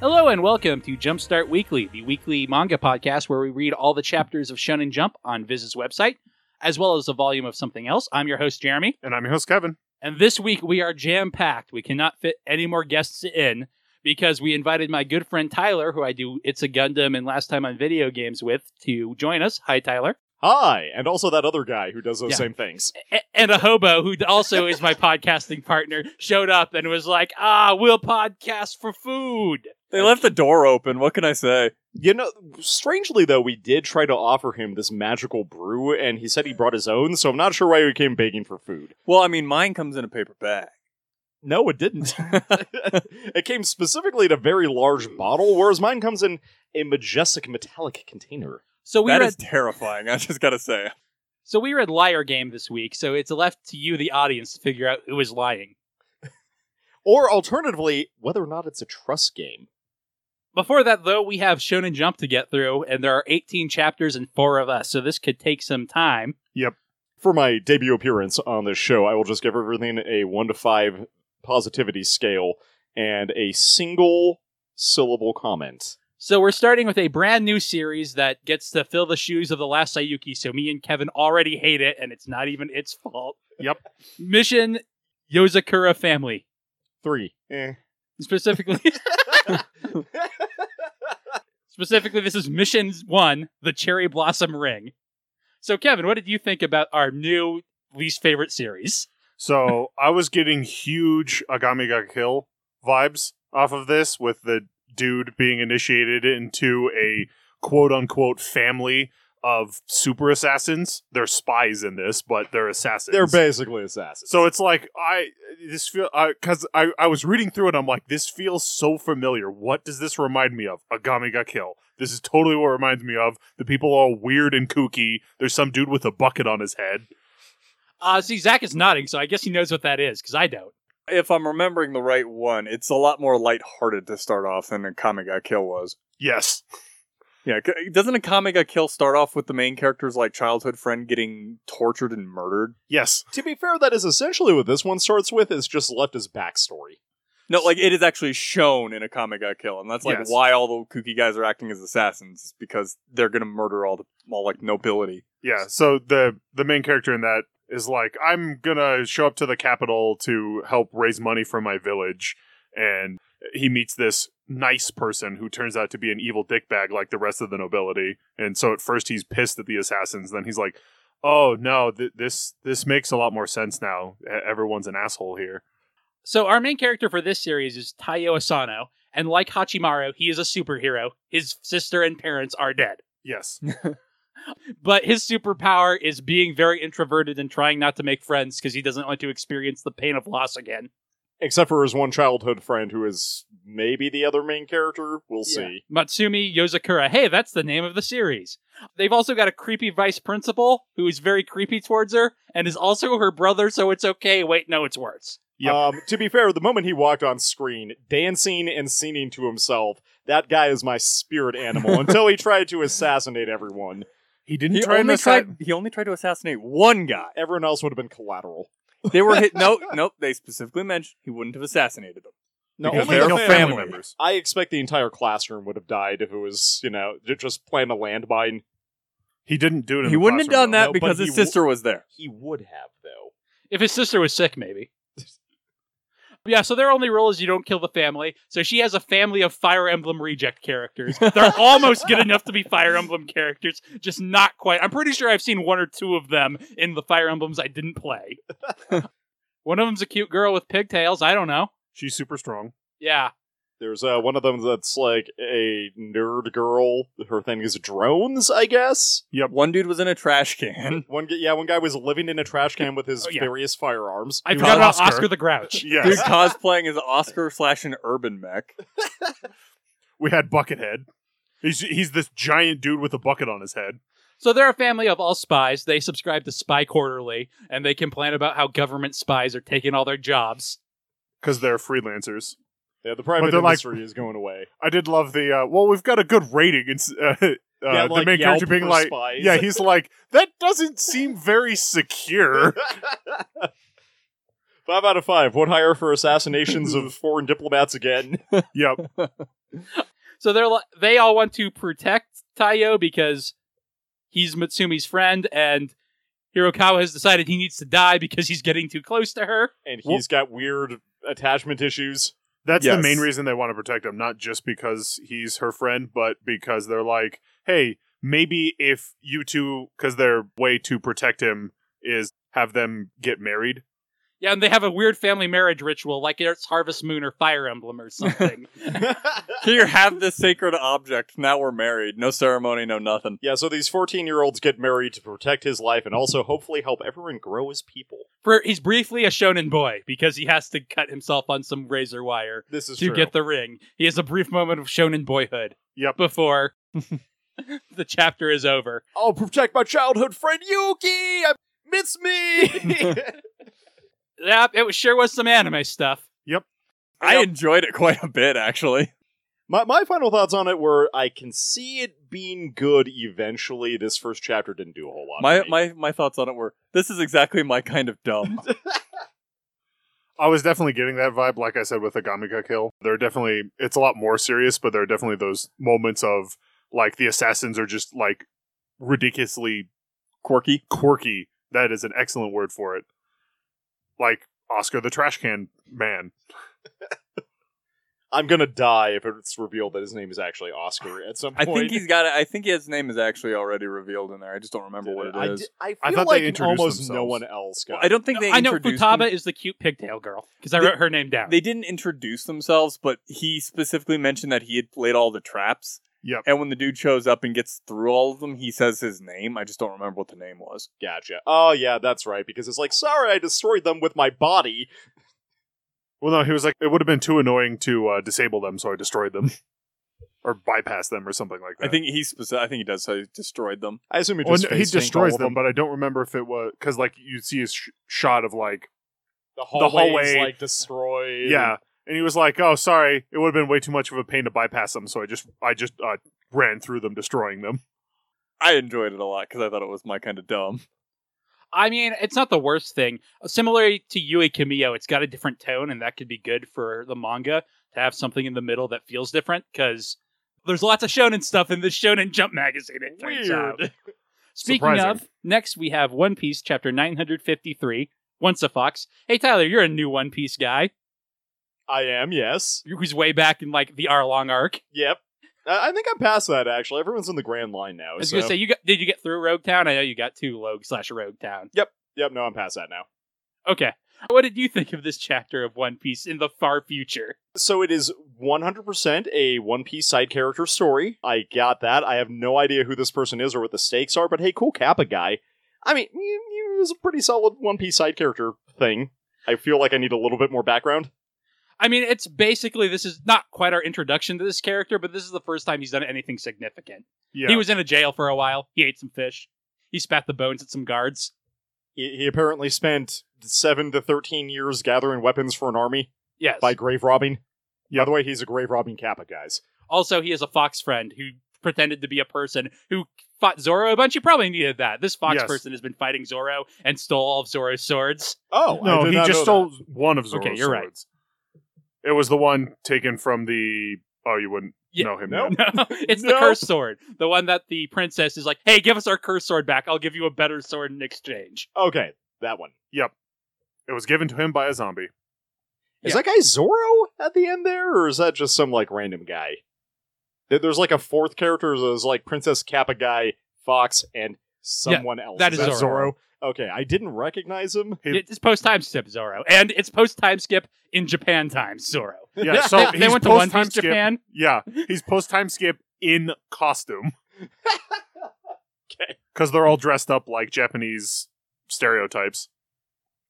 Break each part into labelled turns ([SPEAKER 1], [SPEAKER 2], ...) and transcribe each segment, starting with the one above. [SPEAKER 1] Hello and welcome to Jumpstart Weekly, the weekly manga podcast where we read all the chapters of Shonen Jump on Viz's website, as well as a volume of something else. I'm your host, Jeremy,
[SPEAKER 2] And I'm your host, Kevin.
[SPEAKER 1] and this week we are jam packed. We cannot fit any more guests in because we invited my good friend Tyler, who I do It's a Gundam and last time on video games with, to join us. Hi, Tyler.
[SPEAKER 3] Hi, and also that other guy who does those
[SPEAKER 1] Yeah.
[SPEAKER 3] same things.
[SPEAKER 1] A- and a hobo who also is my podcasting partner showed up and was like, ah, we'll podcast for food.
[SPEAKER 4] They left the door open. What can I say?
[SPEAKER 3] You know, strangely though, we did try to offer him this magical brew, and he said he brought his own, so I'm not sure why he came begging for food.
[SPEAKER 4] Well, I mean, mine comes in a paper bag.
[SPEAKER 3] No, it didn't. it came specifically in a very large bottle, whereas mine comes in a majestic metallic container.
[SPEAKER 1] So we
[SPEAKER 4] that
[SPEAKER 1] read
[SPEAKER 4] is terrifying. I just gotta say.
[SPEAKER 1] So we read Liar Game this week, so it's left to you, the audience, to figure out who is lying.
[SPEAKER 3] Or alternatively, whether or not it's a trust game.
[SPEAKER 1] Before that, though, we have Shonen Jump to get through, and there are 18 chapters and four of us, so this could take some time.
[SPEAKER 3] For my debut appearance on this show, I will just give everything a 1 to 5 positivity scale and a single syllable comment.
[SPEAKER 1] So we're starting with a brand new series that gets to fill the shoes of the last Sayuki, so me and Kevin already hate it, and it's not even its fault.
[SPEAKER 2] Yep.
[SPEAKER 1] Mission Yozakura Family.
[SPEAKER 3] Three. Eh.
[SPEAKER 1] Specifically, specifically, this is Mission One, the Cherry Blossom Ring. So, Kevin, what did you think about our new least favorite series?
[SPEAKER 2] So I was getting huge Agami ga Kill vibes off of this, with the dude being initiated into a quote unquote family of super assassins. They're spies in this, but they're assassins.
[SPEAKER 3] They're basically assassins.
[SPEAKER 2] So it's like I this feel because I, I was reading through it. I'm like, this feels so familiar. What does this remind me of? Agami ga Kill. This is totally what it reminds me of. The people are all weird and kooky. There's some dude with a bucket on his head.
[SPEAKER 1] Uh, see, Zach is nodding, so I guess he knows what that is because I don't.
[SPEAKER 4] If I'm remembering the right one, it's a lot more lighthearted to start off than a comic got kill was.
[SPEAKER 2] Yes,
[SPEAKER 4] Yeah, c- doesn't a comic got kill start off with the main character's like childhood friend getting tortured and murdered?
[SPEAKER 2] yes.
[SPEAKER 3] to be fair, that is essentially what this one starts with. Is just left as backstory.
[SPEAKER 4] No, like it is actually shown in a comic got kill, and that's like
[SPEAKER 2] Yes.
[SPEAKER 4] why all the kooky guys are acting as assassins is because they're gonna murder all the all like nobility.
[SPEAKER 2] Yeah, so the the main character in that is like, I'm gonna show up to the capital to help raise money for my village, and he meets this nice person who turns out to be an evil dickbag like the rest of the nobility. And so at first he's pissed at the assassins, then he's like, Oh no, th- this this makes a lot more sense now. E- Everyone's an asshole here.
[SPEAKER 1] So, our main character for this series is Taiyo Asano, and like Hachimaru, he is a superhero. His sister and parents are dead.
[SPEAKER 2] Yes,
[SPEAKER 1] but his superpower is being very introverted and trying not to make friends because he doesn't want to experience the pain of loss again.
[SPEAKER 3] Except for his one childhood friend, who is maybe the other main character. We'll see.
[SPEAKER 1] Matsumi Yozakura. Hey, that's the name of the series. They've also got a creepy vice principal who is very creepy towards her and is also her brother, so it's okay. Wait, no, it's worse.
[SPEAKER 2] Yep.
[SPEAKER 3] Um, to be fair, the moment he walked on screen, dancing and singing to himself, that guy is my spirit animal. until he tried to assassinate everyone,
[SPEAKER 2] he didn't
[SPEAKER 4] He
[SPEAKER 2] try and
[SPEAKER 4] only
[SPEAKER 2] assass-
[SPEAKER 4] tried. He only tried to assassinate one guy.
[SPEAKER 3] everyone else would have been collateral.
[SPEAKER 4] They were hit. No, nope. They specifically mentioned he wouldn't have assassinated them.
[SPEAKER 3] No,
[SPEAKER 2] because
[SPEAKER 3] only
[SPEAKER 2] they're
[SPEAKER 3] the
[SPEAKER 2] family,
[SPEAKER 4] family.
[SPEAKER 2] members.
[SPEAKER 3] I expect the entire classroom would have died if it was, you know, j- just playing a landmine.
[SPEAKER 2] He didn't do it. In
[SPEAKER 4] He
[SPEAKER 2] the
[SPEAKER 4] wouldn't have done
[SPEAKER 2] classroom, though.
[SPEAKER 4] that
[SPEAKER 3] No, but
[SPEAKER 4] because
[SPEAKER 3] he
[SPEAKER 4] his
[SPEAKER 3] w-
[SPEAKER 4] sister was there.
[SPEAKER 3] He would have, though.
[SPEAKER 1] If his sister was sick, maybe. Yeah, so their only rule is you don't kill the family. So she has a family of Fire Emblem reject characters. They're almost good enough to be Fire Emblem characters, just not quite. I'm pretty sure I've seen one or two of them in the Fire Emblems I didn't play. one of them's a cute girl with pigtails. I don't know.
[SPEAKER 2] She's super strong.
[SPEAKER 1] Yeah.
[SPEAKER 3] There's uh, one of them that's like a nerd girl. Her thing is drones, I guess.
[SPEAKER 4] One dude was in a trash can.
[SPEAKER 3] One, g- yeah, one guy was living in a trash can with his
[SPEAKER 1] Oh, yeah.
[SPEAKER 3] various firearms.
[SPEAKER 1] I
[SPEAKER 2] You
[SPEAKER 1] forgot
[SPEAKER 2] want
[SPEAKER 1] about
[SPEAKER 2] Oscar?
[SPEAKER 1] Oscar the Grouch.
[SPEAKER 2] Yes,
[SPEAKER 4] Dude cosplaying as Oscar slash an urban mech.
[SPEAKER 2] we had Buckethead. He's he's this giant dude with a bucket on his head.
[SPEAKER 1] So they're a family of all spies. They subscribe to Spy Quarterly, and they complain about how government spies are taking all their jobs.
[SPEAKER 2] because they're freelancers.
[SPEAKER 3] Yeah, the
[SPEAKER 2] But
[SPEAKER 3] private
[SPEAKER 2] they're like-
[SPEAKER 3] industry is going away.
[SPEAKER 2] I did love the uh, well, we've got a good rating. It's uh, uh,
[SPEAKER 3] yeah,
[SPEAKER 2] the
[SPEAKER 3] like
[SPEAKER 2] main
[SPEAKER 3] Yelp
[SPEAKER 2] character being
[SPEAKER 3] for
[SPEAKER 2] like,
[SPEAKER 3] spies.
[SPEAKER 2] yeah, he's like, that doesn't seem very secure.
[SPEAKER 3] five out of five. One hire for assassinations of foreign diplomats again.
[SPEAKER 2] yep,
[SPEAKER 1] So they're li- they all want to protect Taiyo because he's Mitsumi's friend, and Hirokawa has decided he needs to die because he's getting too close to her.
[SPEAKER 3] and
[SPEAKER 2] Well-
[SPEAKER 3] he's got weird attachment issues.
[SPEAKER 2] That's the
[SPEAKER 4] Yes.
[SPEAKER 2] main reason they want to protect him, not just because he's her friend, but because they're like, hey, maybe if you two, because their way to protect him is have them get married.
[SPEAKER 1] Yeah, and they have a weird family marriage ritual, like it's Harvest Moon or Fire Emblem or something.
[SPEAKER 4] Here, have this sacred object. Now we're married. No ceremony, no nothing.
[SPEAKER 3] yeah, so these 14 year olds get married to protect his life and also hopefully help everyone grow as people.
[SPEAKER 1] For he's briefly a shonen boy because he has to cut himself on some razor wire
[SPEAKER 3] This is
[SPEAKER 1] to
[SPEAKER 3] true.
[SPEAKER 1] get the ring. He has a brief moment of shonen boyhood
[SPEAKER 2] Yep.
[SPEAKER 1] before the chapter is over.
[SPEAKER 3] I'll protect my childhood friend Yuki! I miss me!
[SPEAKER 1] Yep, it was, sure was some anime stuff.
[SPEAKER 4] I
[SPEAKER 2] Yep.
[SPEAKER 4] enjoyed it quite a bit, actually.
[SPEAKER 3] my, my final thoughts on it were I can see it being good eventually. This first chapter didn't do a whole lot.
[SPEAKER 4] My
[SPEAKER 3] for me.
[SPEAKER 4] my my thoughts on it were: this is exactly my kind of dumb.
[SPEAKER 2] I was definitely getting that vibe, like I said, with Agamika Kill. There are definitely, it's a lot more serious, but there are definitely those moments of like the assassins are just like ridiculously
[SPEAKER 4] Quirky.
[SPEAKER 2] quirky. That is an excellent word for it. Like Oscar the Trash Can Man.
[SPEAKER 3] I'm gonna die if it's revealed that his name is actually Oscar at some
[SPEAKER 4] I
[SPEAKER 3] point.
[SPEAKER 4] think he's got it. I think his name is actually already revealed in there. I just don't remember what it
[SPEAKER 3] I,
[SPEAKER 4] is.
[SPEAKER 3] d- I feel
[SPEAKER 2] I thought they
[SPEAKER 3] like
[SPEAKER 2] introduced
[SPEAKER 3] almost no
[SPEAKER 2] themselves.
[SPEAKER 3] one else got.
[SPEAKER 4] Well, I don't think they.
[SPEAKER 1] I know
[SPEAKER 4] introduced
[SPEAKER 1] Futaba
[SPEAKER 4] him-
[SPEAKER 1] is the cute pigtail girl because I
[SPEAKER 4] They-
[SPEAKER 1] wrote her name down.
[SPEAKER 4] They didn't introduce themselves, but he specifically mentioned that he had laid all the traps.
[SPEAKER 2] Yep.
[SPEAKER 4] And when the dude shows up and gets through all of them, he says his name. I just don't remember what the name was.
[SPEAKER 3] Gotcha. Oh yeah, that's right. Because it's like, sorry, I destroyed them with my body.
[SPEAKER 2] Well, no, he was like, it would have been too annoying to uh, disable them, so I destroyed them. or bypass them or something like that.
[SPEAKER 4] I think he specific. I think he does say he destroyed them.
[SPEAKER 3] I assume he,
[SPEAKER 2] Well,
[SPEAKER 3] just
[SPEAKER 2] no, he
[SPEAKER 3] face-tanked all
[SPEAKER 2] destroys
[SPEAKER 3] of
[SPEAKER 2] them, but I don't remember if it was because, like, you see a sh- shot of like,
[SPEAKER 3] the
[SPEAKER 2] hallway
[SPEAKER 3] hallway is
[SPEAKER 2] is,
[SPEAKER 3] like destroyed.
[SPEAKER 2] yeah, and he was like, "Oh, sorry, it would have been way too much of a pain to bypass them, so I just, I just uh, ran through them, destroying them."
[SPEAKER 4] I enjoyed it a lot because I thought it was my kind of dumb.
[SPEAKER 1] I mean, it's not the worst thing. Similarly to Yui Kamiyo, it's got a different tone, and that could be good for the manga to have something in the middle that feels different because there's lots of shonen stuff in this Shonen Jump magazine. It turns out.
[SPEAKER 3] Weird.
[SPEAKER 1] Speaking
[SPEAKER 2] Surprising.
[SPEAKER 1] of, next we have One Piece chapter 953. Once a Fox. Hey Tyler, you're a new One Piece guy
[SPEAKER 3] I am. Yes.
[SPEAKER 1] who's way back in like the Arlong arc.
[SPEAKER 3] Yep. I, I think I'm past that actually. Everyone's in the Grand Line now.
[SPEAKER 1] I was
[SPEAKER 3] so-
[SPEAKER 1] gonna say, you got did you get through Rogue Town? I know you got to Rogue slash Rogue Town.
[SPEAKER 3] Yep. No, I'm past that now.
[SPEAKER 1] Okay, what did you think of this chapter of One Piece in the far future?
[SPEAKER 3] So it is 100% a One Piece side character story. I got that. I have no idea who this person is or what the stakes are, but hey, cool Kappa guy. I mean, you, you, it was a pretty solid One Piece side character thing. I feel like I need a little bit more background.
[SPEAKER 1] I mean, it's basically this is not quite our introduction to this character, but this is the first time he's done anything significant.
[SPEAKER 2] Yeah,
[SPEAKER 1] He was in a jail for a while. He ate some fish. He spat the bones at some guards.
[SPEAKER 3] He, he apparently spent 7 to 13 years gathering weapons for an army
[SPEAKER 1] Yes.
[SPEAKER 3] by grave robbing. By the way, he's a grave robbing Kappa, guys.
[SPEAKER 1] Also, he has a fox friend who pretended to be a person who fought Zoro a bunch. He probably needed that. This fox
[SPEAKER 2] Yes.
[SPEAKER 1] person has been fighting Zoro and stole all of Zoro's swords.
[SPEAKER 3] Oh,
[SPEAKER 2] no, he just stole one of Zoro's
[SPEAKER 1] Okay, you're right.
[SPEAKER 2] swords. It was the one taken from the. Oh, you wouldn't
[SPEAKER 1] Yeah.
[SPEAKER 2] know him.
[SPEAKER 3] Nope.
[SPEAKER 2] yet.
[SPEAKER 1] No, it's the
[SPEAKER 3] No.
[SPEAKER 1] curse sword, the one that the princess is like, "Hey, give us our curse sword back. I'll give you a better sword in exchange."
[SPEAKER 3] Okay, that one.
[SPEAKER 2] It was given to him by a zombie.
[SPEAKER 1] Yeah.
[SPEAKER 3] Is that guy Zoro at the end there, or is that just some like random guy? There- There's like a fourth character that's like Princess Kappa guy, Fox, and someone else.
[SPEAKER 1] that is
[SPEAKER 3] Zoro.
[SPEAKER 1] Zoro.
[SPEAKER 3] Okay, I didn't recognize him.
[SPEAKER 2] He-
[SPEAKER 1] It's post time skip Zoro, and it's post time skip in Japan time Zoro.
[SPEAKER 2] Yeah, so
[SPEAKER 1] they,
[SPEAKER 2] he's
[SPEAKER 1] they went to One
[SPEAKER 2] post-time
[SPEAKER 1] Piece
[SPEAKER 2] skip.
[SPEAKER 1] Japan.
[SPEAKER 2] Yeah, he's post time skip in costume.
[SPEAKER 3] 'Kay.
[SPEAKER 2] because they're all dressed up like Japanese stereotypes.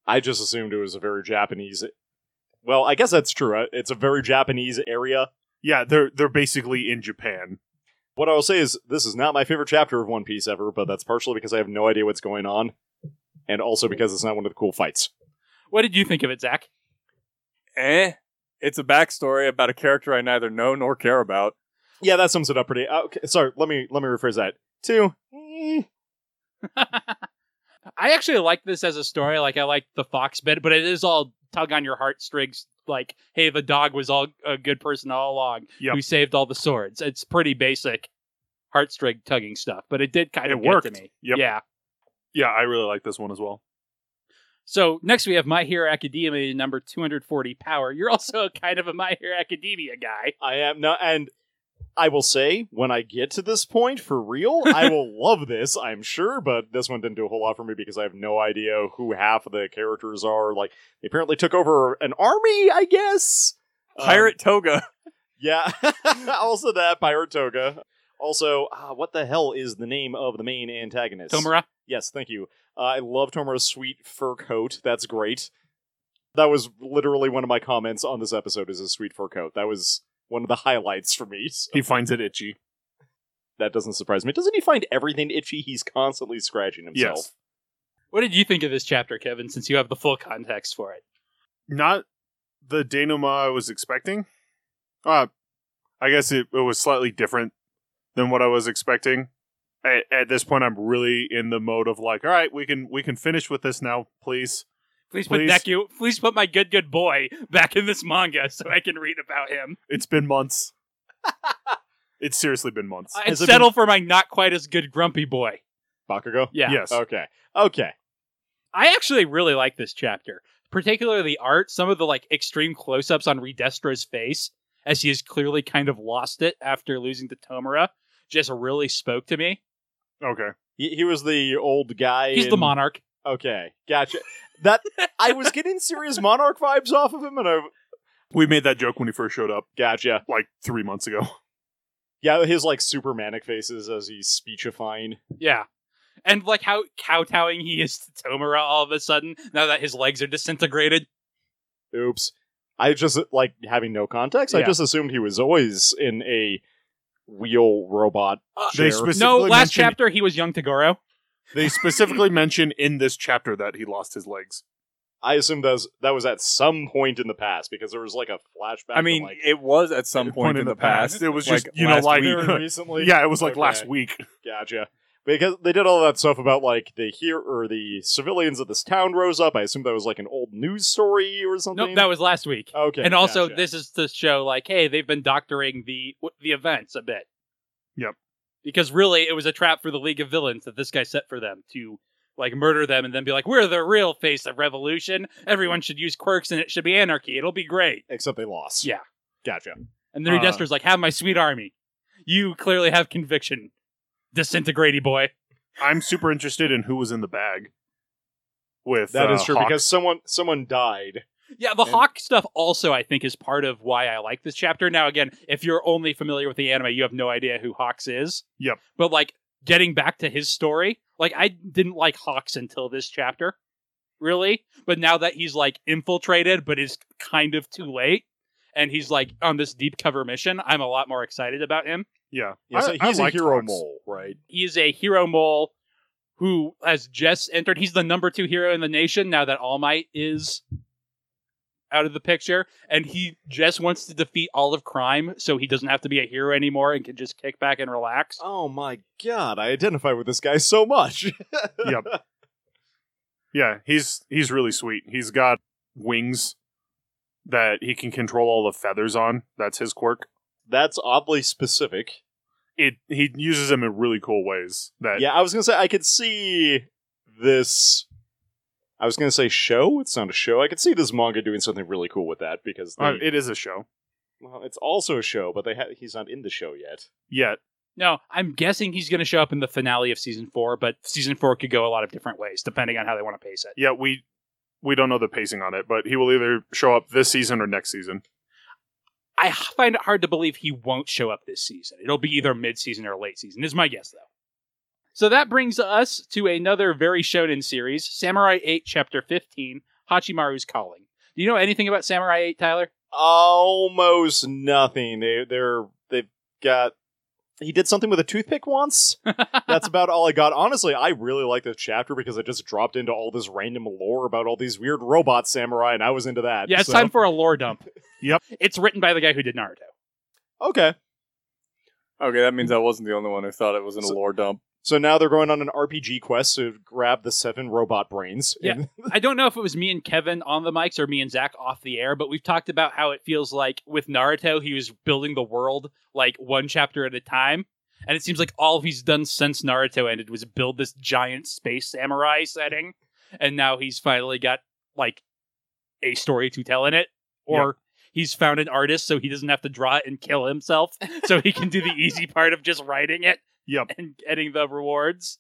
[SPEAKER 3] I just assumed it was a very Japanese. Well, I guess that's true. I- It's a very Japanese area.
[SPEAKER 2] Yeah, they're they're basically in Japan.
[SPEAKER 3] What I will say is, this is not my favorite chapter of One Piece ever, but that's partially because I have no idea what's going on, and also because it's not one of the cool fights.
[SPEAKER 1] What did you think of it, Zach?
[SPEAKER 4] Eh. It's a backstory about a character I neither know nor care about.
[SPEAKER 3] Yeah, that sums it up pretty. uh, Okay, sorry, let me let me rephrase that. Two. eh,
[SPEAKER 1] I actually like this as a story. Like I like the Fox bit, but it is all tug on your heartstrings like, hey, the dog was all a good person all along
[SPEAKER 2] Yep.
[SPEAKER 1] who saved all the swords. It's pretty basic heartstring tugging stuff, but it did kind
[SPEAKER 2] It
[SPEAKER 1] of work
[SPEAKER 2] worked.
[SPEAKER 1] to me.
[SPEAKER 2] Yep.
[SPEAKER 1] Yeah.
[SPEAKER 2] Yeah, I really like this one as well.
[SPEAKER 1] So next we have My Hero Academia number 240 Power. You're also kind of a My Hero Academia guy.
[SPEAKER 3] I am not, and I will say when I get to this point for real, I will love this. I'm sure, but this one didn't do a whole lot for me because I have no idea who half of the characters are. Like they apparently took over an army, I guess. Um,
[SPEAKER 4] Pirate Toga.
[SPEAKER 3] yeah. also that pirate toga. Also, ah, what the hell is the name of the main antagonist?
[SPEAKER 1] Tomura.
[SPEAKER 3] Yes, thank you. Uh, I love Tomura's sweet fur coat. That's great. That was literally one of my comments on this episode is his sweet fur coat. That was one of the highlights for me. so
[SPEAKER 2] He finds it itchy.
[SPEAKER 3] that doesn't surprise me. Doesn't he find everything itchy? He's constantly scratching himself.
[SPEAKER 2] Yes.
[SPEAKER 1] What did you think of this chapter, Kevin, since you have the full context for it?
[SPEAKER 2] Not the denouement I was expecting. Uh, I guess it, it was slightly different than what I was expecting. At, at this point, I'm really in the mode of like, all right, we can we can finish with this now, please.
[SPEAKER 1] Please put
[SPEAKER 2] Please.
[SPEAKER 1] Deku, please put my good good boy back in this manga so I can read about him.
[SPEAKER 2] It's been months. it's seriously been months.
[SPEAKER 1] Uh, And
[SPEAKER 3] Has it
[SPEAKER 1] settle for my not quite as good grumpy boy.
[SPEAKER 3] Bakugo?
[SPEAKER 1] Yeah. Uh,
[SPEAKER 2] Yes.
[SPEAKER 3] Okay. Okay.
[SPEAKER 1] I actually really like this chapter, particularly the art. Some of the like extreme close-ups on Redestro's face, as he has clearly kind of lost it after losing to Tomura, just really spoke to me.
[SPEAKER 2] Okay.
[SPEAKER 3] He, he was the old guy.
[SPEAKER 1] He's the
[SPEAKER 3] in-
[SPEAKER 1] monarch.
[SPEAKER 3] Okay. Gotcha. That I was getting serious monarch vibes off of him and I
[SPEAKER 2] We made that joke when he first showed up,
[SPEAKER 3] Gotcha.
[SPEAKER 2] like three months ago.
[SPEAKER 3] Yeah, his like super manic faces as he's speechifying.
[SPEAKER 1] Yeah. And like how kowtowing he is to Tomura all of a sudden now that his legs are disintegrated.
[SPEAKER 3] Oops. I just like having no context. I
[SPEAKER 1] Yeah.
[SPEAKER 3] just assumed he was always in a wheel robot.
[SPEAKER 1] Uh,
[SPEAKER 2] They
[SPEAKER 3] chair.
[SPEAKER 2] specifically
[SPEAKER 1] No, last
[SPEAKER 2] mention-
[SPEAKER 1] chapter he was young Tagoro.
[SPEAKER 2] They specifically mention in this chapter that he lost his legs.
[SPEAKER 3] I assumed that was, that was at some point in the past because there was like a flashback.
[SPEAKER 4] I mean,
[SPEAKER 3] to, like,
[SPEAKER 4] it was at some
[SPEAKER 2] At a
[SPEAKER 4] point in the past.
[SPEAKER 2] It was just,
[SPEAKER 4] like,
[SPEAKER 2] you know,
[SPEAKER 4] last
[SPEAKER 2] like-
[SPEAKER 4] week.
[SPEAKER 2] it-
[SPEAKER 3] very recently.
[SPEAKER 2] Yeah, it was like
[SPEAKER 3] Okay.
[SPEAKER 2] last week.
[SPEAKER 3] Gotcha. Because they did all that stuff about like the here or the civilians of this town rose up. I assume that was like an old news story or something.
[SPEAKER 1] Nope, that was last week.
[SPEAKER 3] okay.
[SPEAKER 1] and also,
[SPEAKER 3] gotcha.
[SPEAKER 1] this is to show like, hey, they've been doctoring the w- the events a bit.
[SPEAKER 2] Yep.
[SPEAKER 1] Because really, it was a trap for the League of Villains that this guy set for them to like murder them and then be like, we're the real face of revolution. Everyone should use quirks and it should be anarchy. It'll be great.
[SPEAKER 3] except they lost.
[SPEAKER 1] Yeah.
[SPEAKER 3] Gotcha.
[SPEAKER 1] And the
[SPEAKER 2] Uh.
[SPEAKER 1] Redestro's like, have my sweet army. You clearly have conviction, disintegratey boy.
[SPEAKER 2] I'm super interested in who was in the bag. With
[SPEAKER 3] That is
[SPEAKER 2] uh,
[SPEAKER 3] true
[SPEAKER 2] Hawk.
[SPEAKER 3] because someone someone died.
[SPEAKER 1] Yeah, the
[SPEAKER 3] And-
[SPEAKER 1] Hawk stuff also, I think, is part of why I like this chapter. Now, again, if you're only familiar with the anime, you have no idea who Hawks is.
[SPEAKER 2] Yep.
[SPEAKER 1] But, like, getting back to his story, like, I didn't like Hawks until this chapter, really. But now that he's, like, infiltrated, but is kind of too late, and he's, like, on this deep cover mission, I'm a lot more excited about him.
[SPEAKER 2] yeah,
[SPEAKER 3] Yeah,
[SPEAKER 2] I-
[SPEAKER 3] so
[SPEAKER 2] I
[SPEAKER 3] he's a
[SPEAKER 2] liked
[SPEAKER 3] hero
[SPEAKER 2] Hawks.
[SPEAKER 3] mole, right?
[SPEAKER 1] He is a hero mole who has just entered. He's the number two hero in the nation now that All Might is out of the picture, and he just wants to defeat all of crime, so he doesn't have to be a hero anymore and can just kick back and relax.
[SPEAKER 3] Oh my god, I identify with this guy so much.
[SPEAKER 2] Yep. Yeah, he's he's really sweet. He's got wings that he can control all the feathers on. That's his quirk.
[SPEAKER 3] That's oddly specific.
[SPEAKER 2] It he uses them in really cool ways. That
[SPEAKER 3] Yeah, I was gonna say I could see this. I was gonna say show. It's not a show. I could see this manga doing something really cool with that because they,
[SPEAKER 2] Uh, it is a show.
[SPEAKER 3] well, it's also a show, but they ha- he's not in the show yet.
[SPEAKER 2] Yet
[SPEAKER 1] No, I'm guessing he's going to show up in the finale of season four, but season four could go a lot of different ways depending on how they want to pace it.
[SPEAKER 2] yeah, we we don't know the pacing on it, but he will either show up this season or next season.
[SPEAKER 1] I h- find it hard to believe he won't show up this season. It'll be either mid-season or late season, is my guess though. So that brings us to another very shonen series, Samurai 8 chapter 15, Hachimaru's Calling. Do you know anything about Samurai 8, Tyler?
[SPEAKER 3] Almost nothing. They they're they've got. He did something with a toothpick once. That's about all I got. Honestly, I really like this chapter because it just dropped into all this random lore about all these weird robot samurai, and I was into that.
[SPEAKER 1] yeah, it's
[SPEAKER 3] so-
[SPEAKER 1] time for a lore dump.
[SPEAKER 2] Yep.
[SPEAKER 1] It's written by the guy who did Naruto.
[SPEAKER 3] Okay.
[SPEAKER 4] Okay, that means I wasn't the only one who thought it was in a
[SPEAKER 3] So-
[SPEAKER 4] lore dump.
[SPEAKER 3] So now they're going on an RPG quest to grab the seven robot brains.
[SPEAKER 1] Yeah.
[SPEAKER 3] And-
[SPEAKER 1] I don't know if it was me and Kevin on the mics or me and Zach off the air, but we've talked about how it feels like with Naruto, he was building the world like one chapter at a time. And it seems like all he's done since Naruto ended was build this giant space samurai setting. And now he's finally got like a story to tell in it. Or he's found an artist so he doesn't have to draw it and kill himself. so he can do the easy part of just writing it
[SPEAKER 2] Yep.
[SPEAKER 1] and getting the rewards.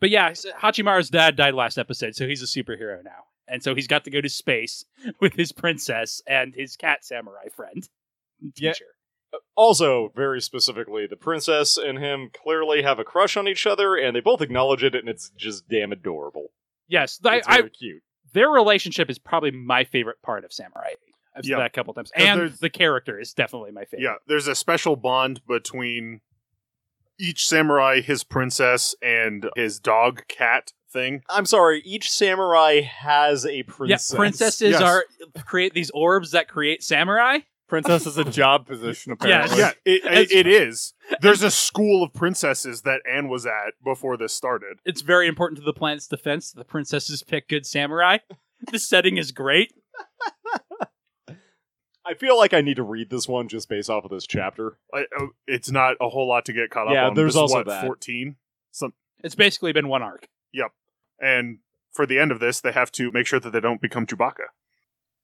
[SPEAKER 1] But yeah, so Hachimaru's dad died last episode, so he's a superhero now. And so he's got to go to space with his princess and his cat samurai friend.
[SPEAKER 3] Yeah.
[SPEAKER 1] Teacher.
[SPEAKER 3] uh, also, very specifically, the princess and him clearly have a crush on each other, and they both acknowledge it, and it's just damn adorable.
[SPEAKER 1] Yes, I,
[SPEAKER 3] it's
[SPEAKER 1] I,
[SPEAKER 3] very cute.
[SPEAKER 1] their relationship is probably my favorite part of Samurai. I've said
[SPEAKER 2] Yeah.
[SPEAKER 1] that a couple times.
[SPEAKER 2] 'Cause
[SPEAKER 1] And
[SPEAKER 2] there's-
[SPEAKER 1] the character is definitely my favorite.
[SPEAKER 2] Yeah, there's a special bond between each samurai, his princess, and his dog cat thing.
[SPEAKER 3] I'm sorry, each samurai has a
[SPEAKER 1] Yeah,
[SPEAKER 3] princess.
[SPEAKER 1] princesses
[SPEAKER 2] Yes.
[SPEAKER 1] are create these orbs that create samurai.
[SPEAKER 4] Princess is a job position, apparently.
[SPEAKER 2] Yeah, it,
[SPEAKER 1] That's-
[SPEAKER 2] it, it is. There's a school of princesses that Anne was at before this started.
[SPEAKER 1] It's very important to the planet's defense. that The princesses pick good samurai. the setting is great.
[SPEAKER 3] I feel like I need to read this one just based off of this chapter.
[SPEAKER 2] I, uh, it's not a whole lot to get caught
[SPEAKER 3] Yeah,
[SPEAKER 2] up on.
[SPEAKER 3] there's
[SPEAKER 2] This is
[SPEAKER 3] also
[SPEAKER 2] what,
[SPEAKER 3] that.
[SPEAKER 2] 14?
[SPEAKER 1] It's basically been one arc.
[SPEAKER 2] And for the end of this, they have to make sure that they don't become Chewbacca.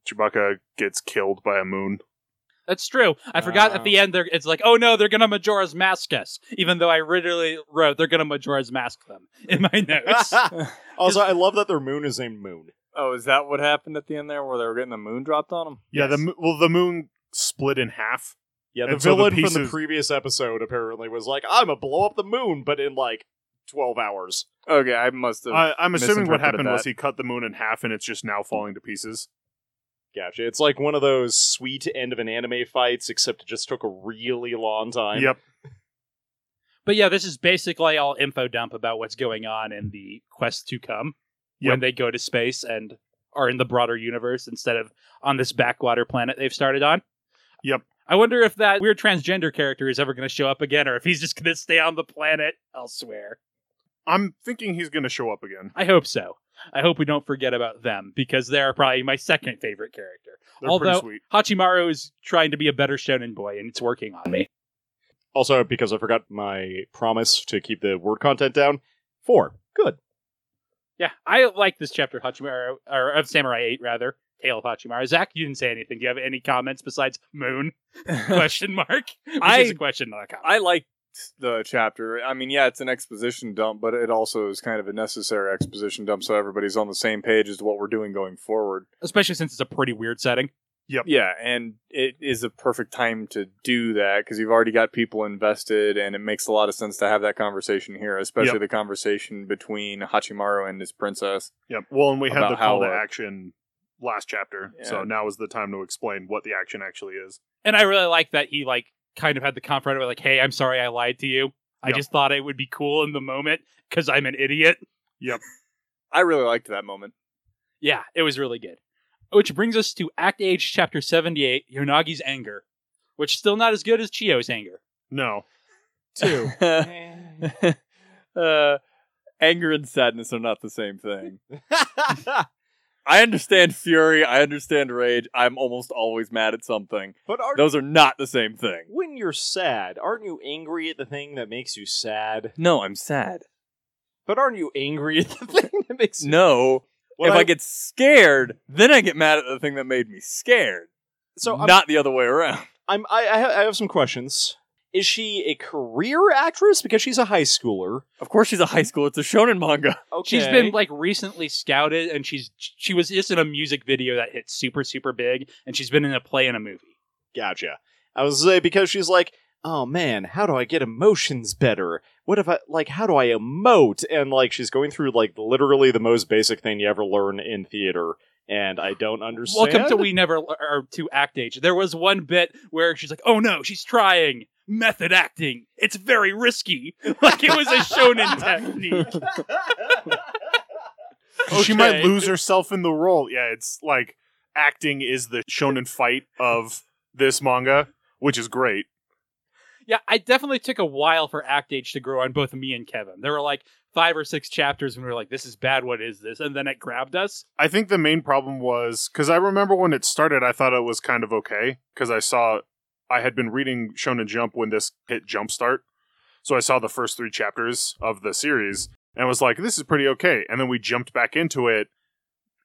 [SPEAKER 2] Chewbacca gets killed by a moon.
[SPEAKER 1] That's true. I forgot
[SPEAKER 4] Wow.
[SPEAKER 1] at the
[SPEAKER 2] Um,
[SPEAKER 1] end. They're, it's like, oh no, they're gonna Majora's Mask us. Even though I literally wrote they're gonna Majora's Mask them in my notes.
[SPEAKER 3] also, I love that their moon is named Moon.
[SPEAKER 4] Oh, is that what happened at the end there, where they were getting the moon dropped on them?
[SPEAKER 2] Yeah, the mo- well, the moon split in half.
[SPEAKER 3] Yeah, the
[SPEAKER 2] And so the
[SPEAKER 3] villain from the
[SPEAKER 2] pieces-
[SPEAKER 3] previous episode apparently was like, "I'm gonna blow up the moon," but in like twelve hours.
[SPEAKER 4] Okay, I must have.
[SPEAKER 2] I, I'm assuming
[SPEAKER 4] misinterpreted
[SPEAKER 2] what happened was
[SPEAKER 4] that.
[SPEAKER 2] he cut the moon in half, and it's just now falling to pieces.
[SPEAKER 3] Gotcha. It's like one of those sweet end of an anime fights, except it just took a really long time.
[SPEAKER 2] Yep.
[SPEAKER 1] but yeah, this is basically all info dump about what's going on in the quest to come when
[SPEAKER 2] Yep.
[SPEAKER 1] they go to space and are in the broader universe instead of on this backwater planet they've started on.
[SPEAKER 2] Yep.
[SPEAKER 1] I wonder if that weird transgender character is ever going to show up again, or if he's just going to stay on the planet elsewhere.
[SPEAKER 2] I'm thinking he's going to show up again.
[SPEAKER 1] I hope so. I hope we don't forget about them because they are probably my second favorite character.
[SPEAKER 2] They're
[SPEAKER 1] Although-
[SPEAKER 2] pretty sweet.
[SPEAKER 1] Hachimaru is trying to be a better shonen boy, and it's working on me.
[SPEAKER 3] Also, because I forgot my promise to keep the word content down. Four. Good.
[SPEAKER 1] Yeah, I like this chapter of Hachimaru, or of Samurai 8, rather. Tale of Hachimaru. Zach, you didn't say anything. Do you have any comments besides moon? Question mark. Which
[SPEAKER 4] I-
[SPEAKER 1] is a question, not a comment.
[SPEAKER 4] I liked the chapter. I mean, yeah, it's an exposition dump, but it also is kind of a necessary exposition dump, so everybody's on the same page as to what we're doing going forward.
[SPEAKER 1] Especially since it's a pretty weird setting.
[SPEAKER 4] Yeah, and it is a perfect time to do that because you've already got people invested, and it makes a lot of sense to have that conversation here, especially
[SPEAKER 2] Yep.
[SPEAKER 4] the conversation between Hachimaru and his princess.
[SPEAKER 2] Yep. Well, and we had
[SPEAKER 4] About
[SPEAKER 2] the call
[SPEAKER 4] how,
[SPEAKER 2] to
[SPEAKER 4] uh,
[SPEAKER 2] action last chapter, so
[SPEAKER 4] Yeah.
[SPEAKER 2] now is the time to explain what the action actually is.
[SPEAKER 1] And I really like that he, like, kind of had the confront of, like, hey, I'm sorry I lied to you. I
[SPEAKER 2] Yep.
[SPEAKER 1] just thought it would be cool in the moment because I'm an idiot.
[SPEAKER 4] I really liked that moment.
[SPEAKER 1] Yeah, it was really good. Which brings us to Act Age Chapter 78, Yonagi's Anger, which is still not as good as Chio's Anger.
[SPEAKER 2] No.
[SPEAKER 4] Two. uh, anger and sadness are not the same thing. I understand fury. I understand rage. I'm almost always mad at something.
[SPEAKER 3] But are
[SPEAKER 4] Those are not the same thing.
[SPEAKER 3] when you're sad, aren't you angry at the thing that makes you sad?
[SPEAKER 4] No, I'm sad.
[SPEAKER 3] But aren't you angry at the thing that makes you
[SPEAKER 4] No.
[SPEAKER 3] What
[SPEAKER 4] if I, get scared, then I get mad at the thing that made me scared.
[SPEAKER 3] so I'm-
[SPEAKER 4] not the other way around.
[SPEAKER 3] I'm I, I, have, I have some questions. Is she a career actress because she's a high schooler?
[SPEAKER 4] Of course, she's a high school. It's a shonen manga.
[SPEAKER 3] Okay.
[SPEAKER 1] She's been like recently scouted, and she's she was just in a music video that hit super super big, and she's been in a play and a movie.
[SPEAKER 3] gotcha. I was gonna say because she's like, oh man, how do I get emotions better? What if I like how do I emote? And like she's going through like literally the most basic thing you ever learn in theater, and I don't understand.
[SPEAKER 1] Welcome to We Never or to Act Age. There was one bit where she's like, "Oh no, she's trying method acting. It's very risky." Like it was a shonen technique.
[SPEAKER 2] She might
[SPEAKER 1] Okay.
[SPEAKER 2] lose herself in the role. Yeah, it's like acting is the shonen fight of this manga, which is great.
[SPEAKER 1] Yeah, I definitely took a while for Act Age to grow on both me and Kevin. There were like five or six chapters when we were like, this is bad, what is this? And then it grabbed us.
[SPEAKER 2] I think the main problem was because I remember when it started, I thought it was kind of okay because I saw I had been reading Shonen Jump when this hit Jumpstart, so I saw the first three chapters of the series and was like, "This is pretty okay." And then we jumped back into it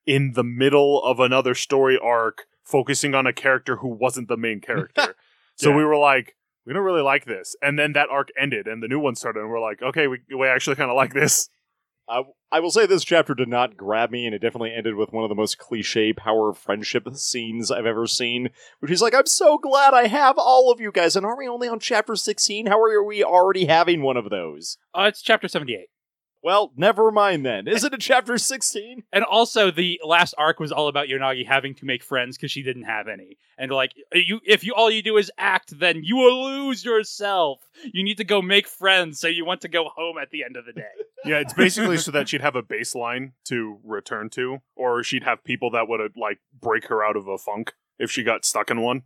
[SPEAKER 2] in the middle of another story arc, focusing on a character who wasn't the main character. So
[SPEAKER 3] Yeah.
[SPEAKER 2] we were like. We don't really like this, and then that arc ended, and the new one started, and we're like, okay, we, we actually kind of like this.
[SPEAKER 3] I, I will say this chapter did not grab me, and it definitely ended with one of the most cliche power of friendship scenes I've ever seen. Which he's like, I'm so glad I have all of you guys, and are we only on chapter 16? How are we already having one of those?
[SPEAKER 1] Uh, it's chapter 78.
[SPEAKER 3] Well, never mind then. Is it a chapter 16?
[SPEAKER 1] And also, the last arc was all about Yonagi having to make friends because she didn't have any. And like, you, if you all you do is act, then you will lose yourself. You need to go make friends, so you want to go home at the end of the day.
[SPEAKER 2] Yeah, it's basically so that she'd have a baseline to return to, or she'd have people that would uh, like break her out of a funk if she got stuck in one.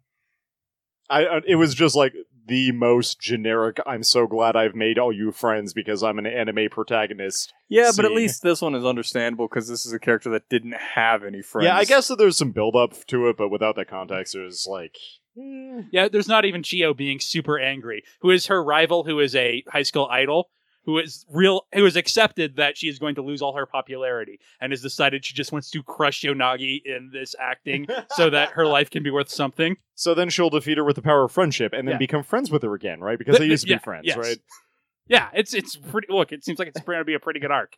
[SPEAKER 3] I, uh, it was just like the most generic. I'm so glad I've made all you friends because I'm an anime protagonist.
[SPEAKER 4] Yeah, but at
[SPEAKER 3] Seeing-
[SPEAKER 4] least this one is understandable because this is a character that didn't have any friends.
[SPEAKER 3] Yeah, I guess that there's some build up to it, but without that context, it was like. eh.
[SPEAKER 1] Yeah, there's not even Chio being super angry, who is her rival, who is a high school idol, who is real, who has accepted that she is going to lose all her popularity and has decided she just wants to crush Yonagi in this acting so that her life can be worth something.
[SPEAKER 3] So then she'll defeat her with the power of friendship and then
[SPEAKER 1] Yeah.
[SPEAKER 3] become friends with her again, right? Because they used to
[SPEAKER 1] Yeah,
[SPEAKER 3] be friends,
[SPEAKER 1] yes.
[SPEAKER 3] right?
[SPEAKER 1] Yeah, it's it's pretty. Look, it seems like it's going to be a pretty good arc.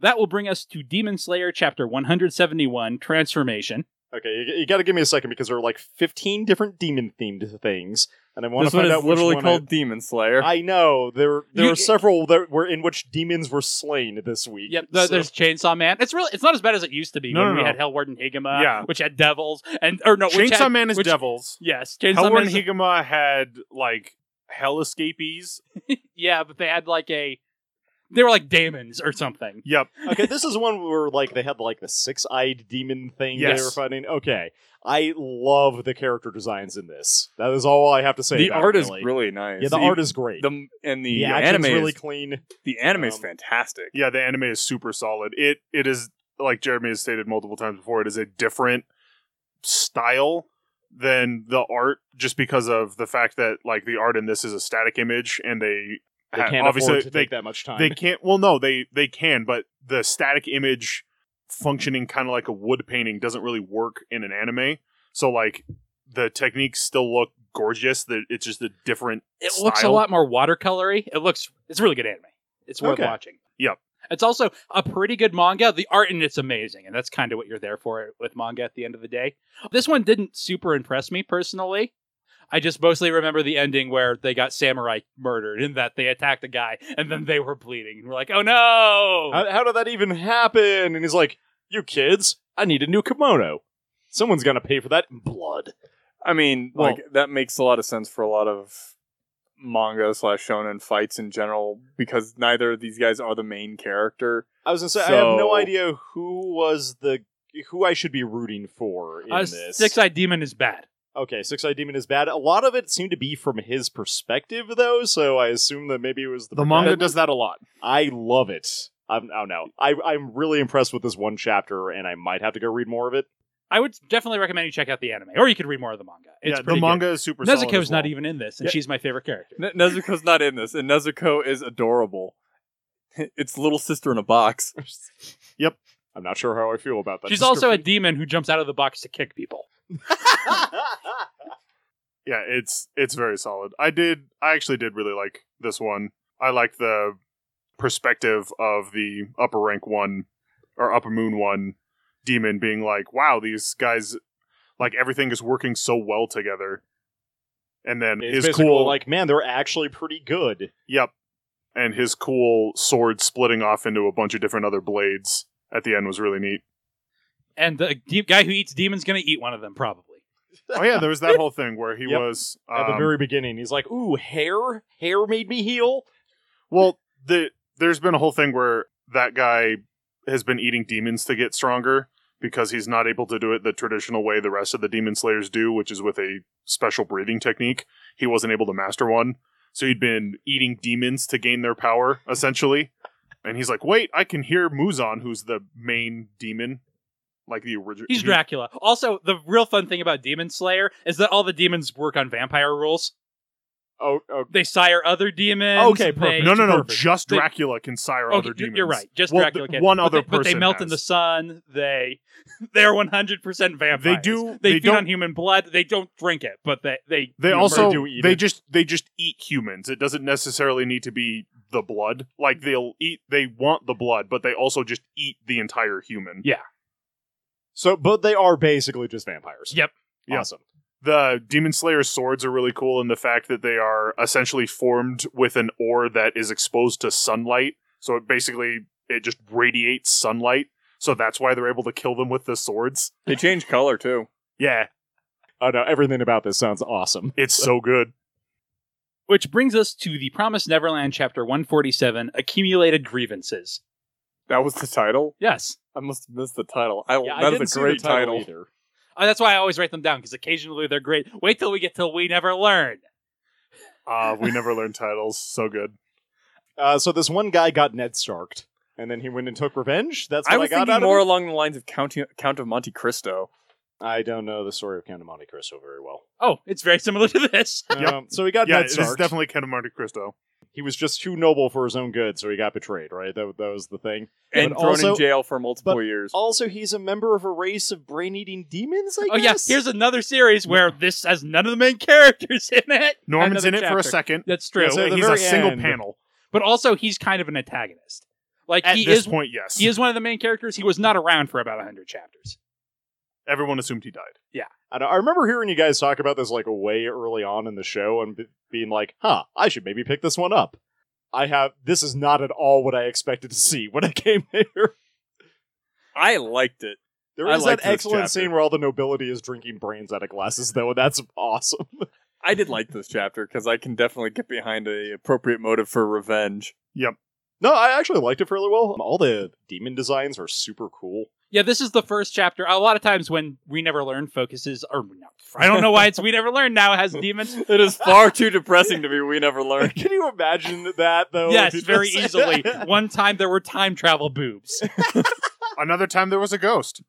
[SPEAKER 1] That will bring us to Demon Slayer Chapter 171 Transformation.
[SPEAKER 3] okay, you, you got to give me a second because there are like 15 different demon themed things, and I want to
[SPEAKER 4] this one
[SPEAKER 3] find
[SPEAKER 4] is
[SPEAKER 3] out which
[SPEAKER 4] literally
[SPEAKER 3] one
[SPEAKER 4] called Demon Slayer.
[SPEAKER 3] I, I know there there
[SPEAKER 1] You-
[SPEAKER 3] are several that were in which demons were slain this week.
[SPEAKER 1] Yep, the,
[SPEAKER 3] so-
[SPEAKER 1] there's Chainsaw Man. It's really it's not as bad as it used to be
[SPEAKER 2] No,
[SPEAKER 1] when
[SPEAKER 2] no,
[SPEAKER 1] we
[SPEAKER 2] no.
[SPEAKER 1] had Hellward and Higama,
[SPEAKER 2] Yeah.
[SPEAKER 1] which had devils and or no, which
[SPEAKER 2] Chainsaw
[SPEAKER 1] had,
[SPEAKER 2] Man is
[SPEAKER 1] which-
[SPEAKER 2] devils.
[SPEAKER 1] Yes, Chainsaw
[SPEAKER 2] Hellward
[SPEAKER 1] Man.
[SPEAKER 2] and
[SPEAKER 1] is-
[SPEAKER 2] Higama had like hell escapees.
[SPEAKER 1] Yeah, but they had like a they were like demons or something.
[SPEAKER 2] Yep.
[SPEAKER 3] okay, this is one where like they had like the six eyed demon thing
[SPEAKER 2] Yes.
[SPEAKER 3] they were fighting. Okay, I love the character designs in this. That is all I have to say.
[SPEAKER 4] the
[SPEAKER 3] about it,
[SPEAKER 4] art is
[SPEAKER 3] really.
[SPEAKER 4] really nice.
[SPEAKER 3] yeah, the
[SPEAKER 4] You-
[SPEAKER 3] art is great.
[SPEAKER 4] the and the,
[SPEAKER 3] the
[SPEAKER 4] anime
[SPEAKER 3] action's
[SPEAKER 4] is-
[SPEAKER 3] really clean.
[SPEAKER 4] the anime is
[SPEAKER 3] um,
[SPEAKER 4] fantastic.
[SPEAKER 2] Yeah, the anime is super solid. It it is like Jeremy has stated multiple times before. It is a different style than the art, just because of the fact that like the art in this is a static image, and they,
[SPEAKER 3] They
[SPEAKER 2] ha-
[SPEAKER 3] can't
[SPEAKER 2] obviously
[SPEAKER 3] afford to
[SPEAKER 2] they
[SPEAKER 3] take that much time.
[SPEAKER 2] They can't. Well, no, they they can, but the static image functioning kind of like a wood painting doesn't really work in an anime. So like the techniques still look gorgeous. The, it's just a different.
[SPEAKER 1] It looks a
[SPEAKER 2] Style.
[SPEAKER 1] lot more watercolory. It looks it's really good anime. It's worth
[SPEAKER 3] Okay.
[SPEAKER 1] watching.
[SPEAKER 2] Yep.
[SPEAKER 1] It's also a pretty good manga. The art in it's amazing, and that's kind of what you're there for with manga at the end of the day. This one didn't super impress me personally. I just mostly remember the ending where they got samurai murdered in that they attacked a guy and then they were bleeding. We're like, oh no!
[SPEAKER 3] How, how did that even happen? And he's like, You kids, I need a new kimono. Someone's gonna pay for that in blood.
[SPEAKER 4] I mean,
[SPEAKER 3] Well-
[SPEAKER 4] like that makes a lot of sense for a lot of manga slash shonen fights in general because neither of these guys are the main character.
[SPEAKER 3] I was gonna say, I have no
[SPEAKER 4] So-
[SPEAKER 3] idea who was the who I should be rooting for in
[SPEAKER 1] Uh,
[SPEAKER 3] this.
[SPEAKER 1] Six-eyed demon is bad.
[SPEAKER 3] okay, Six Eyed Demon is bad. A lot of it seemed to be from his perspective, though, so I assume that maybe it was the,
[SPEAKER 2] The manga
[SPEAKER 3] protagonist.
[SPEAKER 2] does that a lot.
[SPEAKER 3] I love it. I'm, I don't know. I, I'm really impressed with this one chapter, and I might have to go read more of it.
[SPEAKER 1] I would definitely recommend you check out the anime, or you could read more of the manga. It's
[SPEAKER 2] yeah, the
[SPEAKER 1] pretty good.
[SPEAKER 2] manga is super. solid
[SPEAKER 1] Nezuko's
[SPEAKER 2] as well.
[SPEAKER 1] not even in this, and
[SPEAKER 4] Yeah.
[SPEAKER 1] she's my favorite character.
[SPEAKER 4] Ne- Nezuko's not in this, and Nezuko is adorable. It's little sister in a box.
[SPEAKER 3] I'm not sure how I feel about that.
[SPEAKER 1] she's also a demon who jumps out of the box to kick people.
[SPEAKER 2] Yeah, it's it's very solid. I did. I actually did really like this one. I like the perspective of the upper rank one or upper moon one demon being like, "Wow, these guys, like everything is working so well together." And then
[SPEAKER 3] It's
[SPEAKER 2] his
[SPEAKER 3] basically
[SPEAKER 2] cool,
[SPEAKER 3] like, man, they're actually pretty good.
[SPEAKER 2] Yep. And his cool sword splitting off into a bunch of different other blades at the end was really neat.
[SPEAKER 1] And the de- guy who eats demons gonna eat one of them probably.
[SPEAKER 2] Oh yeah, there was that whole thing where he
[SPEAKER 3] Yep.
[SPEAKER 2] was
[SPEAKER 3] At the
[SPEAKER 2] um,
[SPEAKER 3] very beginning, he's like, "Ooh, hair, hair made me heal."
[SPEAKER 2] well. The there's been a whole thing where that guy has been eating demons to get stronger, because he's not able to do it the traditional way the rest of the demon slayers do, which is with a special breathing technique. He wasn't able to master one, so he'd been eating demons to gain their power essentially. And he's like, "Wait, I can hear Muzan, who's the main demon, like the original."
[SPEAKER 1] He's Dracula. Also, the real fun thing about Demon Slayer is that all the demons work on vampire rules.
[SPEAKER 3] Oh, oh
[SPEAKER 1] They sire other demons.
[SPEAKER 3] Okay, perfect.
[SPEAKER 1] They,
[SPEAKER 2] No, no, no.
[SPEAKER 3] Perfect.
[SPEAKER 2] Just
[SPEAKER 1] They-
[SPEAKER 2] Dracula can sire
[SPEAKER 1] Okay,
[SPEAKER 2] other demons.
[SPEAKER 1] You're right. Just
[SPEAKER 2] Well,
[SPEAKER 1] Dracula
[SPEAKER 2] th-
[SPEAKER 1] can.
[SPEAKER 2] one
[SPEAKER 1] But
[SPEAKER 2] other
[SPEAKER 1] they, But they
[SPEAKER 2] person
[SPEAKER 1] melt in
[SPEAKER 2] has.
[SPEAKER 1] the sun. They they're 100 percent vampires.
[SPEAKER 2] do-
[SPEAKER 1] They,
[SPEAKER 2] they
[SPEAKER 1] feed
[SPEAKER 2] don't-
[SPEAKER 1] on human blood. They don't drink it, but they they
[SPEAKER 2] They
[SPEAKER 1] you know,
[SPEAKER 2] also
[SPEAKER 3] they do eat
[SPEAKER 2] they
[SPEAKER 3] it.
[SPEAKER 2] just they just eat humans. It doesn't necessarily need to be the blood. Like they'll eat they want the blood, but they also just eat the entire human.
[SPEAKER 1] Yeah.
[SPEAKER 3] so but they are basically just vampires.
[SPEAKER 1] Yep.
[SPEAKER 2] Yeah.
[SPEAKER 3] Awesome.
[SPEAKER 2] The Demon Slayer swords are really cool in the fact that they are essentially formed with an ore that is exposed to sunlight. So it basically it just radiates sunlight. So that's why they're able to kill them with the swords.
[SPEAKER 4] They change color too.
[SPEAKER 2] Yeah,
[SPEAKER 3] Oh no, everything about this sounds awesome.
[SPEAKER 2] it's so good.
[SPEAKER 1] Which brings us to the Promised Neverland, chapter 147, Accumulated Grievances.
[SPEAKER 4] That was the title.
[SPEAKER 1] Yes.
[SPEAKER 4] I must have missed the title. I,
[SPEAKER 3] Yeah, I
[SPEAKER 4] that is
[SPEAKER 3] didn't see
[SPEAKER 4] a
[SPEAKER 3] the
[SPEAKER 4] great title.
[SPEAKER 3] either.
[SPEAKER 1] Uh, that's why I always write them down, because occasionally they're great. Wait till we get till We Never Learn.
[SPEAKER 2] Ah, we never learned titles. So good.
[SPEAKER 3] Uh, so this one guy got Ned Starked, and then he went and took revenge. That's what
[SPEAKER 4] I
[SPEAKER 3] I,
[SPEAKER 4] was
[SPEAKER 3] got out
[SPEAKER 4] thinking more
[SPEAKER 3] of
[SPEAKER 4] along the lines of Count, Count of Monte Cristo.
[SPEAKER 3] it. I don't know the story of Count of Monte Cristo very well.
[SPEAKER 1] Oh, it's very similar to this.
[SPEAKER 2] Yep.
[SPEAKER 3] Um, so he got
[SPEAKER 2] Yeah,
[SPEAKER 3] Ned
[SPEAKER 2] this
[SPEAKER 3] Starked.
[SPEAKER 2] is definitely Ken of Monte Cristo.
[SPEAKER 3] he was just too noble for his own good, so he got betrayed. Right? That, that was the thing.
[SPEAKER 4] And
[SPEAKER 3] But
[SPEAKER 4] thrown
[SPEAKER 3] also-
[SPEAKER 4] in jail for multiple years.
[SPEAKER 3] Also, he's a member of a race of brain-eating demons. I
[SPEAKER 1] Oh, yes.
[SPEAKER 3] guess.
[SPEAKER 1] Here's another series where this has none of the main characters in it.
[SPEAKER 2] Norman's
[SPEAKER 1] Another
[SPEAKER 2] in it for a
[SPEAKER 1] chapter.
[SPEAKER 2] second.
[SPEAKER 1] That's true.
[SPEAKER 3] Yeah, so- at the
[SPEAKER 2] he's a
[SPEAKER 3] very
[SPEAKER 2] single
[SPEAKER 3] end-
[SPEAKER 2] panel.
[SPEAKER 1] But also, he's kind of an antagonist. Like,
[SPEAKER 2] At
[SPEAKER 1] he
[SPEAKER 2] this
[SPEAKER 1] is
[SPEAKER 2] point, yes.
[SPEAKER 1] he is one of the main characters. He was not around for about 100 chapters.
[SPEAKER 2] Everyone assumed he died.
[SPEAKER 3] I, don't- I remember hearing you guys talk about this like way early on in the show and b- being like, "Huh, I should maybe pick this one up." I have this is not at all what I expected to see when I came here.
[SPEAKER 4] I liked it.
[SPEAKER 3] There
[SPEAKER 4] I
[SPEAKER 3] is
[SPEAKER 4] liked
[SPEAKER 3] that
[SPEAKER 4] this
[SPEAKER 3] excellent
[SPEAKER 4] chapter.
[SPEAKER 3] scene where all the nobility is drinking brains out of glasses, though, and that's awesome.
[SPEAKER 4] I did like this chapter because I can definitely get behind a appropriate motive for revenge.
[SPEAKER 3] No, I actually liked it fairly well. All the demon designs are super cool.
[SPEAKER 1] Yeah, this is the first chapter. A lot of times when We Never Learn focuses, or no, I don't know why it's We Never Learn now, it has demons.
[SPEAKER 4] It is far too depressing to be. We never learn.
[SPEAKER 3] Can you imagine that though?
[SPEAKER 1] Yes,
[SPEAKER 3] If you
[SPEAKER 1] very
[SPEAKER 3] just-
[SPEAKER 1] easily. One time there were time travel boobs.
[SPEAKER 2] Another time there was a ghost.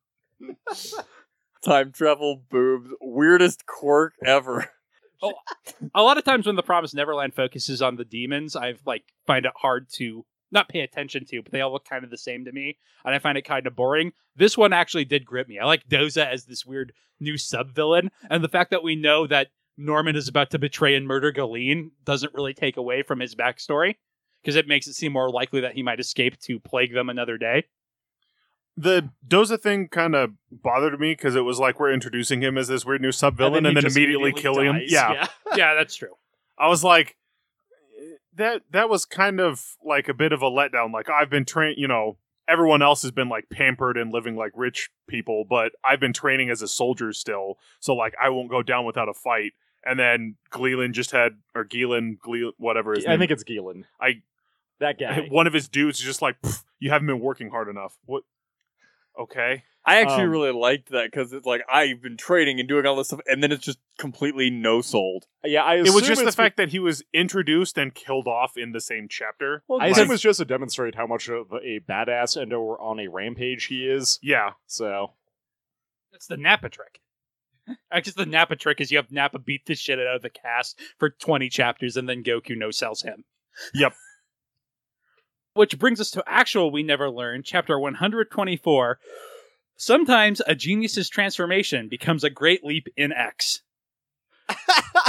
[SPEAKER 4] Time travel boobs, weirdest quirk ever.
[SPEAKER 1] A lot of times when the Promised Neverland focuses on the demons, I've like find it hard to not pay attention to, but they all look kind of the same to me, and I find it kind of boring. This one actually did grip me. I like Doza as this weird new sub villain, and the fact that we know that Norman is about to betray and murder Galen doesn't really take away from his backstory because it makes it seem more likely that he might escape to plague them another day.
[SPEAKER 2] The Doza thing kind of bothered me because it was like we're introducing him as this weird new sub villain and,
[SPEAKER 3] he
[SPEAKER 2] then
[SPEAKER 3] just
[SPEAKER 2] immediately, killing him.
[SPEAKER 3] dies.
[SPEAKER 2] Yeah.
[SPEAKER 1] yeah, that's true.
[SPEAKER 2] I was like, that that was kind of like a bit of a letdown. Like I've been trained, you know, everyone else has been like pampered and living like rich people, but I've been training as a soldier still. So like I won't go down without a fight. And then Gleelan just had or Gleelan, Gleelan whatever his
[SPEAKER 3] I
[SPEAKER 2] name
[SPEAKER 3] think it's Gielan.
[SPEAKER 2] I-
[SPEAKER 3] that guy.
[SPEAKER 2] one of his dudes is just like, "Pff, you haven't been working hard enough. What? Okay.
[SPEAKER 4] I actually
[SPEAKER 3] Um,
[SPEAKER 4] really liked that because it's like I've been trading and doing all this stuff, and then it's just completely no sold.
[SPEAKER 3] Yeah, I
[SPEAKER 2] It was
[SPEAKER 3] assume
[SPEAKER 2] just the
[SPEAKER 3] it's
[SPEAKER 2] fact that he was introduced and killed off in the same chapter.
[SPEAKER 3] I assume it
[SPEAKER 4] Because-
[SPEAKER 3] was just to demonstrate how much of a badass and or on a rampage he is.
[SPEAKER 2] Yeah.
[SPEAKER 3] So
[SPEAKER 1] That's the Napa trick. I guess the Napa trick is you have Napa beat the shit out of the cast for 20 chapters and then Goku no sells him.
[SPEAKER 2] Yep.
[SPEAKER 1] Which brings us to actual We Never Learn, chapter 124. Sometimes a genius's transformation becomes a great leap in X.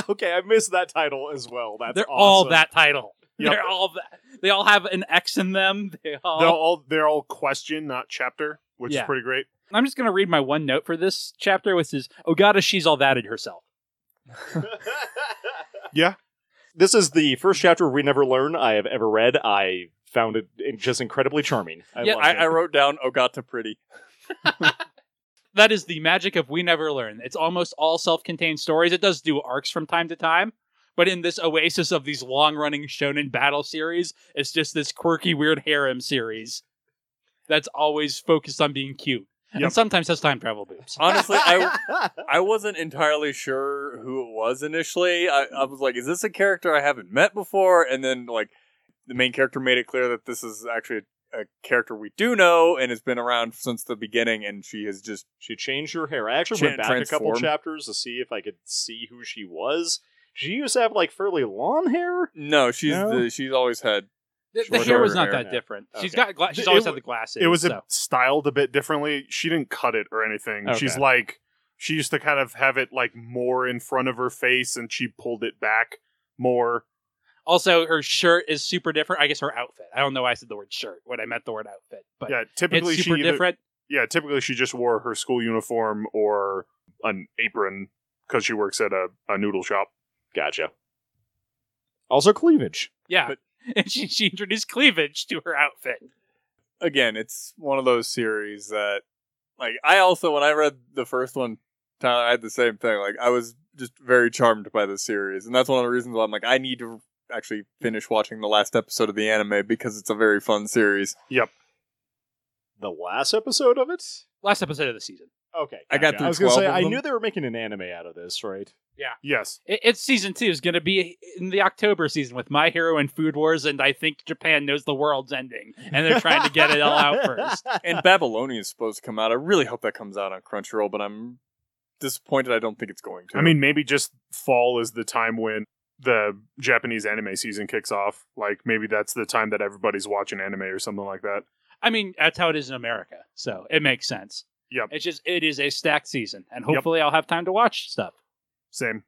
[SPEAKER 3] okay, I missed that title as well. That's
[SPEAKER 1] They're all
[SPEAKER 3] awesome.
[SPEAKER 1] that title.
[SPEAKER 2] Yep.
[SPEAKER 1] They're all that. They all have an X in them. They all.
[SPEAKER 2] They're all they're all question, not chapter, which
[SPEAKER 1] Yeah.
[SPEAKER 2] is pretty great.
[SPEAKER 1] I'm just gonna read my one note for this chapter, which is, "Oh God, she's all that in herself."
[SPEAKER 2] Yeah.
[SPEAKER 3] This is the first chapter of we never learn I have ever read. I found it in- just incredibly charming. I
[SPEAKER 1] Yeah,
[SPEAKER 3] loved
[SPEAKER 4] I,
[SPEAKER 3] it.
[SPEAKER 4] I wrote down Ogata Pretty.
[SPEAKER 1] that is the magic of We Never Learn. It's almost all self-contained stories. It does do arcs from time to time, but in this oasis of these long-running shonen battle series, it's just this quirky, weird harem series that's always focused on being cute.
[SPEAKER 2] Yep.
[SPEAKER 1] and sometimes has time travel boobs.
[SPEAKER 4] Honestly, I I wasn't entirely sure who it was initially. I, I was like, is this a character I haven't met before? And then like the main character made it clear that this is actually a, a character we do know and has been around since the beginning and she has just
[SPEAKER 3] she changed her hair. I actually
[SPEAKER 4] Cha-
[SPEAKER 3] went back a couple
[SPEAKER 4] transform.
[SPEAKER 3] chapters to see if I could see who she was. She used to have like fairly long hair.
[SPEAKER 4] no, she's
[SPEAKER 3] No.
[SPEAKER 4] the, she's always had
[SPEAKER 1] The, the
[SPEAKER 4] Shorter
[SPEAKER 1] hair was not
[SPEAKER 4] hair,
[SPEAKER 1] that
[SPEAKER 3] yeah.
[SPEAKER 1] different. She's
[SPEAKER 3] Okay.
[SPEAKER 1] got gla- she's
[SPEAKER 2] It
[SPEAKER 1] always
[SPEAKER 2] wa-
[SPEAKER 1] had the glasses.
[SPEAKER 2] It was
[SPEAKER 1] so.
[SPEAKER 2] a, styled a bit differently. She didn't cut it or anything.
[SPEAKER 1] Okay.
[SPEAKER 2] She's like she used to kind of have it like more in front of her face, and she pulled it back more.
[SPEAKER 1] also her shirt is super different. I guess her outfit. I don't know why I said the word shirt when I meant the word outfit, but
[SPEAKER 2] yeah,
[SPEAKER 1] it's
[SPEAKER 2] typically she
[SPEAKER 1] super
[SPEAKER 2] either-
[SPEAKER 1] different.
[SPEAKER 2] yeah typically she just wore her school uniform or an apron because she works at a, a noodle shop.
[SPEAKER 3] Gotcha. Also cleavage.
[SPEAKER 1] Yeah,
[SPEAKER 4] But-
[SPEAKER 1] and she she introduced cleavage to her outfit.
[SPEAKER 4] again, it's one of those series that, like, I also when I read the first one, Tyler, I had the same thing. Like, I was just very charmed by the series, and that's one of the reasons why I'm like, I need to actually finish watching the last episode of the anime because it's a very fun series.
[SPEAKER 3] The last episode of it.
[SPEAKER 1] Last episode of the season.
[SPEAKER 3] Okay,
[SPEAKER 4] I got
[SPEAKER 3] gotcha.
[SPEAKER 4] through
[SPEAKER 3] I was gonna
[SPEAKER 4] 12
[SPEAKER 3] say
[SPEAKER 4] of
[SPEAKER 3] I
[SPEAKER 4] them.
[SPEAKER 3] knew they were making an anime out of this, right?
[SPEAKER 2] Yes,
[SPEAKER 1] It, it's season two is going to be in the October season with My Hero and Food Wars, and I think Japan knows the world's ending, and they're trying to get it all out first.
[SPEAKER 4] And Babylonia is supposed to come out. I really hope that comes out on Crunchyroll, but I'm disappointed. I don't think it's going to.
[SPEAKER 2] I mean maybe just fall is the time when the Japanese anime season kicks off. Like maybe that's the time that everybody's watching anime or something like that.
[SPEAKER 1] I mean, that's how it is in America, so it makes sense.
[SPEAKER 2] Yep.
[SPEAKER 1] It's just it is a stacked season, and
[SPEAKER 2] Yep.
[SPEAKER 1] hopefully I'll have time to watch stuff.
[SPEAKER 2] Same.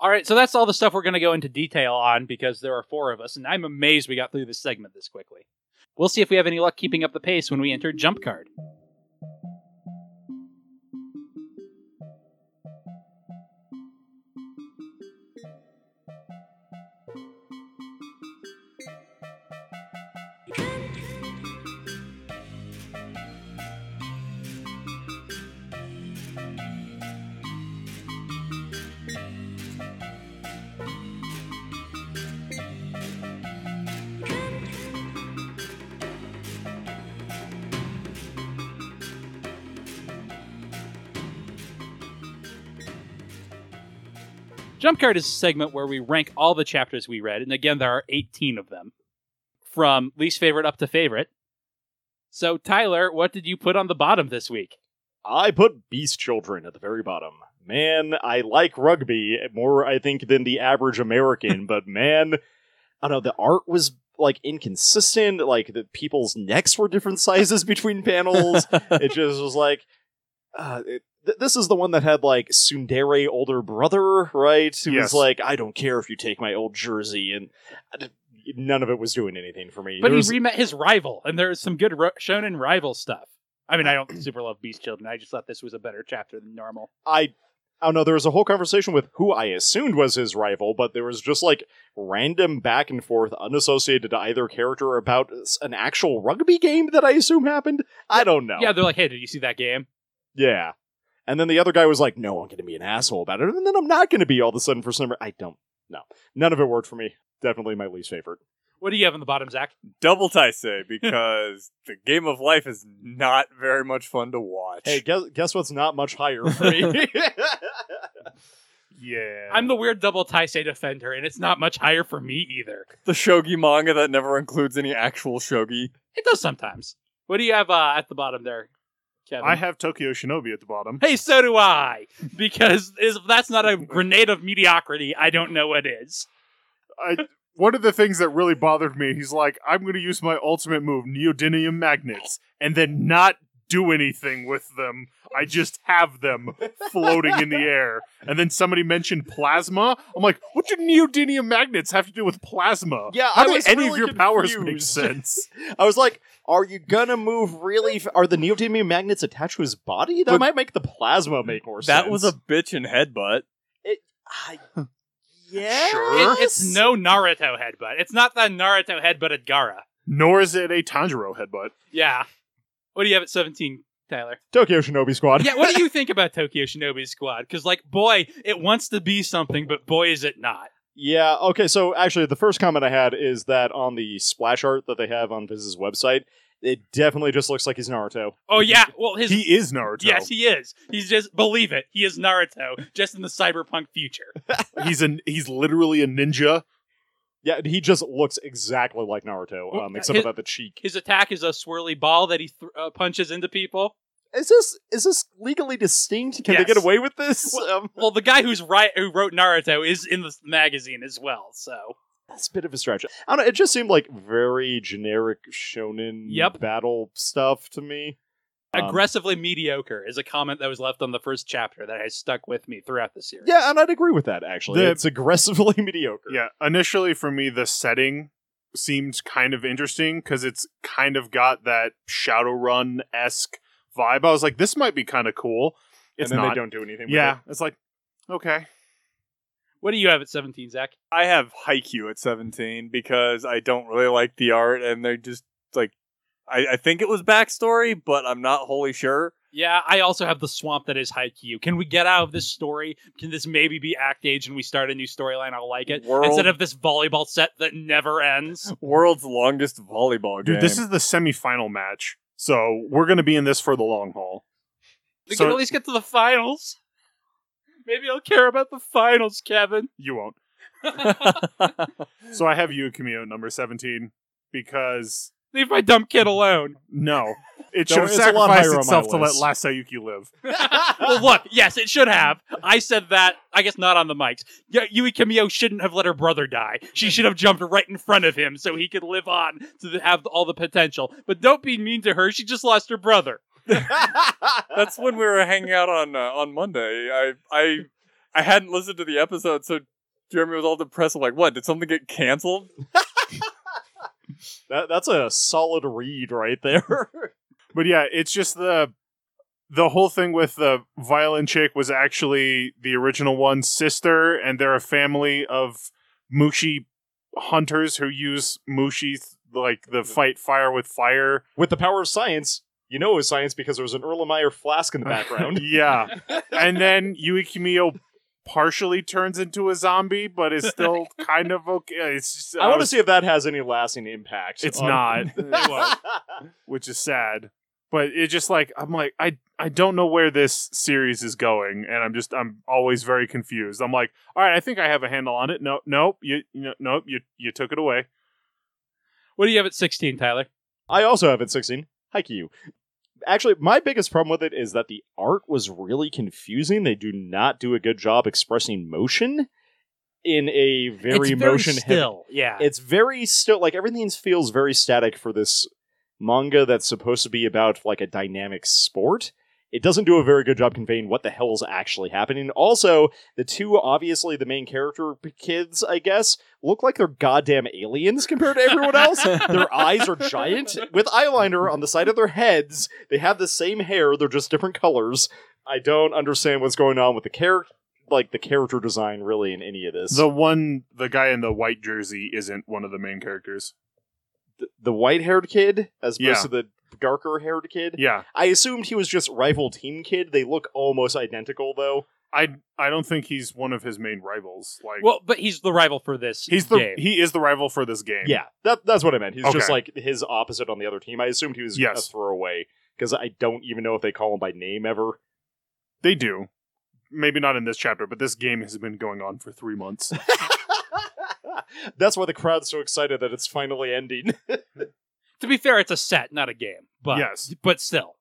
[SPEAKER 1] All right, so that's all the stuff we're going to go into detail on because there are four of us, and I'm amazed we got through this segment this quickly. We'll see if we have any luck keeping up the pace when we enter Jump Card. Jump Card is a segment where we rank all the chapters we read, and again, there are 18 of them, from least favorite up to favorite. So, Tyler, what did you put on the bottom this week?
[SPEAKER 3] I put Beast Children at the very bottom. Man, I like rugby more, I think, than the average American, but man, I don't know, the art was like inconsistent, like the people's necks were different sizes between panels. it just was like uh, it, th- this is the one that had like Sundere older brother, right? Who
[SPEAKER 2] Yes.
[SPEAKER 3] was like, I don't care if you take my old jersey, and I d- none of it was doing anything for me.
[SPEAKER 1] But
[SPEAKER 3] There was-
[SPEAKER 1] he remet his rival, and there's some good ro- shonen rival stuff. I mean, I don't super love Beast Children. I just thought this was a better chapter than normal.
[SPEAKER 3] I I don't know, there was a whole conversation with who I assumed was his rival, but there was just like random back and forth unassociated to either character about s- an actual rugby game that I assume happened. I don't know.
[SPEAKER 1] Yeah, they're like, hey, did you see that game?
[SPEAKER 3] Yeah. And then the other guy was like, "No, I'm going to be an asshole about it." And then I'm not going to be all of a sudden for some I don't no. None of it worked for me. Definitely my least favorite.
[SPEAKER 1] What do you have on the bottom, Zach?
[SPEAKER 4] double tie say because the game of life is not very much fun to watch.
[SPEAKER 3] Hey, guess guess what's not much higher for me?
[SPEAKER 2] Yeah.
[SPEAKER 1] I'm the weird double Taisei defender, and it's not much higher for me either.
[SPEAKER 4] the shogi manga that never includes any actual shogi.
[SPEAKER 1] It does sometimes. What do you have uh, at the bottom there, Kevin?
[SPEAKER 2] I have Tokyo Shinobi at the bottom.
[SPEAKER 1] hey, so do I. Because if that's not a grenade of mediocrity, I don't know what is.
[SPEAKER 2] I, one of the things that really bothered me, he's like, I'm going to use my ultimate move, neodymium magnets, and then not do anything with them. I just have them floating in the air. And then somebody mentioned plasma. I'm like, what do neodymium magnets have to do with plasma?
[SPEAKER 3] Yeah,
[SPEAKER 2] How
[SPEAKER 3] I
[SPEAKER 2] do
[SPEAKER 3] was
[SPEAKER 2] any of
[SPEAKER 3] really
[SPEAKER 2] your powers make
[SPEAKER 3] confused.
[SPEAKER 2] sense?
[SPEAKER 3] I was like, are you gonna move really? F- are the neodymium magnets attached to his body? That
[SPEAKER 4] But-
[SPEAKER 3] might make the plasma make more sense.
[SPEAKER 4] That was a bitch in headbutt.
[SPEAKER 3] I, yeah.
[SPEAKER 2] Sure.
[SPEAKER 1] It- it's no Naruto headbutt. It's not the Naruto headbutt at Gara.
[SPEAKER 2] Nor is it a Tanjiro headbutt.
[SPEAKER 1] Yeah. What do you have at 17, Tyler?
[SPEAKER 3] Tokyo Shinobi Squad.
[SPEAKER 1] Yeah, what do you think about Tokyo Shinobi Squad? Because, like, boy, it wants to be something, but boy, is it not.
[SPEAKER 3] Yeah, okay, so actually the first comment I had is that on the splash art that they have on Viz's website, It definitely just looks like he's Naruto.
[SPEAKER 1] Oh yeah, well his
[SPEAKER 2] He is Naruto.
[SPEAKER 1] yes he is. He's just believe it. He is Naruto, just in the cyberpunk future.
[SPEAKER 2] he's an he's literally a ninja.
[SPEAKER 3] Yeah, he just looks exactly like Naruto,
[SPEAKER 1] Well, uh,
[SPEAKER 3] um, except
[SPEAKER 1] his-
[SPEAKER 3] without the cheek.
[SPEAKER 1] His attack is a swirly ball that he th- uh, punches into people.
[SPEAKER 3] Is this is this legally distinct? Can
[SPEAKER 1] Yes.
[SPEAKER 3] they get away with this? Um,
[SPEAKER 1] Well, the guy who's right who wrote Naruto is in the magazine as well. So
[SPEAKER 3] that's a bit of a stretch. I don't know. It just seemed like very generic shonen
[SPEAKER 1] Yep.
[SPEAKER 3] battle stuff to me. Um,
[SPEAKER 1] aggressively mediocre is a comment that was left on the first chapter that has stuck with me throughout the series.
[SPEAKER 3] Yeah, and I'd agree with that. Actually,
[SPEAKER 2] The-
[SPEAKER 3] it's aggressively mediocre.
[SPEAKER 2] Yeah, initially for me the setting seemed kind of interesting because it's kind of got that Shadowrun esque vibe. I was like, this might be kind of cool. It's
[SPEAKER 3] and then
[SPEAKER 2] not.
[SPEAKER 3] they don't do anything.
[SPEAKER 2] yeah,
[SPEAKER 3] with
[SPEAKER 2] it's like okay.
[SPEAKER 1] What do you have at seventeen, Zach?
[SPEAKER 4] I have Haikyuu at 17 because I don't really like the art and they're just like I, I think it was backstory, but I'm not wholly sure.
[SPEAKER 1] Yeah, I also have the swamp that is Haikyuu. Can we get out of this story? Can this maybe be Act Age and we start a new storyline? I'll like it.
[SPEAKER 4] World-
[SPEAKER 1] Instead of this volleyball set that never ends.
[SPEAKER 4] World's longest volleyball game.
[SPEAKER 2] Dude, this is the semifinal match, so we're gonna be in this for the long haul.
[SPEAKER 1] We
[SPEAKER 2] So-
[SPEAKER 1] can at least get to the finals. Maybe I'll care about the finals, Kevin.
[SPEAKER 2] You won't. So I have you, Camille, at number seventeen, because
[SPEAKER 1] Leave my dumb kid alone.
[SPEAKER 2] no, it
[SPEAKER 3] Don't-
[SPEAKER 2] should have
[SPEAKER 3] it's a lot higher
[SPEAKER 2] sacrificed
[SPEAKER 3] on my
[SPEAKER 2] itself to let
[SPEAKER 3] list.
[SPEAKER 2] Lasayuki live.
[SPEAKER 1] well, look, yes, it should have. I said that. I guess not on the mics. Y- Yui Kamiyo shouldn't have let her brother die. She should have jumped right in front of him so he could live on to th- have all the potential. But don't be mean to her. She just lost her brother.
[SPEAKER 4] That's when we were hanging out on uh, on Monday. I I I hadn't listened to the episode, so Jeremy was all depressed. I'm like, what? Did something get canceled?
[SPEAKER 3] That, that's a solid read right there.
[SPEAKER 2] But yeah, it's just the the whole thing with the violin chick was actually the original one's sister, and they're a family of Mushi hunters who use Mushi like the fight fire with fire.
[SPEAKER 3] with the power of science, you know it was science because there was an Erlenmeyer flask in the background.
[SPEAKER 2] yeah, and then Yui Kimio partially turns into a zombie, but is still kind of okay. It's just,
[SPEAKER 3] I want to
[SPEAKER 2] was-
[SPEAKER 3] see if that has any lasting impact.
[SPEAKER 2] It's
[SPEAKER 3] on-
[SPEAKER 2] not. It won't. which is sad. But it just like I'm like I I don't know where this series is going, and I'm just I'm always very confused. I'm like, all right, I think I have a handle on it. No, nope, you no, nope, you you took it away.
[SPEAKER 1] What do you have at 16, Tyler?
[SPEAKER 3] I also have it 16. Haikyuu. Actually, my biggest problem with it is that the art was really confusing. They do not do a good job expressing motion in a very,
[SPEAKER 1] it's very
[SPEAKER 3] motion heavy
[SPEAKER 1] still. Yeah.
[SPEAKER 3] it's very still like everything feels very static for this manga that's supposed to be about like a dynamic sport it doesn't do a very good job conveying what the hell is actually happening also the two obviously the main character p- kids i guess look like they're goddamn aliens compared to everyone else their eyes are giant with eyeliner on the side of their heads they have the same hair they're just different colors i don't understand what's going on with the character like the character design really in any of this
[SPEAKER 2] The one the guy in the white jersey isn't one of the main characters.
[SPEAKER 3] th- the white haired kid as opposed
[SPEAKER 2] Yeah.
[SPEAKER 3] to the darker haired kid.
[SPEAKER 2] Yeah,
[SPEAKER 3] I assumed he was just rival team kid. They look almost identical though.
[SPEAKER 2] I I don't think he's one of his main rivals. Like
[SPEAKER 1] well, but he's the rival for this.
[SPEAKER 2] he's the
[SPEAKER 1] game.
[SPEAKER 2] he is the rival for this game.
[SPEAKER 3] Yeah, that that's what I meant. He's just
[SPEAKER 2] Okay.
[SPEAKER 3] like his opposite on the other team. I assumed he was
[SPEAKER 2] Yes.
[SPEAKER 3] a throwaway because I don't even know if they call him by name ever.
[SPEAKER 2] they do. Maybe not in this chapter, but this game has been going on for three months.
[SPEAKER 3] that's why the crowd's so excited that it's finally ending.
[SPEAKER 1] to be fair, it's a set, not a game. But
[SPEAKER 2] Yes.
[SPEAKER 1] but still.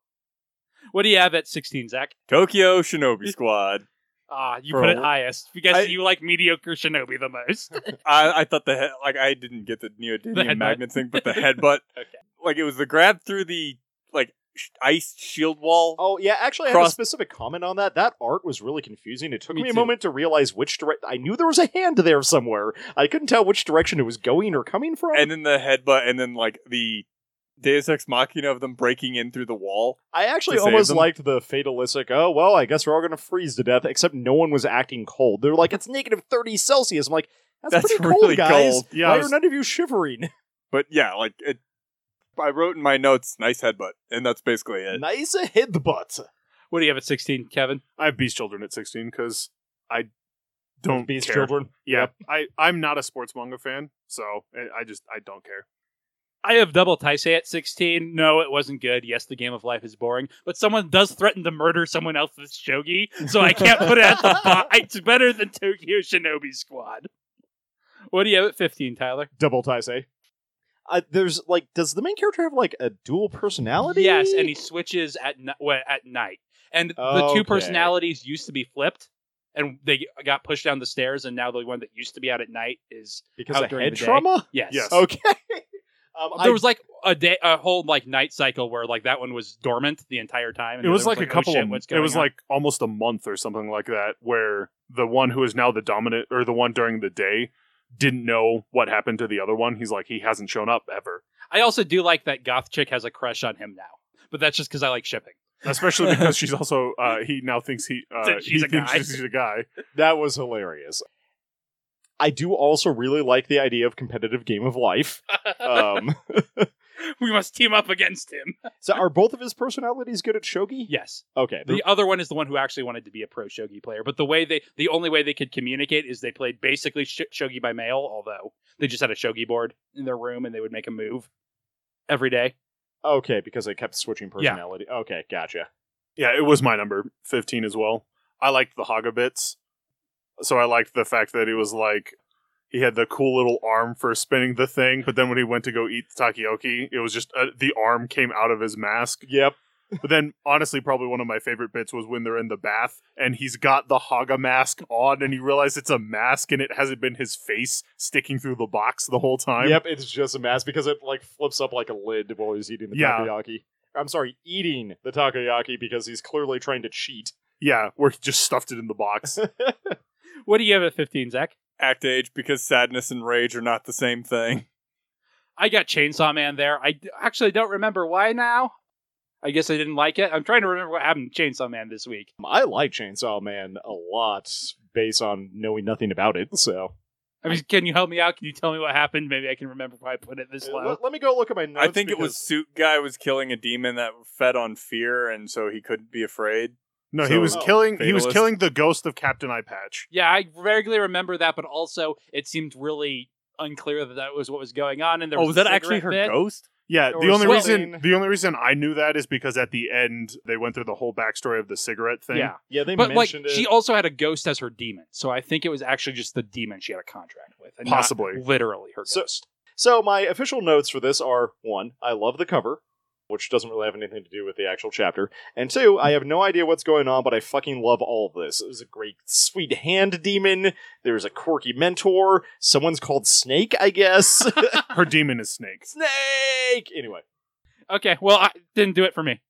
[SPEAKER 1] What do you have at 16, Zach?
[SPEAKER 4] Tokyo Shinobi Squad.
[SPEAKER 1] Ah, you
[SPEAKER 4] For
[SPEAKER 1] put
[SPEAKER 4] a
[SPEAKER 1] it
[SPEAKER 4] wh-
[SPEAKER 1] highest because
[SPEAKER 4] I-
[SPEAKER 1] you like mediocre shinobi the most.
[SPEAKER 4] I, I thought the head, like I didn't get the
[SPEAKER 1] The
[SPEAKER 4] neodymium
[SPEAKER 1] headbutt.
[SPEAKER 4] magnet thing, but the headbutt.
[SPEAKER 1] Okay.
[SPEAKER 4] Like it was the grab through the like sh- ice shield wall.
[SPEAKER 3] Oh yeah, actually, I have a
[SPEAKER 4] Cross-
[SPEAKER 3] specific comment on that. That art was really confusing. It took
[SPEAKER 1] Me
[SPEAKER 3] me, a
[SPEAKER 1] too.
[SPEAKER 3] moment to realize which direct. I knew there was a hand there somewhere. I couldn't tell which direction it was going or coming from.
[SPEAKER 4] And then the headbutt, and then like the Deus Ex Machina of them breaking in through the wall.
[SPEAKER 3] I actually
[SPEAKER 4] to save
[SPEAKER 3] almost
[SPEAKER 4] them.
[SPEAKER 3] liked the fatalistic, oh, well, I guess we're all going to freeze to death, except no one was acting cold. They're like, it's negative 30 Celsius. I'm like, that's,
[SPEAKER 4] That's
[SPEAKER 3] pretty cold,
[SPEAKER 4] really
[SPEAKER 3] guys.
[SPEAKER 4] cold.
[SPEAKER 2] Yeah, I
[SPEAKER 3] Why
[SPEAKER 2] was-
[SPEAKER 3] are none of you shivering?
[SPEAKER 4] But yeah, like it. I wrote in my notes, "Nice headbutt," and that's basically it.
[SPEAKER 3] nice headbutt.
[SPEAKER 1] what do you have at 16, Kevin?
[SPEAKER 2] I have Beast Children at 16 because I don't
[SPEAKER 3] Beast
[SPEAKER 2] care.
[SPEAKER 3] children.
[SPEAKER 2] Yeah, I I'm not a sports manga fan, so I, I just I don't care.
[SPEAKER 1] I have double Taisei at 16. No, it wasn't good. Yes, the game of life is boring, but someone does threaten to murder someone else with shogi, so I can't put it at the bot. It's better than Tokyo Shinobi Squad. What do you have at 15, Tyler?
[SPEAKER 3] Double tie say. Uh, there's like, does the main character have like a dual personality?
[SPEAKER 1] Yes, and he switches at ni- well, at night. And the
[SPEAKER 3] Okay.
[SPEAKER 1] two personalities used to be flipped, and they got pushed down the stairs, and now the one that used to be out at night is
[SPEAKER 3] because
[SPEAKER 1] out
[SPEAKER 3] of
[SPEAKER 1] during
[SPEAKER 3] head
[SPEAKER 1] the day.
[SPEAKER 3] trauma.
[SPEAKER 1] yes.
[SPEAKER 2] Yes.
[SPEAKER 3] Okay. Um, Oh, I-
[SPEAKER 1] There was like a day, a whole like night cycle where like that one was dormant the entire time. and
[SPEAKER 2] it
[SPEAKER 1] the
[SPEAKER 2] was
[SPEAKER 1] other
[SPEAKER 2] like, a
[SPEAKER 1] oh
[SPEAKER 2] couple
[SPEAKER 1] shit,
[SPEAKER 2] of
[SPEAKER 1] what's
[SPEAKER 2] it was
[SPEAKER 1] going on?
[SPEAKER 2] like almost a month or something like that where the one who is now the dominant or the one during the day didn't know what happened to the other one he's like he hasn't shown up ever
[SPEAKER 1] I also do like that goth chick has a crush on him now, but that's just because I like shipping.
[SPEAKER 2] especially because she's also uh he now thinks he uh
[SPEAKER 1] That she's
[SPEAKER 2] he
[SPEAKER 1] a
[SPEAKER 2] thinks
[SPEAKER 1] guy.
[SPEAKER 2] she's a guy
[SPEAKER 3] that was hilarious. I do also really like the idea of competitive game of life. Um,
[SPEAKER 1] we must team up against him.
[SPEAKER 3] so, are both of his personalities good at shogi?
[SPEAKER 1] Yes,
[SPEAKER 3] Okay.
[SPEAKER 1] the other one is the one who actually wanted to be a pro shogi player, but the way they, the only way they could communicate is they played basically sh- shogi by mail. Although they just had a shogi board in their room and they would make a move every day.
[SPEAKER 3] Okay, because I kept switching
[SPEAKER 1] Yeah.
[SPEAKER 3] personality. Okay, gotcha.
[SPEAKER 2] yeah it was my number 15 as well i liked the haga bits so i liked the fact that it was like he had the cool little arm for spinning the thing but then when he went to go eat the takoyaki it was just uh, the arm came out of his mask
[SPEAKER 3] Yep.
[SPEAKER 2] But then, honestly, probably one of my favorite bits was when they're in the bath and he's got the Haga mask on, and you realize it's a mask and it hasn't been his face sticking through the box the whole time.
[SPEAKER 3] Yep, it's just a mess because it like flips up like a lid while he's eating the
[SPEAKER 2] Yeah.
[SPEAKER 3] takoyaki. I'm sorry, eating the takoyaki because he's clearly trying to cheat.
[SPEAKER 2] Yeah, where he just stuffed it in the box.
[SPEAKER 1] What do you have at fifteen, Zach?
[SPEAKER 4] Act age because sadness and rage are not the same thing.
[SPEAKER 1] I got Chainsaw Man there. I d- actually don't remember why now. I guess I didn't like it. I'm trying to remember what happened to Chainsaw Man this week.
[SPEAKER 3] I like Chainsaw Man a lot based on knowing nothing about it, so
[SPEAKER 1] I mean, can you help me out? Can you tell me what happened? Maybe I can remember why I put it this
[SPEAKER 3] Uh,
[SPEAKER 1] low.
[SPEAKER 3] Let, let me go look at my notes.
[SPEAKER 4] I think it was suit guy was killing a demon that fed on fear, and so he couldn't be afraid.
[SPEAKER 2] No, he
[SPEAKER 4] So-
[SPEAKER 2] was
[SPEAKER 3] Oh,
[SPEAKER 2] killing. He was
[SPEAKER 4] fatalist.
[SPEAKER 2] killing the ghost of Captain Eye Patch.
[SPEAKER 1] Yeah, I vaguely remember that, but also it seemed really unclear that that was what was going on.
[SPEAKER 3] Oh,
[SPEAKER 1] And there
[SPEAKER 4] Oh,
[SPEAKER 1] was, a cigarette bit.
[SPEAKER 4] ghost?
[SPEAKER 2] Yeah,
[SPEAKER 3] Or
[SPEAKER 2] the only reason
[SPEAKER 3] something.
[SPEAKER 2] the only reason I knew that is because at the end they went through the whole backstory of the cigarette thing.
[SPEAKER 1] Yeah,
[SPEAKER 3] Yeah, they
[SPEAKER 1] but like
[SPEAKER 3] mentioned it.
[SPEAKER 1] she also had a ghost as her demon, so I think it was actually just the demon she had a contract with, and not
[SPEAKER 2] Possibly.
[SPEAKER 1] literally her
[SPEAKER 3] So-
[SPEAKER 1] ghost.
[SPEAKER 3] So my official notes for this are one, I love the cover, which doesn't really have anything to do with the actual chapter, and two, I have no idea what's going on, but I fucking love all of this. It was a great, sweet hand demon. There's a quirky mentor. Someone's called Snake, I guess.
[SPEAKER 2] Her demon is Snake.
[SPEAKER 3] Snake. Anyway,
[SPEAKER 1] Okay, well, I didn't do it for me.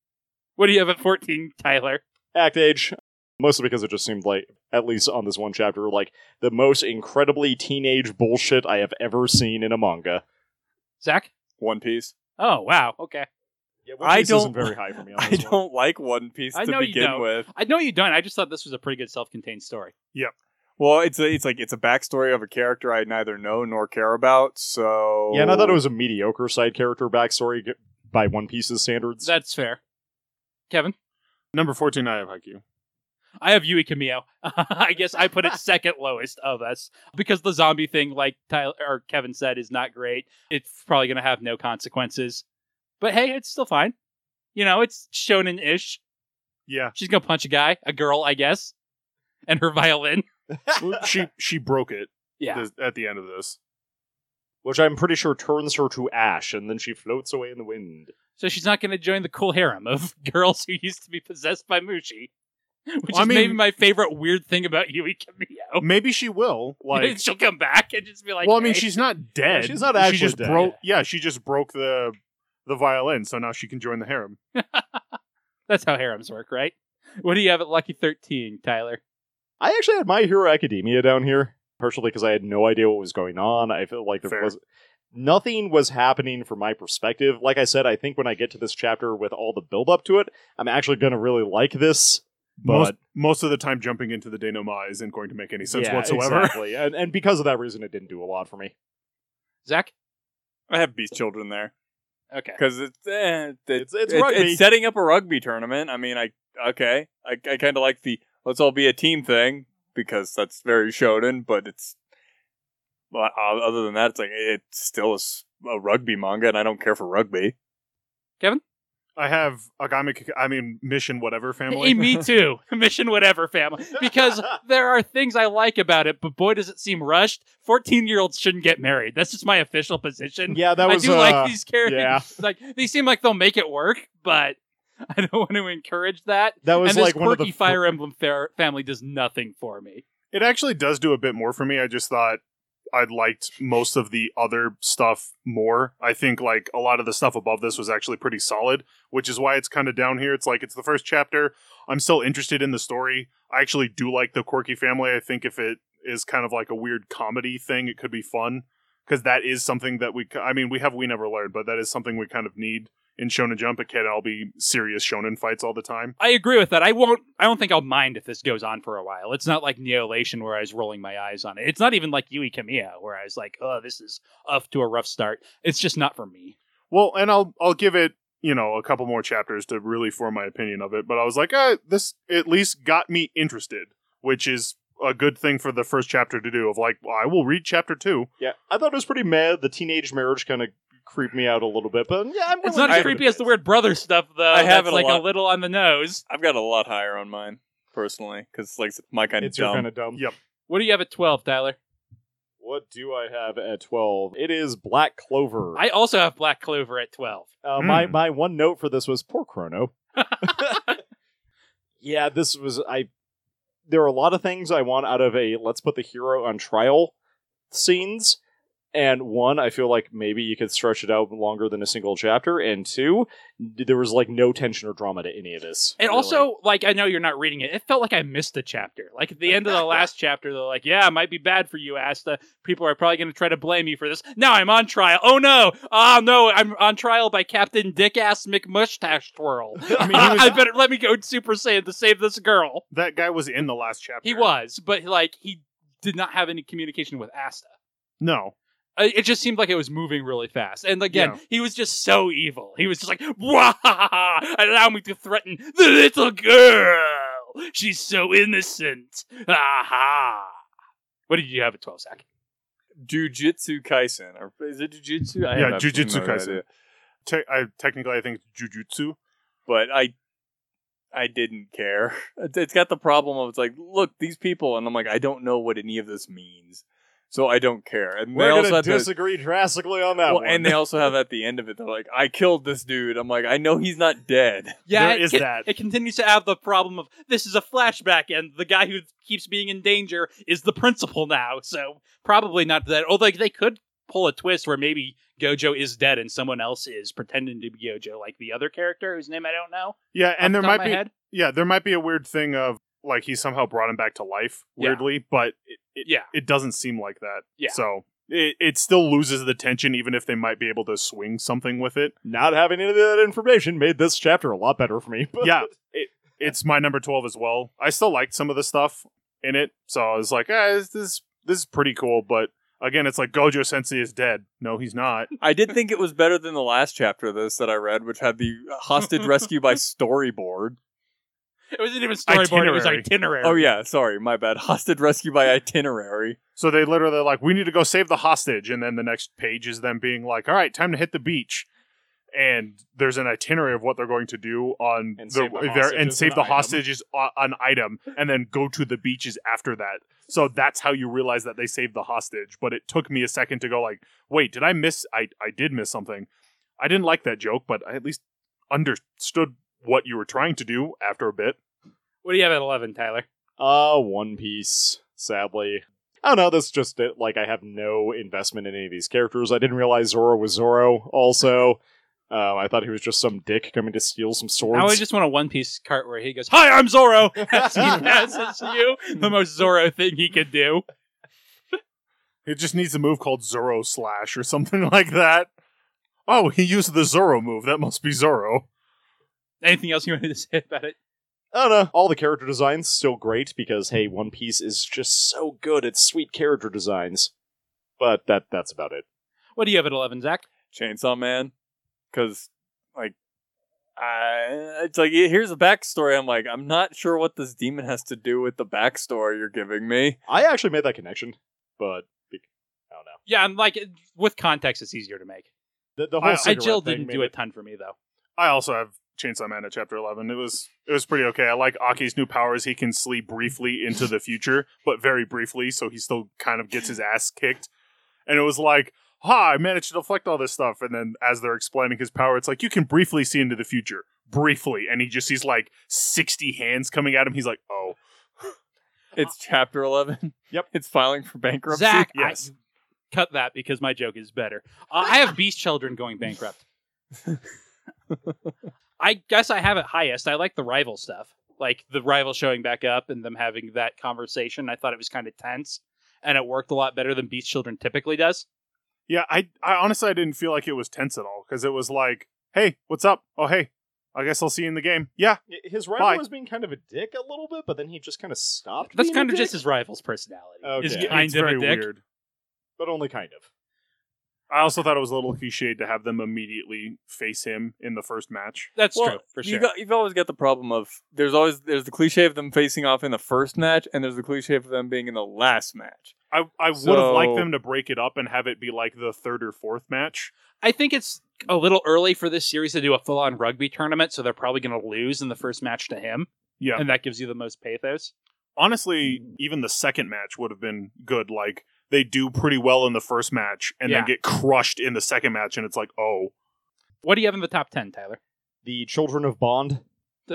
[SPEAKER 1] What do you have at fourteen, Tyler?
[SPEAKER 3] act age. Mostly because it just seemed like, at least on this one chapter, like the most incredibly teenage bullshit I have ever seen in a manga.
[SPEAKER 1] Zach?
[SPEAKER 4] One Piece.
[SPEAKER 1] Oh wow. Okay.
[SPEAKER 3] Yeah,
[SPEAKER 4] One I Piece isn't
[SPEAKER 3] isn't
[SPEAKER 4] don't-
[SPEAKER 3] very
[SPEAKER 4] very
[SPEAKER 3] high for me.
[SPEAKER 4] I don't like One Piece
[SPEAKER 1] I
[SPEAKER 4] to
[SPEAKER 1] know you
[SPEAKER 4] begin
[SPEAKER 1] don't.
[SPEAKER 4] with.
[SPEAKER 1] I know you don't. I just thought this was a pretty good self-contained story.
[SPEAKER 4] Well, it's a, it's like it's a backstory of a character I neither know nor care about. So
[SPEAKER 3] Yeah, and I thought it was a mediocre side character backstory g- by One Piece's standards.
[SPEAKER 1] That's fair. Kevin,
[SPEAKER 2] Number fourteen, I have Haikyuu.
[SPEAKER 1] I have Yui Kamiyo. I guess I put it second lowest of us because the zombie thing, like Tyler or Kevin said, is not great. It's probably going to have no consequences. But hey, it's still fine. You know, it's shonen-ish.
[SPEAKER 2] Yeah,
[SPEAKER 1] She's gonna punch a guy, a girl, I guess, and her violin.
[SPEAKER 2] Well, she she broke it
[SPEAKER 1] Yeah,
[SPEAKER 2] th- at the end of this.
[SPEAKER 3] which I'm pretty sure turns her to ash, and then she floats away in the wind.
[SPEAKER 1] so she's not gonna join the cool harem of girls who used to be possessed by Mushi, which
[SPEAKER 2] Well, I
[SPEAKER 1] is maybe
[SPEAKER 2] mean-
[SPEAKER 1] my favorite weird thing about Yui Kamiyo.
[SPEAKER 2] Maybe she will. Like
[SPEAKER 1] she'll come back and just be like,
[SPEAKER 2] well, I mean,
[SPEAKER 1] "Hey."
[SPEAKER 2] she's not dead.
[SPEAKER 3] she's not actually
[SPEAKER 2] She just
[SPEAKER 3] dead.
[SPEAKER 2] broke. Yeah, she just broke the the violin, so now she can join the harem.
[SPEAKER 1] that's how harems work, right? What do you have at Lucky Thirteen, Tyler?
[SPEAKER 3] I actually had My Hero Academia down here, partially because I had no idea what was going on. I felt like there
[SPEAKER 2] Fair.
[SPEAKER 3] was nothing was happening from my perspective. Like I said, I think when I get to this chapter with all the build up to it, I'm actually going to really like this. But
[SPEAKER 2] most most of the time, jumping into the denouement isn't going to make any sense
[SPEAKER 3] Yeah,
[SPEAKER 2] whatsoever.
[SPEAKER 3] exactly. and, and because of that reason, it didn't do a lot for me.
[SPEAKER 1] Zach?
[SPEAKER 4] I have Beast Children there
[SPEAKER 1] Okay.
[SPEAKER 4] because it's, eh, it-
[SPEAKER 3] It's- it's
[SPEAKER 4] it-
[SPEAKER 3] rugby.
[SPEAKER 4] It's setting up a rugby tournament. I mean, I okay, I, I kind of like the let's all be a team thing because that's very shonen, but it's Well, o- other than that, it's like it's still a, s- a rugby manga, and I don't care for rugby.
[SPEAKER 2] I have Agami, Kik- I mean, Mission Whatever
[SPEAKER 1] Hey,
[SPEAKER 2] Family.
[SPEAKER 1] me too. Mission whatever family. Because there are things I like about it, but boy does it seem rushed. 14-year-olds shouldn't get married. That's just my official position.
[SPEAKER 3] Yeah, that was
[SPEAKER 1] I do
[SPEAKER 3] uh,
[SPEAKER 1] like these characters.
[SPEAKER 3] yeah.
[SPEAKER 1] Like they seem like they'll make it work, but I don't want to encourage that.
[SPEAKER 3] That was
[SPEAKER 1] and
[SPEAKER 3] like
[SPEAKER 1] this
[SPEAKER 3] one of
[SPEAKER 1] quirky
[SPEAKER 3] the fir-
[SPEAKER 1] Fire Emblem fa- family does nothing for me.
[SPEAKER 2] it actually does do a bit more for me. I just thought I liked most of the other stuff more. I think like a lot of the stuff above this was actually pretty solid, which is why it's kind of down here. It's like it's the first chapter. I'm still interested in the story. I actually do like the quirky family. I think if it is kind of like a weird comedy thing, it could be fun because that is something that we. I mean, we have we never learned, but that is something we kind of need in Shonen Jump. It can't all be serious Shonen fights all the time.
[SPEAKER 1] I agree with that. I won't. I don't think I'll mind if this goes on for a while. It's not like Neolation where I was rolling my eyes on it. It's not even like Yui Kamiya where I was like, "Oh, this is off to a rough start." It's just not for me.
[SPEAKER 2] Well, and I'll I'll give it you know a couple more chapters to really form my opinion of it. But I was like, eh, this at least got me interested, which is a good thing for the first chapter to do. Of like, well, I will read chapter two.
[SPEAKER 3] Yeah, I thought it was pretty mad. The teenage marriage kind of creeped me out a little bit, but yeah, I'm
[SPEAKER 1] It's
[SPEAKER 3] willing
[SPEAKER 1] not
[SPEAKER 3] to
[SPEAKER 1] as
[SPEAKER 3] give it a
[SPEAKER 1] creepy as
[SPEAKER 3] miss.
[SPEAKER 1] the weird brother stuff, though.
[SPEAKER 4] I have
[SPEAKER 1] That's
[SPEAKER 4] it a
[SPEAKER 1] like
[SPEAKER 4] lot.
[SPEAKER 1] a little on the nose.
[SPEAKER 4] I've got a lot higher on mine personally because like it's my kind
[SPEAKER 3] It's
[SPEAKER 4] of
[SPEAKER 3] your
[SPEAKER 4] dumb.
[SPEAKER 3] kind of dumb.
[SPEAKER 2] Yeah.
[SPEAKER 1] What do you have at twelve, Tyler?
[SPEAKER 3] What do I have at twelve? It is Black Clover.
[SPEAKER 1] I also have Black Clover at twelve.
[SPEAKER 3] Uh, my
[SPEAKER 2] Hmm.
[SPEAKER 3] my one note for this was poor Chrono. yeah, this was I. There are a lot of things I want out of a let's put the hero on trial scenes, and one I feel like maybe you could stretch it out longer than a single chapter, and two, d- there was like no tension or drama to any of this.
[SPEAKER 1] And
[SPEAKER 3] really.
[SPEAKER 1] also, like, I know you're not reading it. It felt like I missed a chapter. Like at the end of the last chapter, they're like, "Yeah, it might be bad for you, Asta. People are probably going to try to blame you for this." Now I'm on trial. Oh no! Oh no! I'm on trial by Captain Dick Ass McMustache Twirl. I,
[SPEAKER 2] mean, he was-
[SPEAKER 1] better let me go Super Saiyan to save this girl.
[SPEAKER 2] That guy was in the last chapter.
[SPEAKER 1] He was, but like, he did not have any communication with Asta.
[SPEAKER 2] no.
[SPEAKER 1] Uh, It just seemed like it was moving really fast. And again, he was just so evil. He was just like, "Wah! Allow me to threaten the little girl. She's so innocent. Aha!" What did you have at twelve sack?
[SPEAKER 4] Jujutsu Kaisen, or is it Jujutsu? I
[SPEAKER 2] Yeah,
[SPEAKER 4] have absolutely
[SPEAKER 2] Jujutsu
[SPEAKER 4] no
[SPEAKER 2] Kaisen.
[SPEAKER 4] idea.
[SPEAKER 2] Te- I, technically, I think it's jujutsu.
[SPEAKER 4] But I, I didn't care. It's- it's got the problem of it's like, look, these people, and I'm like, I don't know what any of this means, so I don't care. And they
[SPEAKER 3] we're
[SPEAKER 4] also
[SPEAKER 3] gonna
[SPEAKER 4] had the-
[SPEAKER 3] disagree drastically on that
[SPEAKER 4] well,
[SPEAKER 3] one.
[SPEAKER 4] and they also have at the end of it, they're like, I killed this dude. I'm like, I know he's not dead.
[SPEAKER 1] Yeah,
[SPEAKER 2] There
[SPEAKER 1] it,
[SPEAKER 2] is
[SPEAKER 1] it-
[SPEAKER 2] that.
[SPEAKER 1] it continues to have the problem of this is a flashback, and the guy who keeps being in danger is the principal now. So probably not that. Although they could pull a twist where maybe Gojo is dead and someone else is pretending to be Gojo, like the other character whose name I don't know.
[SPEAKER 2] Yeah, and
[SPEAKER 1] off
[SPEAKER 2] there
[SPEAKER 1] the top of
[SPEAKER 2] might
[SPEAKER 1] my
[SPEAKER 2] be
[SPEAKER 1] head.
[SPEAKER 2] yeah, there might be a weird thing of like he somehow brought him back to life
[SPEAKER 1] Yeah.
[SPEAKER 2] weirdly, but it, it,
[SPEAKER 1] Yeah.
[SPEAKER 2] it doesn't seem like that.
[SPEAKER 1] Yeah.
[SPEAKER 2] So it, it still loses the tension, even if they might be able to swing something with it.
[SPEAKER 3] Not having any of that information made this chapter a lot better for me. But
[SPEAKER 2] yeah, it, it's my number twelve as well. I still liked some of the stuff in it, so I was like, eh, this this, this is pretty cool. But again, it's like Gojo Sensei is dead. No, he's not.
[SPEAKER 4] I did think it was better than the last chapter of this that I read, which had the hostage rescue by storyboard.
[SPEAKER 1] It wasn't even storyboard. It was
[SPEAKER 2] Itinerary.
[SPEAKER 1] itinerary.
[SPEAKER 4] Oh yeah, sorry, my bad. Hostage rescue by itinerary.
[SPEAKER 2] So they literally like, we need to go save the hostage, and then the next page is them being like, all right, time to hit the beach. And there's an itinerary of what they're going to do on
[SPEAKER 3] And
[SPEAKER 2] the,
[SPEAKER 3] save the
[SPEAKER 2] there and
[SPEAKER 3] hostages
[SPEAKER 2] save
[SPEAKER 3] an
[SPEAKER 2] the
[SPEAKER 3] item.
[SPEAKER 2] hostages on an item, and then go to the beaches after that. So that's how you realize that they saved the hostage. But it took me a second to go like, wait, did I miss? I I did miss something. I didn't like that joke, but I at least understood what you were trying to do after a bit.
[SPEAKER 1] What do you have at eleven, Tyler?
[SPEAKER 3] Uh, One Piece, sadly. I don't know, that's just it. Like, I have no investment in any of these characters. I didn't realize Zoro was Zoro, also. Um, I thought he was just some dick coming to steal some swords.
[SPEAKER 1] I always just want a One Piece cart where he goes, "Hi, I'm Zoro," as he passes you. The most Zoro thing he could do.
[SPEAKER 2] It just needs a move called Zoro Slash or something like that. Oh, he used the Zoro move. That must be Zoro.
[SPEAKER 1] Anything else you wanted to say about it?
[SPEAKER 3] I don't know. All the character designs still great because, hey, One Piece is just so good at sweet character designs. But that that's about it.
[SPEAKER 1] What do you have at eleven, Zach?
[SPEAKER 4] Chainsaw Man, because like, I it's like yeah, here's a backstory. I'm like, I'm not sure what this demon has to do with the backstory you're giving me.
[SPEAKER 3] I actually made that connection, but I don't know.
[SPEAKER 1] Yeah, and like it- with context, it's easier to make.
[SPEAKER 3] The, the whole
[SPEAKER 2] I- I
[SPEAKER 1] I
[SPEAKER 3] cigarette
[SPEAKER 1] Jill
[SPEAKER 3] thing
[SPEAKER 1] didn't
[SPEAKER 3] made
[SPEAKER 1] do a
[SPEAKER 3] it.
[SPEAKER 1] ton for me though.
[SPEAKER 2] I also have Chainsaw Man at chapter eleven. It was it was pretty okay. I like Aki's new powers. He can sleep briefly into the future, but very briefly, so he still kind of gets his ass kicked. And it was like, ha, I managed to deflect all this stuff. And then as they're explaining his power, it's like you can briefly see into the future. Briefly, and he just sees like sixty hands coming at him. He's like, "Oh,
[SPEAKER 4] It's chapter 11.
[SPEAKER 3] Yep.
[SPEAKER 4] It's filing for bankruptcy.
[SPEAKER 1] Zach, I-
[SPEAKER 2] yes."
[SPEAKER 1] cut that because my joke is better. Uh, I have Beast Children going bankrupt. I guess I have it highest. I like the rival stuff, like the rival showing back up and them having that conversation. I thought it was kind of tense, and it worked a lot better than Beast Children typically does.
[SPEAKER 2] Yeah, I, I honestly I didn't feel like it was tense at all because it was like, hey, what's up? Oh, hey, I guess I'll see you in the game. Yeah,
[SPEAKER 3] His rival
[SPEAKER 2] Bye.
[SPEAKER 3] was being kind of a dick a little bit, but then he just kind of stopped.
[SPEAKER 1] That's
[SPEAKER 3] being
[SPEAKER 1] kind
[SPEAKER 3] a
[SPEAKER 1] of
[SPEAKER 3] dick,
[SPEAKER 1] just his rival's personality.
[SPEAKER 3] Okay.
[SPEAKER 1] Is
[SPEAKER 3] It's
[SPEAKER 1] kind
[SPEAKER 2] it's
[SPEAKER 1] of
[SPEAKER 2] very
[SPEAKER 1] a dick.
[SPEAKER 2] weird.
[SPEAKER 3] but only kind of.
[SPEAKER 2] I also thought it was a little cliche to have them immediately face him in the first match.
[SPEAKER 1] That's
[SPEAKER 4] Well,
[SPEAKER 1] true for sure.
[SPEAKER 4] You got, you've always got the problem of there's always there's the cliche of them facing off in the first match, and there's the cliche of them being in the last match.
[SPEAKER 2] I, I would have liked
[SPEAKER 4] So-
[SPEAKER 2] them to break it up and have it be like the third or fourth match.
[SPEAKER 1] I think it's a little early for this series to do a full-on rugby tournament, so they're probably going to lose in the first match to him,
[SPEAKER 2] Yeah.
[SPEAKER 1] and that gives you the most pathos.
[SPEAKER 2] Honestly, even the second match would have been good. Like they do pretty well in the first match and
[SPEAKER 1] Yeah.
[SPEAKER 2] then get crushed in the second match, and it's like, oh,
[SPEAKER 1] What do you have in the top ten, Tyler?
[SPEAKER 3] The children of Bond.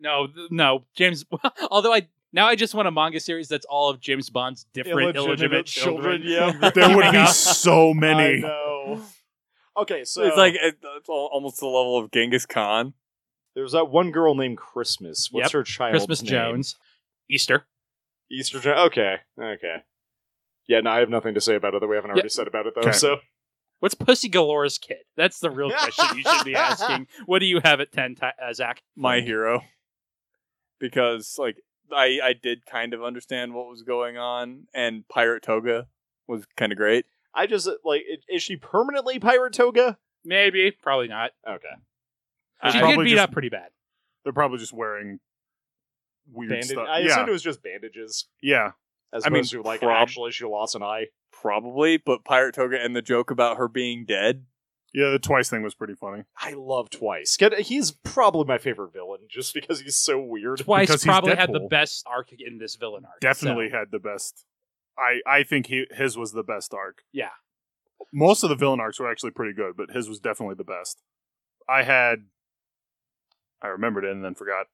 [SPEAKER 1] no, th- no, James. Although I now I just want a manga series that's all of James Bond's different illegitimate, children.
[SPEAKER 3] Yeah,
[SPEAKER 2] there would
[SPEAKER 1] Yeah.
[SPEAKER 2] be so
[SPEAKER 3] I
[SPEAKER 2] many.
[SPEAKER 3] know. Okay, so
[SPEAKER 4] it's like it, it's al- almost the level of Genghis Khan.
[SPEAKER 3] there's that one girl named Christmas. What's
[SPEAKER 1] Yep.
[SPEAKER 3] her child?
[SPEAKER 1] Christmas Jones, Easter.
[SPEAKER 3] Easter Jones. Okay, okay. Yeah, no, I have nothing to say about it. That we haven't already said about it though.
[SPEAKER 2] Okay.
[SPEAKER 3] So
[SPEAKER 1] What's Pussy Galore's kid? That's the real question you should be asking. What do you have at ten, Ty- uh, Zach?
[SPEAKER 4] my hero because like I I did kind of understand what was going on and Pirate Toga was kind of great.
[SPEAKER 3] I just like, i- is she permanently Pirate Toga?
[SPEAKER 1] Maybe, probably not.
[SPEAKER 3] Okay.
[SPEAKER 4] I-
[SPEAKER 1] She
[SPEAKER 4] I-
[SPEAKER 1] did
[SPEAKER 2] probably
[SPEAKER 1] beat
[SPEAKER 2] just-
[SPEAKER 1] up pretty bad.
[SPEAKER 2] They're probably just wearing weird
[SPEAKER 3] Bandage-
[SPEAKER 2] stuff.
[SPEAKER 3] I
[SPEAKER 2] yeah,
[SPEAKER 3] assumed it was just bandages
[SPEAKER 2] yeah.
[SPEAKER 3] as
[SPEAKER 4] I mean,
[SPEAKER 3] opposed to like
[SPEAKER 4] prob-
[SPEAKER 3] actually she lost an eye.
[SPEAKER 4] Probably, but Pirate Toga and the joke about her being dead.
[SPEAKER 2] Yeah, the twice thing was pretty funny.
[SPEAKER 3] I love Twice. Get- He's probably my favorite villain just because he's so weird.
[SPEAKER 1] Twice
[SPEAKER 2] Because he's
[SPEAKER 1] probably had the
[SPEAKER 2] Deadpool.
[SPEAKER 1] best arc in this villain arc.
[SPEAKER 2] Definitely
[SPEAKER 1] so-
[SPEAKER 2] had the best. I I think he, his was the best arc.
[SPEAKER 1] Yeah.
[SPEAKER 2] Most of the villain arcs were actually pretty good, but his was definitely the best. I had I remembered it and then forgot.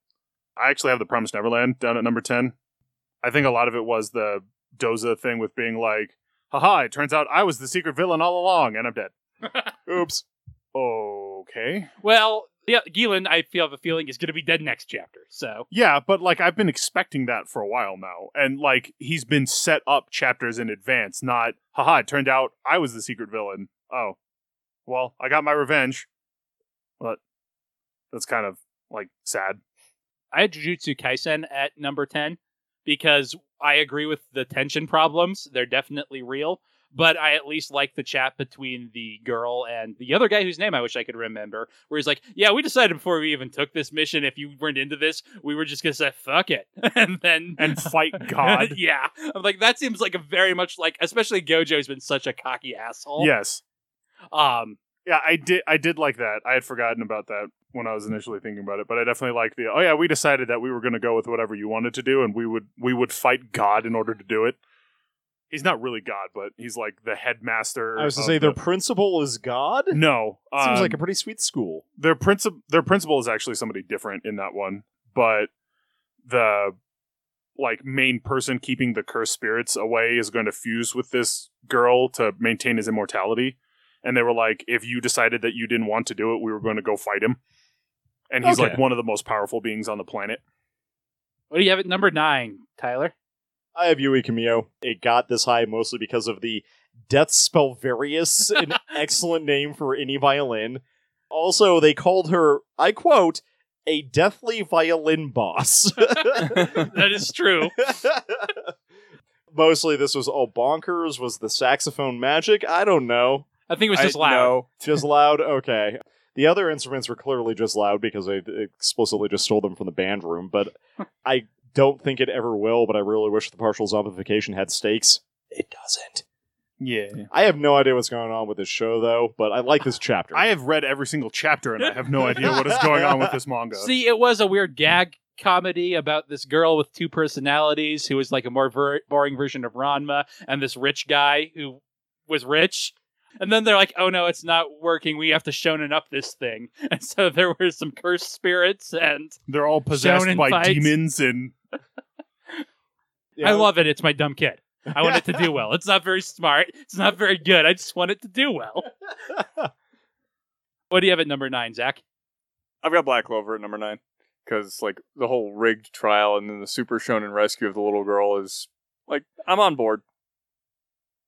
[SPEAKER 2] I actually have the Promised Neverland down at number 10. I think a lot of it was the Doza thing with being like, haha, it turns out I was the secret villain all along and I'm dead.
[SPEAKER 3] Oops.
[SPEAKER 2] Okay.
[SPEAKER 1] Well, yeah, Gielan, I feel have a feeling is going to be dead next chapter. So
[SPEAKER 2] Yeah, but like I've been expecting that for a while now. And like he's been set up chapters in advance, not haha, it turned out I was the secret villain. Oh. Well, I got my revenge. But that's kind of like sad.
[SPEAKER 1] I had Jujutsu Kaisen at number 10 because I agree with the tension problems. They're definitely real, but I at least like the chat between the girl and the other guy whose name I wish I could remember, where he's like, Yeah, we decided before we even took this mission, if you weren't into this, we were just going to say, Fuck it. and then.
[SPEAKER 2] And fight God.
[SPEAKER 1] yeah. I'm like, that seems like a very much like, especially Gojo's been such a cocky asshole.
[SPEAKER 2] yes.
[SPEAKER 1] Um,
[SPEAKER 2] Yeah, I did I did like that. I had forgotten about that when I was initially thinking about it, but I definitely liked the oh yeah, we decided that we were gonna go with whatever you wanted to do and we would we would fight God in order to do it. He's not really God, but he's like the headmaster.
[SPEAKER 3] I was to
[SPEAKER 2] of
[SPEAKER 3] say
[SPEAKER 2] the-
[SPEAKER 3] their principal is God.
[SPEAKER 2] No,
[SPEAKER 3] Seems
[SPEAKER 2] um,
[SPEAKER 3] like a pretty sweet school.
[SPEAKER 2] their principal. Their principal is actually somebody different in that one, but the like main person keeping the cursed spirits away is going to fuse with this girl to maintain his immortality. And they were like, if you decided that you didn't want to do it, we were going to go fight him. And he's
[SPEAKER 3] Okay.
[SPEAKER 2] like one of the most powerful beings on the planet.
[SPEAKER 1] what do you have at number nine, Tyler?
[SPEAKER 3] I have Yui Kamiyo. It got this high mostly because of the Death Spell Various, an excellent name for any violin. Also, they called her, I quote, a deathly violin boss.
[SPEAKER 1] that is true.
[SPEAKER 3] mostly this was all bonkers. Was the saxophone magic? I don't know.
[SPEAKER 1] I think it was
[SPEAKER 4] I-
[SPEAKER 1] just loud.
[SPEAKER 4] no.
[SPEAKER 3] Just loud? Okay. The other instruments were clearly just loud because I explicitly just stole them from the band room, but I don't think it ever will, but I really wish the partial zombification had stakes. It doesn't.
[SPEAKER 2] Yeah.
[SPEAKER 3] I have no idea what's going on with this show, though, but I like this chapter.
[SPEAKER 2] I have read every single chapter and I have no idea what is going on with this manga.
[SPEAKER 1] See, it was a weird gag comedy about this girl with two personalities who was like a more ver- boring version of Ranma and this rich guy who was rich. And then they're like, "Oh no, it's not working. We have to shonen up this thing." And so there were some cursed spirits, and
[SPEAKER 2] They're all possessed
[SPEAKER 1] Shonen
[SPEAKER 2] by
[SPEAKER 1] fights.
[SPEAKER 2] demons and
[SPEAKER 3] You know?
[SPEAKER 1] I love it. It's my dumb kid. I want it to do well. It's not very smart. It's not very good. I just want it to do well. What do you have at number nine, Zach?
[SPEAKER 4] I've got Black Clover at number nine because like the whole rigged trial and then the super shonen rescue of the little girl is like I'm on board.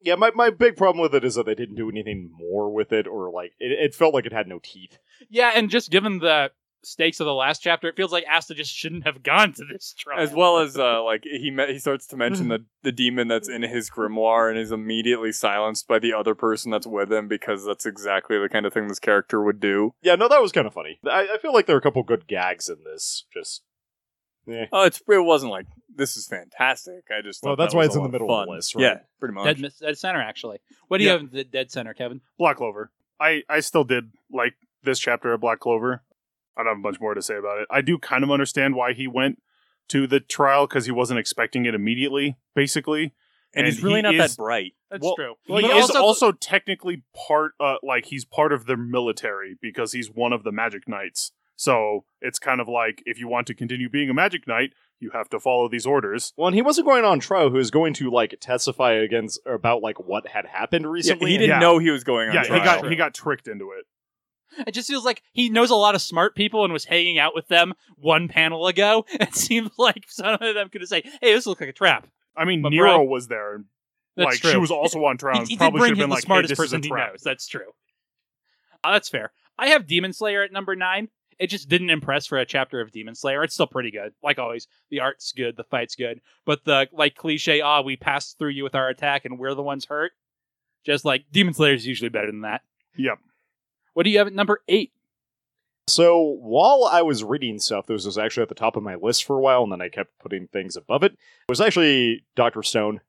[SPEAKER 3] Yeah, my, my big problem with it is that they didn't do anything more with it, or like it, it felt like it had no teeth.
[SPEAKER 1] Yeah, and just given the stakes of the last chapter, it feels like Asta just shouldn't have gone to this trial.
[SPEAKER 4] As well as uh, like he me- he starts to mention
[SPEAKER 3] Mm-hmm.
[SPEAKER 4] the the demon that's in his grimoire and is immediately silenced by the other person that's with him because that's exactly the kind of thing this character would do.
[SPEAKER 3] Yeah, no, that was kind of funny. I, I feel like there are a couple good gags in this. Just yeah,
[SPEAKER 4] Oh, it's it wasn't like this is fantastic. I just
[SPEAKER 3] Well,
[SPEAKER 4] thought
[SPEAKER 3] that's
[SPEAKER 4] that
[SPEAKER 3] why it's
[SPEAKER 4] was a
[SPEAKER 3] in the
[SPEAKER 4] lot
[SPEAKER 3] middle of the
[SPEAKER 4] fun.
[SPEAKER 3] list, right?
[SPEAKER 4] Yeah, pretty much.
[SPEAKER 1] dead, mis- dead center, actually. What do you
[SPEAKER 4] Yeah.
[SPEAKER 1] have in the dead center, Kevin?
[SPEAKER 2] Black Clover. I I still did like this chapter of Black Clover. I don't have much more to say about it. I do kind of understand why he went to the trial because he wasn't expecting it immediately, basically.
[SPEAKER 4] and, he's
[SPEAKER 2] and
[SPEAKER 4] really
[SPEAKER 2] he
[SPEAKER 4] not that
[SPEAKER 2] is-
[SPEAKER 4] bright.
[SPEAKER 1] That's
[SPEAKER 2] Well,
[SPEAKER 1] true.
[SPEAKER 2] He
[SPEAKER 1] But
[SPEAKER 2] is also, technically part, uh, like he's part of the military because he's one of the Magic Knights. So it's kind of like if you want to continue being a Magic Knight, you have to follow these orders.
[SPEAKER 3] Well, and he wasn't going on trial. Who was going to like testify against about like what had happened
[SPEAKER 4] Yeah,
[SPEAKER 3] recently?
[SPEAKER 4] he didn't
[SPEAKER 2] Yeah.
[SPEAKER 4] know he was going on
[SPEAKER 2] yeah,
[SPEAKER 4] trial.
[SPEAKER 2] he got he got tricked into it.
[SPEAKER 1] it just feels like he knows a lot of smart people and was hanging out with them one panel ago. It seems like some of them could have say, "Hey, this looks like a trap."
[SPEAKER 2] I mean,
[SPEAKER 1] But
[SPEAKER 2] Nero
[SPEAKER 1] bro-
[SPEAKER 2] was there, and
[SPEAKER 1] That's
[SPEAKER 2] like
[SPEAKER 1] true.
[SPEAKER 2] she was also on trial.
[SPEAKER 1] He-
[SPEAKER 2] and
[SPEAKER 1] he, did
[SPEAKER 2] probably should
[SPEAKER 1] bring
[SPEAKER 2] have
[SPEAKER 1] him
[SPEAKER 2] been
[SPEAKER 1] the
[SPEAKER 2] like, hey,
[SPEAKER 1] smartest
[SPEAKER 2] this is a
[SPEAKER 1] person he
[SPEAKER 2] trap.
[SPEAKER 1] knows. That's true. Uh, that's fair. I have Demon Slayer at number nine. It just didn't impress for a chapter of Demon Slayer. It's still pretty good, like always. The art's good, the fight's good, but the like cliche, ah, we passed through you with our attack, and we're the ones hurt. Just like Demon Slayer is usually better than that.
[SPEAKER 2] Yep.
[SPEAKER 1] What do you have at number eight?
[SPEAKER 3] So while I was reading stuff, this was actually at the top of my list for a while, and then I kept putting things above it. It was actually Doctor Stone.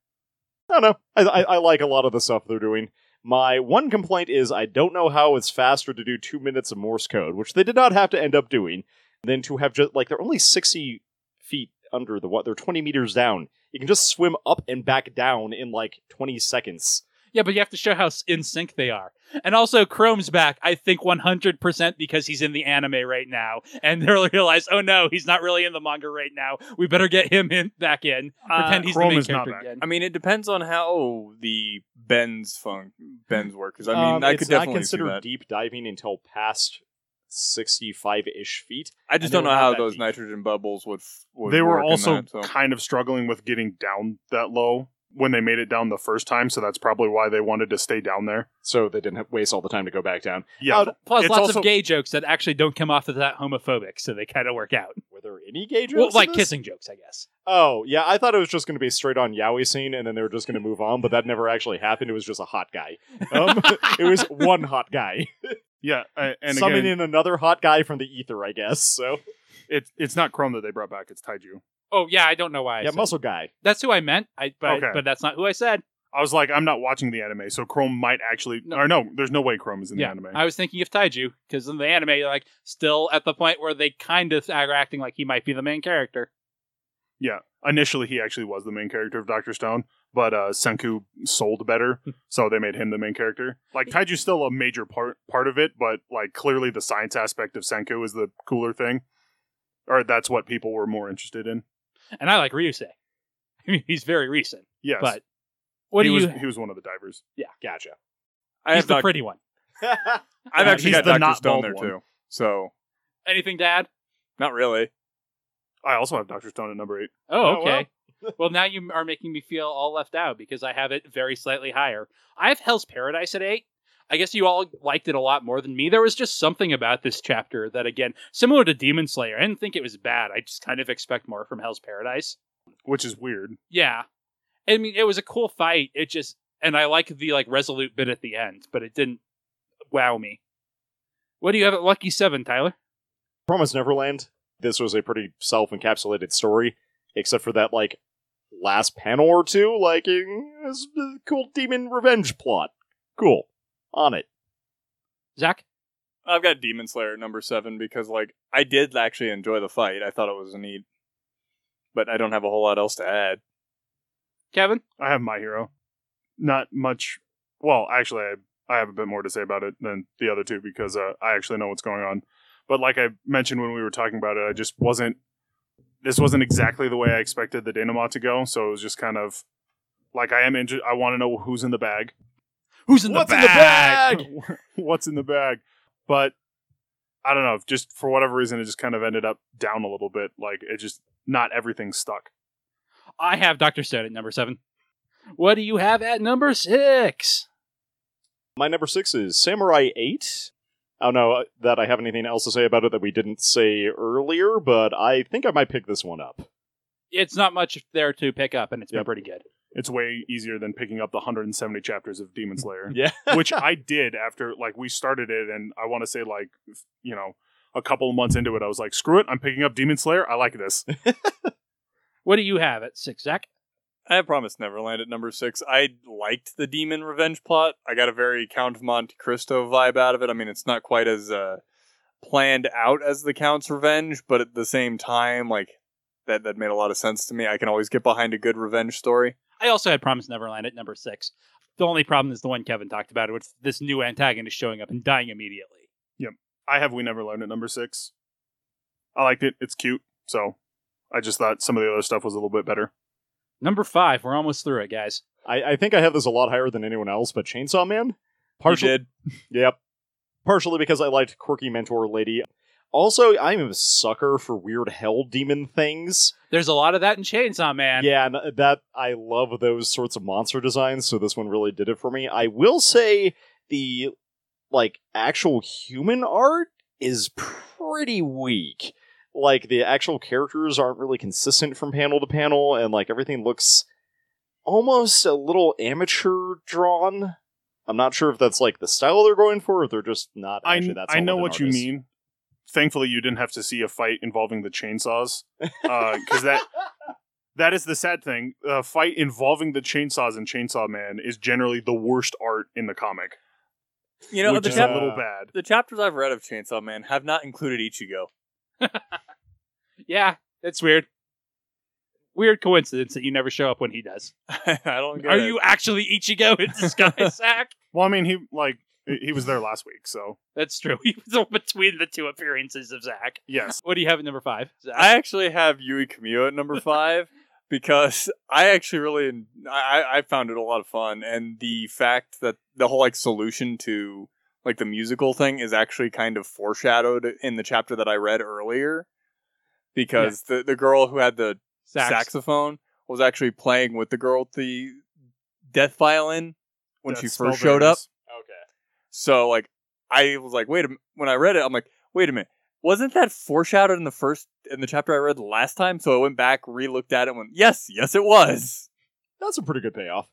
[SPEAKER 3] I don't know. I, I, I like a lot of the stuff they're doing. My one complaint is I don't know how it's faster to do two minutes of Morse code, which they did not have to end up doing, than to have just like they're only sixty feet under the what they're twenty meters down. You can just swim up and back down in like twenty seconds.
[SPEAKER 1] Yeah, but you have to show how s- in sync they are. And also, Chrome's back, I think 100% because he's in the anime right now. And they'll realize, oh no, he's not really in the manga right now. We better get him in back in.
[SPEAKER 4] Uh,
[SPEAKER 1] Pretend he's the
[SPEAKER 2] Chrome
[SPEAKER 1] main
[SPEAKER 2] is not
[SPEAKER 1] character
[SPEAKER 2] back.
[SPEAKER 1] again.
[SPEAKER 4] I mean, it depends on how the Ben's fun Ben's work is. I mean,
[SPEAKER 3] Um,
[SPEAKER 4] I
[SPEAKER 3] it's
[SPEAKER 4] could
[SPEAKER 3] not
[SPEAKER 4] definitely see
[SPEAKER 3] considered
[SPEAKER 4] that.
[SPEAKER 3] deep diving until past sixty-five ish feet.
[SPEAKER 4] I
[SPEAKER 3] and
[SPEAKER 4] just
[SPEAKER 3] they
[SPEAKER 4] don't know
[SPEAKER 3] were not
[SPEAKER 4] how
[SPEAKER 3] that
[SPEAKER 4] those
[SPEAKER 3] deep.
[SPEAKER 4] nitrogen bubbles would. f- would
[SPEAKER 2] they were
[SPEAKER 4] work in
[SPEAKER 2] also
[SPEAKER 4] that, so.
[SPEAKER 2] kind of struggling with getting down that low when they made it down the first time, so that's probably why they wanted to stay down there.
[SPEAKER 3] so they didn't have- waste all the time to go back down.
[SPEAKER 2] Yeah,
[SPEAKER 3] Uh,
[SPEAKER 1] Plus,
[SPEAKER 2] it's
[SPEAKER 1] lots
[SPEAKER 2] also-
[SPEAKER 1] of gay jokes that actually don't come off as that homophobic, so they kind of work out.
[SPEAKER 3] Were there any gay jokes?
[SPEAKER 1] Well,
[SPEAKER 3] in
[SPEAKER 1] like
[SPEAKER 3] this?
[SPEAKER 1] kissing jokes, I guess.
[SPEAKER 3] Oh yeah, I thought it was just going to be straight on yaoi scene, and then they were just going to move on. But that never actually happened. It was just a hot guy. Um, it was one hot guy
[SPEAKER 2] yeah, a- and
[SPEAKER 3] summoning
[SPEAKER 2] again,
[SPEAKER 3] another hot guy from the ether, I guess. So
[SPEAKER 2] it, it's not Chrome that they brought back; it's Taiju.
[SPEAKER 1] Oh, yeah, I don't know why. I
[SPEAKER 3] yeah,
[SPEAKER 1] said-
[SPEAKER 3] muscle guy.
[SPEAKER 1] That's who I meant, I, but,
[SPEAKER 2] Okay.
[SPEAKER 1] but that's not who I said.
[SPEAKER 2] I was like, I'm not watching the anime, so Chrome might actually.
[SPEAKER 1] No.
[SPEAKER 2] Or no, there's no way Chrome is in
[SPEAKER 1] yeah,
[SPEAKER 2] the anime.
[SPEAKER 1] I was thinking of Taiju, because in the anime, you're like still at the point where they kind of are acting like he might be the main character.
[SPEAKER 2] yeah, initially he actually was the main character of Doctor Stone, but uh, Senku sold better,
[SPEAKER 1] Hmm.
[SPEAKER 2] so they made him the main character. Like Taiju's still a major part part of it, but like clearly the science aspect of Senku is the cooler thing, or that's what people were more interested in.
[SPEAKER 1] And I like Ryusei. I mean, he's very recent,
[SPEAKER 2] Yes,
[SPEAKER 1] but what
[SPEAKER 2] he
[SPEAKER 1] do
[SPEAKER 2] was
[SPEAKER 1] you?
[SPEAKER 2] he was one of the divers.
[SPEAKER 3] Gotcha.
[SPEAKER 4] I
[SPEAKER 1] he's
[SPEAKER 4] have
[SPEAKER 1] the
[SPEAKER 4] doc-
[SPEAKER 1] pretty one.
[SPEAKER 4] I've
[SPEAKER 2] Yeah,
[SPEAKER 4] actually
[SPEAKER 2] he's
[SPEAKER 4] got
[SPEAKER 2] the
[SPEAKER 4] Doctor
[SPEAKER 2] not
[SPEAKER 4] Stone
[SPEAKER 2] bald
[SPEAKER 4] there
[SPEAKER 2] one.
[SPEAKER 4] too. So
[SPEAKER 1] Anything to add?
[SPEAKER 4] not really.
[SPEAKER 2] I also have Doctor Stone at number eight.
[SPEAKER 1] Oh,
[SPEAKER 3] Oh,
[SPEAKER 1] okay. well. now you are making me feel all left out because I have it very slightly higher. I have Hell's Paradise at eight. I guess you all liked it a lot more than me. There was just something about this chapter that, again, similar to Demon Slayer, I didn't think it was bad. I just kind of expect more from Hell's Paradise.
[SPEAKER 2] which is weird.
[SPEAKER 1] Yeah. I mean, it was a cool fight. It just and I like the like resolute bit at the end, but it didn't wow me. What do you have at Lucky Seven, Tyler?
[SPEAKER 3] Promise Neverland. This was a pretty self-encapsulated story, except for that like last panel or two, like in this uh, cool demon revenge plot. Cool. On it.
[SPEAKER 1] Zach?
[SPEAKER 4] I've got Demon Slayer number seven because like I did actually enjoy the fight. I thought it was neat, but I don't have a whole lot else to add.
[SPEAKER 1] Kevin?
[SPEAKER 2] I have My Hero. Not much. Well, actually, I, I have a bit more to say about it than the other two because uh, I actually know what's going on. But like I mentioned when we were talking about it, I just wasn't. This wasn't exactly the way I expected the denouement to go, so it was just kind of like I am. Inter- I want to know who's in the bag.
[SPEAKER 1] Who's in
[SPEAKER 2] What's
[SPEAKER 1] the
[SPEAKER 2] in the
[SPEAKER 1] bag?
[SPEAKER 2] What's in the bag? But I don't know. Just for whatever reason, it just kind of ended up down a little bit. Like it just not everything stuck.
[SPEAKER 1] I have Dr. Stone at number seven. What do you have at number six?
[SPEAKER 3] My number six is Samurai 8. I don't know uh, that I have anything else to say about it that we didn't say earlier, but I think I might pick this one up.
[SPEAKER 1] It's not much there to pick up, and it's been
[SPEAKER 2] Yep.
[SPEAKER 1] pretty good.
[SPEAKER 2] It's way easier than picking up the 170 chapters of Demon Slayer.
[SPEAKER 3] Yeah.
[SPEAKER 2] which I did after like we started it, and I want to say like f- you know a couple of months into it, I was like, screw it, I'm picking up Demon Slayer. I like this.
[SPEAKER 1] What do you have at six, Zach?
[SPEAKER 4] I have Promised Neverland at number six. I liked the demon revenge plot. I got a very Count of Monte Cristo vibe out of it. I mean, it's not quite as uh, planned out as the Count's revenge, but at the same time, like that that made a lot of sense to me. I can always get behind a good revenge story.
[SPEAKER 1] I also had Promise Neverland at number six. The only problem is the one Kevin talked about, which is this new antagonist showing up and dying immediately.
[SPEAKER 2] I have We Never Learned at number six. I liked it. It's cute. So I just thought some of the other stuff was a little bit better.
[SPEAKER 1] Number five, we're almost through it, guys.
[SPEAKER 3] I, I think I have this a lot higher than anyone else, but Chainsaw Man?
[SPEAKER 4] Partial.
[SPEAKER 3] Partially. Yep. Partially because I liked Quirky Mentor Lady. Also, I'm a sucker for weird hell demon things.
[SPEAKER 1] There's a lot of that in Chainsaw Man.
[SPEAKER 3] Yeah, and uh, that I love those sorts of monster designs, so this one really did it for me. I will say the like actual human art is pretty weak. Like the actual characters aren't really consistent from panel to panel and like everything looks almost a little amateur drawn. I'm not sure if that's like the style they're going for, or if they're just not.
[SPEAKER 2] I,
[SPEAKER 3] Actually, that's
[SPEAKER 2] I know
[SPEAKER 3] all
[SPEAKER 2] what
[SPEAKER 3] of
[SPEAKER 2] you
[SPEAKER 3] an artist.
[SPEAKER 2] mean. Thankfully, you didn't have to see a fight involving the chainsaws because that. That is the sad thing. A fight involving the chainsaws and Chainsaw Man is generally the worst art in the comic,
[SPEAKER 4] You know,
[SPEAKER 2] which
[SPEAKER 4] the,
[SPEAKER 2] is
[SPEAKER 4] chap-
[SPEAKER 2] a
[SPEAKER 3] chap-
[SPEAKER 2] little bad.
[SPEAKER 4] the chapters I've read of Chainsaw Man have not included Ichigo.
[SPEAKER 1] Yeah, it's weird. Weird coincidence that you never show up when he does.
[SPEAKER 4] I don't. Get
[SPEAKER 1] Are
[SPEAKER 4] it.
[SPEAKER 1] you actually Ichigo in disguise, Zach?
[SPEAKER 2] Well, I mean, he like he was there last week, so
[SPEAKER 1] That's true. He was between the two appearances of Zach.
[SPEAKER 2] yes.
[SPEAKER 1] What do you have at number five? Zach?
[SPEAKER 4] I actually have Yui Kamiya at number five because I actually really I, I- I found it a lot of fun, and the fact that the whole like solution to like the musical thing is actually kind of foreshadowed in the chapter that I read earlier, because the the girl who had the
[SPEAKER 1] Zach's-
[SPEAKER 4] saxophone was actually playing with the girl with the death violin when
[SPEAKER 2] Death
[SPEAKER 4] she
[SPEAKER 2] Spell
[SPEAKER 4] first showed up.
[SPEAKER 2] Bearers.
[SPEAKER 3] Okay.
[SPEAKER 4] So like I was like, wait a minute. when I read it, I'm like, wait a minute. Wasn't that foreshadowed in the first in the chapter I read last time? So I went back, re-looked at it, and went, yes, yes, it was.
[SPEAKER 3] That's a pretty good payoff.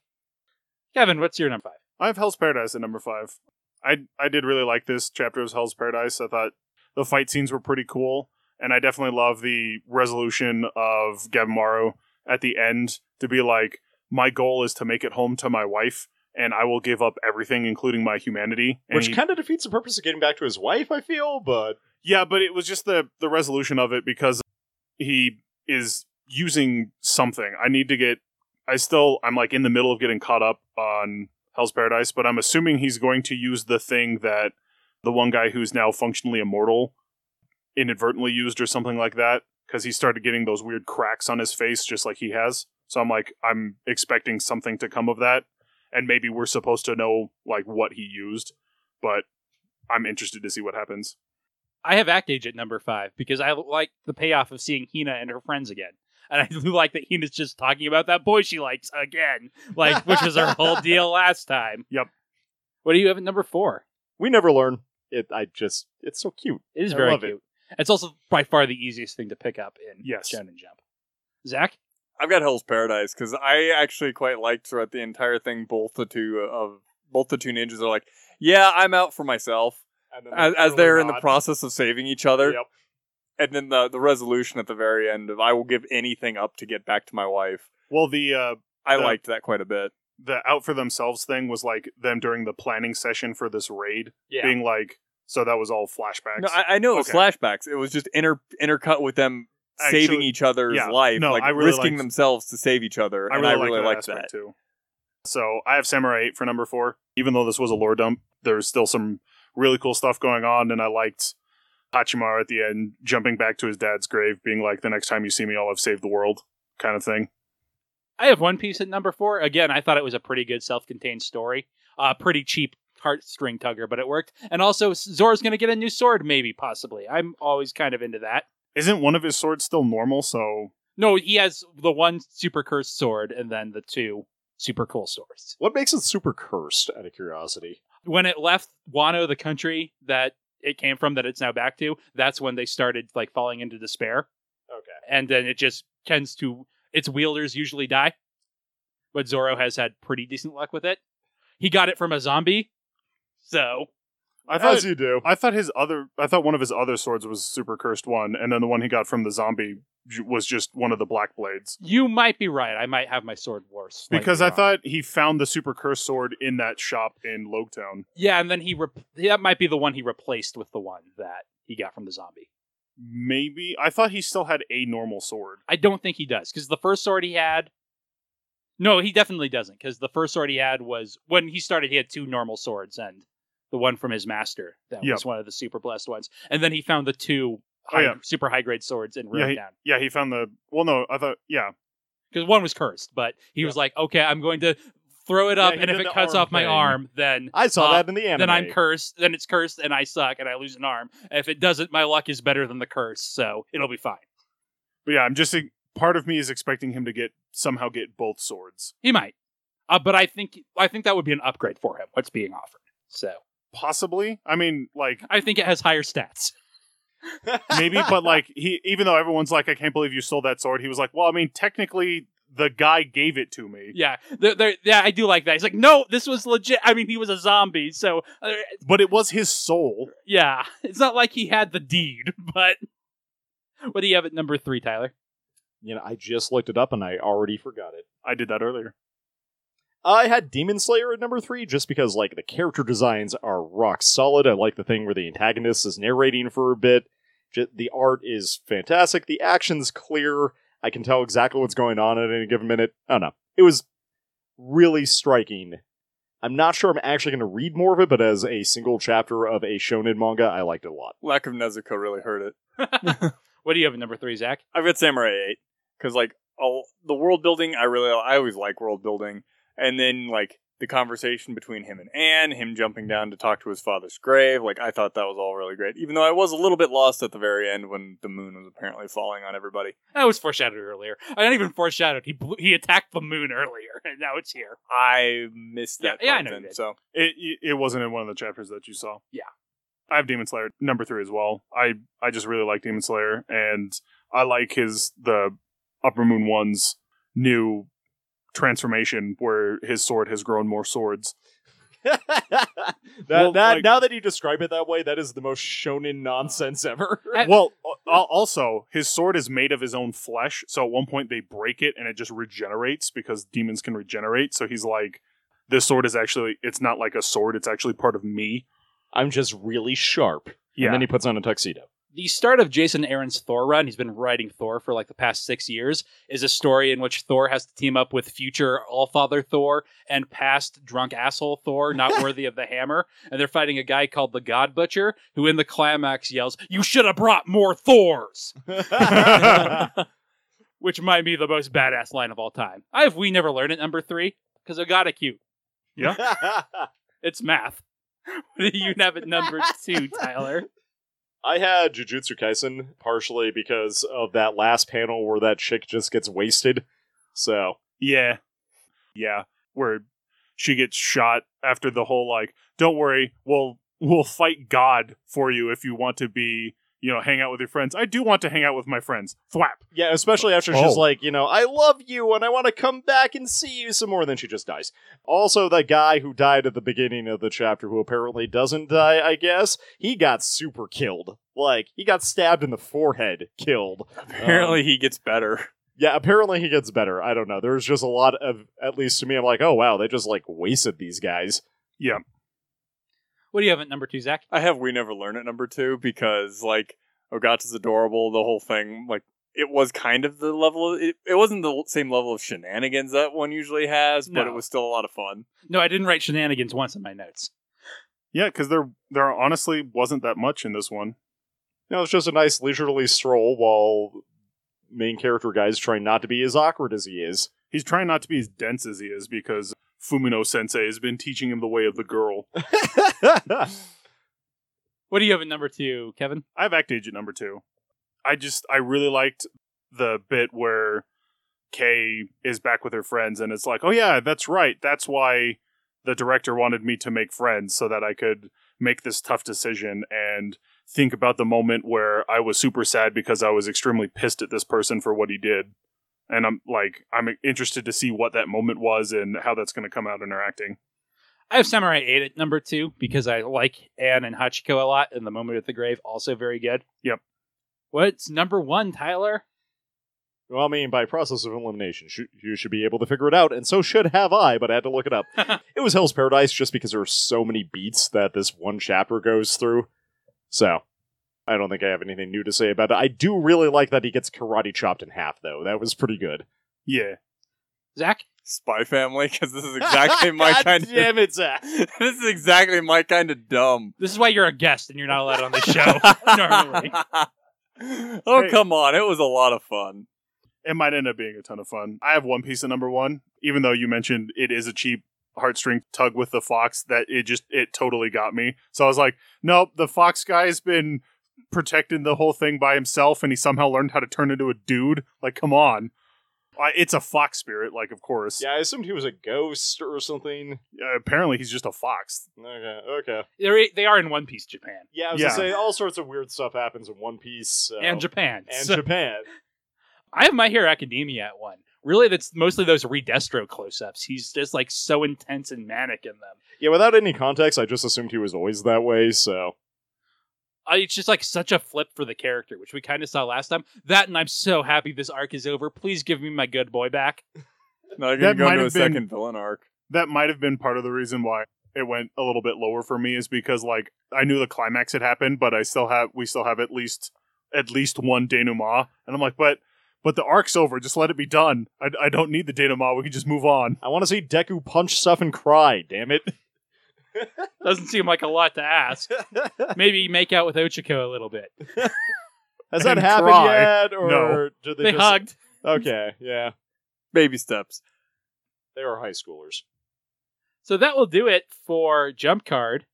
[SPEAKER 1] Kevin, what's your number five?
[SPEAKER 2] I have Hell's Paradise at number five. I I did really like this chapter of Hell's Paradise. I thought the fight scenes were pretty cool, and I definitely love the resolution of Gabamaru at the end to be like, my goal is to make it home to my wife, and I will give up everything, including my humanity. And
[SPEAKER 3] Which
[SPEAKER 2] he-
[SPEAKER 3] kind of defeats the purpose of getting back to his wife, I feel, but
[SPEAKER 2] yeah, but it was just the the resolution of it because he is using something. I need to get. I still I'm like in the middle of getting caught up on Hell's Paradise, but I'm assuming he's going to use the thing that the one guy who's now functionally immortal inadvertently used or something like that because he started getting those weird cracks on his face just like he has. So I'm like I'm expecting something to come of that and maybe we're supposed to know like what he used, but I'm interested to see what happens.
[SPEAKER 1] I have Act Age at number five because I like the payoff of seeing Hina and her friends again. And I do like that Hina's just talking about that boy she likes again, like which was her whole deal last time.
[SPEAKER 2] Yep.
[SPEAKER 1] What do you have at number four?
[SPEAKER 3] we never learn. It I just it's so cute.
[SPEAKER 1] It is
[SPEAKER 3] I
[SPEAKER 1] very
[SPEAKER 3] love it.
[SPEAKER 1] cute. It's also by far the easiest thing to pick up in
[SPEAKER 2] Yes.
[SPEAKER 1] Shonen Jump. Zach,
[SPEAKER 4] I've got Hell's Paradise because I actually quite liked throughout the entire thing. Both the two uh, of both the two ninjas are like, yeah, I'm out for myself,
[SPEAKER 3] And then
[SPEAKER 4] as, as
[SPEAKER 1] Uh,
[SPEAKER 3] clearly
[SPEAKER 4] they're in the
[SPEAKER 3] not.
[SPEAKER 4] process of saving each other.
[SPEAKER 3] Yep.
[SPEAKER 4] and then the the resolution at the very end of I will give anything up to get back to my wife.
[SPEAKER 2] Well, the uh,
[SPEAKER 4] I
[SPEAKER 2] The-
[SPEAKER 4] liked that quite a bit.
[SPEAKER 2] the out for themselves thing was like them during the planning session for this raid
[SPEAKER 1] Yeah.
[SPEAKER 2] being like, so that was all flashbacks.
[SPEAKER 4] No, I, I know it was
[SPEAKER 2] Okay.
[SPEAKER 4] flashbacks. It was just inter intercut with them saving
[SPEAKER 2] Actually-
[SPEAKER 4] each other's
[SPEAKER 2] yeah.
[SPEAKER 4] life,
[SPEAKER 2] No,
[SPEAKER 4] like
[SPEAKER 2] I really
[SPEAKER 4] risking
[SPEAKER 2] liked-
[SPEAKER 4] themselves to save each other.
[SPEAKER 2] I
[SPEAKER 4] and
[SPEAKER 2] really,
[SPEAKER 4] I really
[SPEAKER 2] like
[SPEAKER 4] liked
[SPEAKER 2] that, aspect
[SPEAKER 4] that.
[SPEAKER 2] too. So I have Samurai 8 for number four. Even though this was a lore dump, there's still some really cool stuff going on, and I liked Hachimaru at the end jumping back to his dad's grave, being like, "The next time you see me, I'll have saved the world," kind of thing.
[SPEAKER 1] I have One Piece at number four. Again, I thought it was a pretty good self-contained story. Uh, pretty cheap heartstring tugger, but it worked. And also, Zoro's going to get a new sword, maybe, possibly. I'm always kind of into that.
[SPEAKER 2] Isn't one of his swords still normal? So
[SPEAKER 1] No, he has the one super cursed sword, and then the two super cool swords.
[SPEAKER 3] What makes it super cursed? Out of curiosity,
[SPEAKER 1] When it left Wano, the country that it came from, that it's now back to, that's when they started like falling into despair.
[SPEAKER 3] okay.
[SPEAKER 1] and then it just tends to its wielders usually die. But Zoro has had pretty decent luck with it. He got it from a zombie, so
[SPEAKER 2] I thought
[SPEAKER 3] As you do.
[SPEAKER 2] I thought his other I thought one of his other swords was super cursed one, and then the one he got from the zombie j- was just one of the black blades.
[SPEAKER 1] you might be right. I might have my sword worse
[SPEAKER 2] Because I thought he found the super cursed sword in that shop in Logetown.
[SPEAKER 1] yeah, and then he re- that might be the one he replaced with the one that he got from the zombie.
[SPEAKER 2] Maybe I thought he still had a normal sword.
[SPEAKER 1] I don't think he does because the first sword he had. No, he definitely doesn't because the first sword he had was when he started. He had two normal swords and the one from his master that
[SPEAKER 2] Yep.
[SPEAKER 1] was one of the super blessed ones, and then he found the two
[SPEAKER 2] Oh,
[SPEAKER 1] high,
[SPEAKER 2] yeah.
[SPEAKER 1] super high grade swords in
[SPEAKER 2] Yeah,
[SPEAKER 1] Rodan
[SPEAKER 2] he- Yeah, he found the well. No, I thought yeah.
[SPEAKER 1] because one was cursed, but he was like, okay, I'm going to throw it
[SPEAKER 3] Yeah,
[SPEAKER 1] up,
[SPEAKER 3] he
[SPEAKER 1] and if
[SPEAKER 3] did
[SPEAKER 1] it
[SPEAKER 3] the
[SPEAKER 1] cuts
[SPEAKER 3] arm
[SPEAKER 1] off my
[SPEAKER 3] thing.
[SPEAKER 1] arm, then
[SPEAKER 3] I saw
[SPEAKER 1] Uh,
[SPEAKER 3] that in the anime.
[SPEAKER 1] then I'm cursed. Then it's cursed, and I suck, and I lose an arm. If it doesn't, my luck is better than the curse, so it'll be fine.
[SPEAKER 2] But yeah, I'm just part of me is expecting him to get somehow get both swords,
[SPEAKER 1] He might, uh, but I think I think that would be an upgrade for him. What's being offered? So
[SPEAKER 2] possibly. I mean, like
[SPEAKER 1] I think it has higher stats.
[SPEAKER 2] maybe, but like he, even though everyone's like, I can't believe you stole that sword. He was like, well, I mean, technically, the guy gave it to me,
[SPEAKER 1] Yeah, there, there, yeah, I do like that. He's like, no, this was legit. I mean, he was a zombie, so uh,
[SPEAKER 2] but it was his soul.
[SPEAKER 1] yeah, it's not like he had the deed. But what do you have at number three, Tyler?
[SPEAKER 3] You know, I just looked it up and I already forgot it.
[SPEAKER 2] I did that earlier.
[SPEAKER 3] I had Demon Slayer at number three just because like the character designs are rock solid. I like the thing where the antagonist is narrating for a bit. Ju- the art is fantastic. The action's clear. I can tell exactly what's going on at any given minute. I don't know. It was really striking. I'm not sure I'm actually going to read more of it, but as a single chapter of a shonen manga, I liked it a lot.
[SPEAKER 4] Lack of Nezuko really hurt it.
[SPEAKER 1] What do you have at number three, Zach?
[SPEAKER 4] I've got Samurai Eight because like all the world building, I really I always like world building, and then like the conversation between him and Anne, him jumping down to talk to his father's grave, like I thought that was all really great. Even though I was a little bit lost at the very end when the moon was apparently falling on everybody.
[SPEAKER 1] That was foreshadowed earlier. I not even foreshadowed. He blew, he attacked the moon earlier, and now it's here.
[SPEAKER 4] I missed that.
[SPEAKER 1] Yeah, yeah, I
[SPEAKER 4] part
[SPEAKER 1] know you
[SPEAKER 4] then,
[SPEAKER 1] did.
[SPEAKER 4] So
[SPEAKER 2] It it wasn't in one of the chapters that you saw.
[SPEAKER 1] Yeah.
[SPEAKER 2] I have Demon Slayer number three as well. I I just really like Demon Slayer, and I like his the Upper Moon One's new transformation where his sword has grown more swords.
[SPEAKER 3] that,
[SPEAKER 2] Well,
[SPEAKER 3] that-
[SPEAKER 2] like-
[SPEAKER 3] now that you describe it that way, that is the most shonen nonsense ever.
[SPEAKER 1] I-
[SPEAKER 2] Well, al- also his sword is made of his own flesh, so at one point they break it and it just regenerates because demons can regenerate. So he's like, this sword is actually it's not like a sword; it's actually part of me.
[SPEAKER 3] I'm just really sharp.
[SPEAKER 2] Yeah,
[SPEAKER 3] And then he puts on a tuxedo.
[SPEAKER 1] The start of Jason Aaron's Thor run, he's been writing Thor for like the past six years, is a story in which Thor has to team up with future Allfather Thor and past drunk asshole Thor, not worthy of the hammer. And they're fighting a guy called the God Butcher, who in the climax yells, You should have brought more Thors! Which might be the most badass line of all time. I have We Never Learn at number three, because I got it cute. It's math. What do you have at number two, Tyler?
[SPEAKER 3] I had Jujutsu Kaisen partially because of that last panel where that chick just gets wasted. So
[SPEAKER 2] Yeah. Yeah. Where she gets shot after the whole like, don't worry, we'll we'll fight God for you if you want to be you know, hang out with your friends. I do want to hang out with my friends. Thwap.
[SPEAKER 3] Yeah, especially after she's
[SPEAKER 2] Oh.
[SPEAKER 3] like, you know, I love you and I want to come back and see you some more. Then she just dies. Also, the guy who died at the beginning of the chapter, who apparently doesn't die, I guess, he got super killed. Like, he got stabbed in the forehead, killed.
[SPEAKER 4] Apparently,
[SPEAKER 2] Um,
[SPEAKER 4] he gets better.
[SPEAKER 3] Yeah, apparently he gets better. I don't know. There's just a lot of, at least to me, I'm like, oh, wow, they just, like, wasted these guys.
[SPEAKER 1] What do you have at number two, Zach?
[SPEAKER 4] I have We Never Learn at number two because, like, Ogata's adorable, the whole thing, like, it was kind of the level of, it, it wasn't the same level of shenanigans that one usually has, but
[SPEAKER 1] No.
[SPEAKER 4] it was still a lot of fun.
[SPEAKER 1] No, I didn't write shenanigans once in my notes.
[SPEAKER 2] Yeah, because there there honestly wasn't that much in this one.
[SPEAKER 3] No, it's just a nice leisurely stroll while main character guy's trying not to be as awkward as he is.
[SPEAKER 2] He's trying not to be as dense as he is because Fumino Sensei has been teaching him the way of the girl.
[SPEAKER 1] What do you have at number two, Kevin?
[SPEAKER 2] I have Act Agent number two. I just I really liked the bit where Kay is back with her friends and it's like, oh yeah, that's right. That's why the director wanted me to make friends so that I could make this tough decision and think about the moment where I was super sad because I was extremely pissed at this person for what he did. And I'm like, I'm interested to see what that moment was and how that's going to come out in her acting.
[SPEAKER 1] I have Samurai 8 at number two because I like Anne and Hachiko a lot, and The Moment at the Grave also very good.
[SPEAKER 2] Yep.
[SPEAKER 1] What's number one, Tyler?
[SPEAKER 3] well, I mean, by process of elimination, sh- you should be able to figure it out, and so should have I, but I had to look it up. it was Hell's Paradise just because there are so many beats that this one chapter goes through. So, I don't think I have anything new to say about it. I do really like that he gets karate chopped in half, though. That was pretty good.
[SPEAKER 2] Yeah.
[SPEAKER 1] Zach?
[SPEAKER 4] Spy Family, because this is exactly my
[SPEAKER 3] God
[SPEAKER 4] kind
[SPEAKER 3] Damn it, Zach.
[SPEAKER 4] of. this is exactly my kind of dumb.
[SPEAKER 1] This is why you're a guest and you're not allowed on the show normally.
[SPEAKER 4] oh,
[SPEAKER 2] Hey.
[SPEAKER 4] come on. It was a lot of fun.
[SPEAKER 2] it might end up being a ton of fun. I have one piece of number one, even though you mentioned it is a cheap heartstring tug with the fox that it just it totally got me. So I was like, nope, the fox guy's been protecting the whole thing by himself, and he somehow learned how to turn into a dude. Like, come on, I, it's a fox spirit. Like, of course,
[SPEAKER 3] Yeah, I assumed he was a ghost or something.
[SPEAKER 2] Uh, apparently he's just a fox.
[SPEAKER 3] Okay, okay.
[SPEAKER 1] They're, e, they are in One Piece Japan
[SPEAKER 3] Yeah, I was
[SPEAKER 2] Yeah.
[SPEAKER 3] gonna say all sorts of weird stuff happens in One Piece so-
[SPEAKER 1] and Japan.
[SPEAKER 3] and
[SPEAKER 1] so-
[SPEAKER 3] Japan.
[SPEAKER 1] I have My Hero Academia at one. Really, that's mostly those Redestro close ups. He's just like so intense and manic in them.
[SPEAKER 3] Yeah, without any context, I just assumed he was always that way. So
[SPEAKER 1] I, it's just like such a flip for the character, which we kind of saw last time. That, and I'm so happy this arc is over. Please give me my good boy back.
[SPEAKER 4] Now I'm going
[SPEAKER 2] That
[SPEAKER 4] to go
[SPEAKER 2] might
[SPEAKER 4] into a
[SPEAKER 2] have been-
[SPEAKER 4] second villain arc.
[SPEAKER 2] That might have been part of the reason why it went a little bit lower for me is because like I knew the climax had happened, but I still have we still have at least at least one denouement, and I'm like, but but the arc's over. Just let it be done. I, I don't need the denouement. We can just move on.
[SPEAKER 3] I want to see Deku punch stuff and cry. Damn it!
[SPEAKER 1] Doesn't seem like a lot to ask. Maybe make out with Ochiko a little bit.
[SPEAKER 3] Has that
[SPEAKER 2] And
[SPEAKER 3] happened
[SPEAKER 2] cry.
[SPEAKER 3] yet? Or
[SPEAKER 2] No.
[SPEAKER 3] did they,
[SPEAKER 1] They
[SPEAKER 3] just...
[SPEAKER 1] hugged.
[SPEAKER 3] Okay, yeah,
[SPEAKER 4] Baby steps.
[SPEAKER 3] they were high schoolers.
[SPEAKER 1] So that will do it for Jump Card.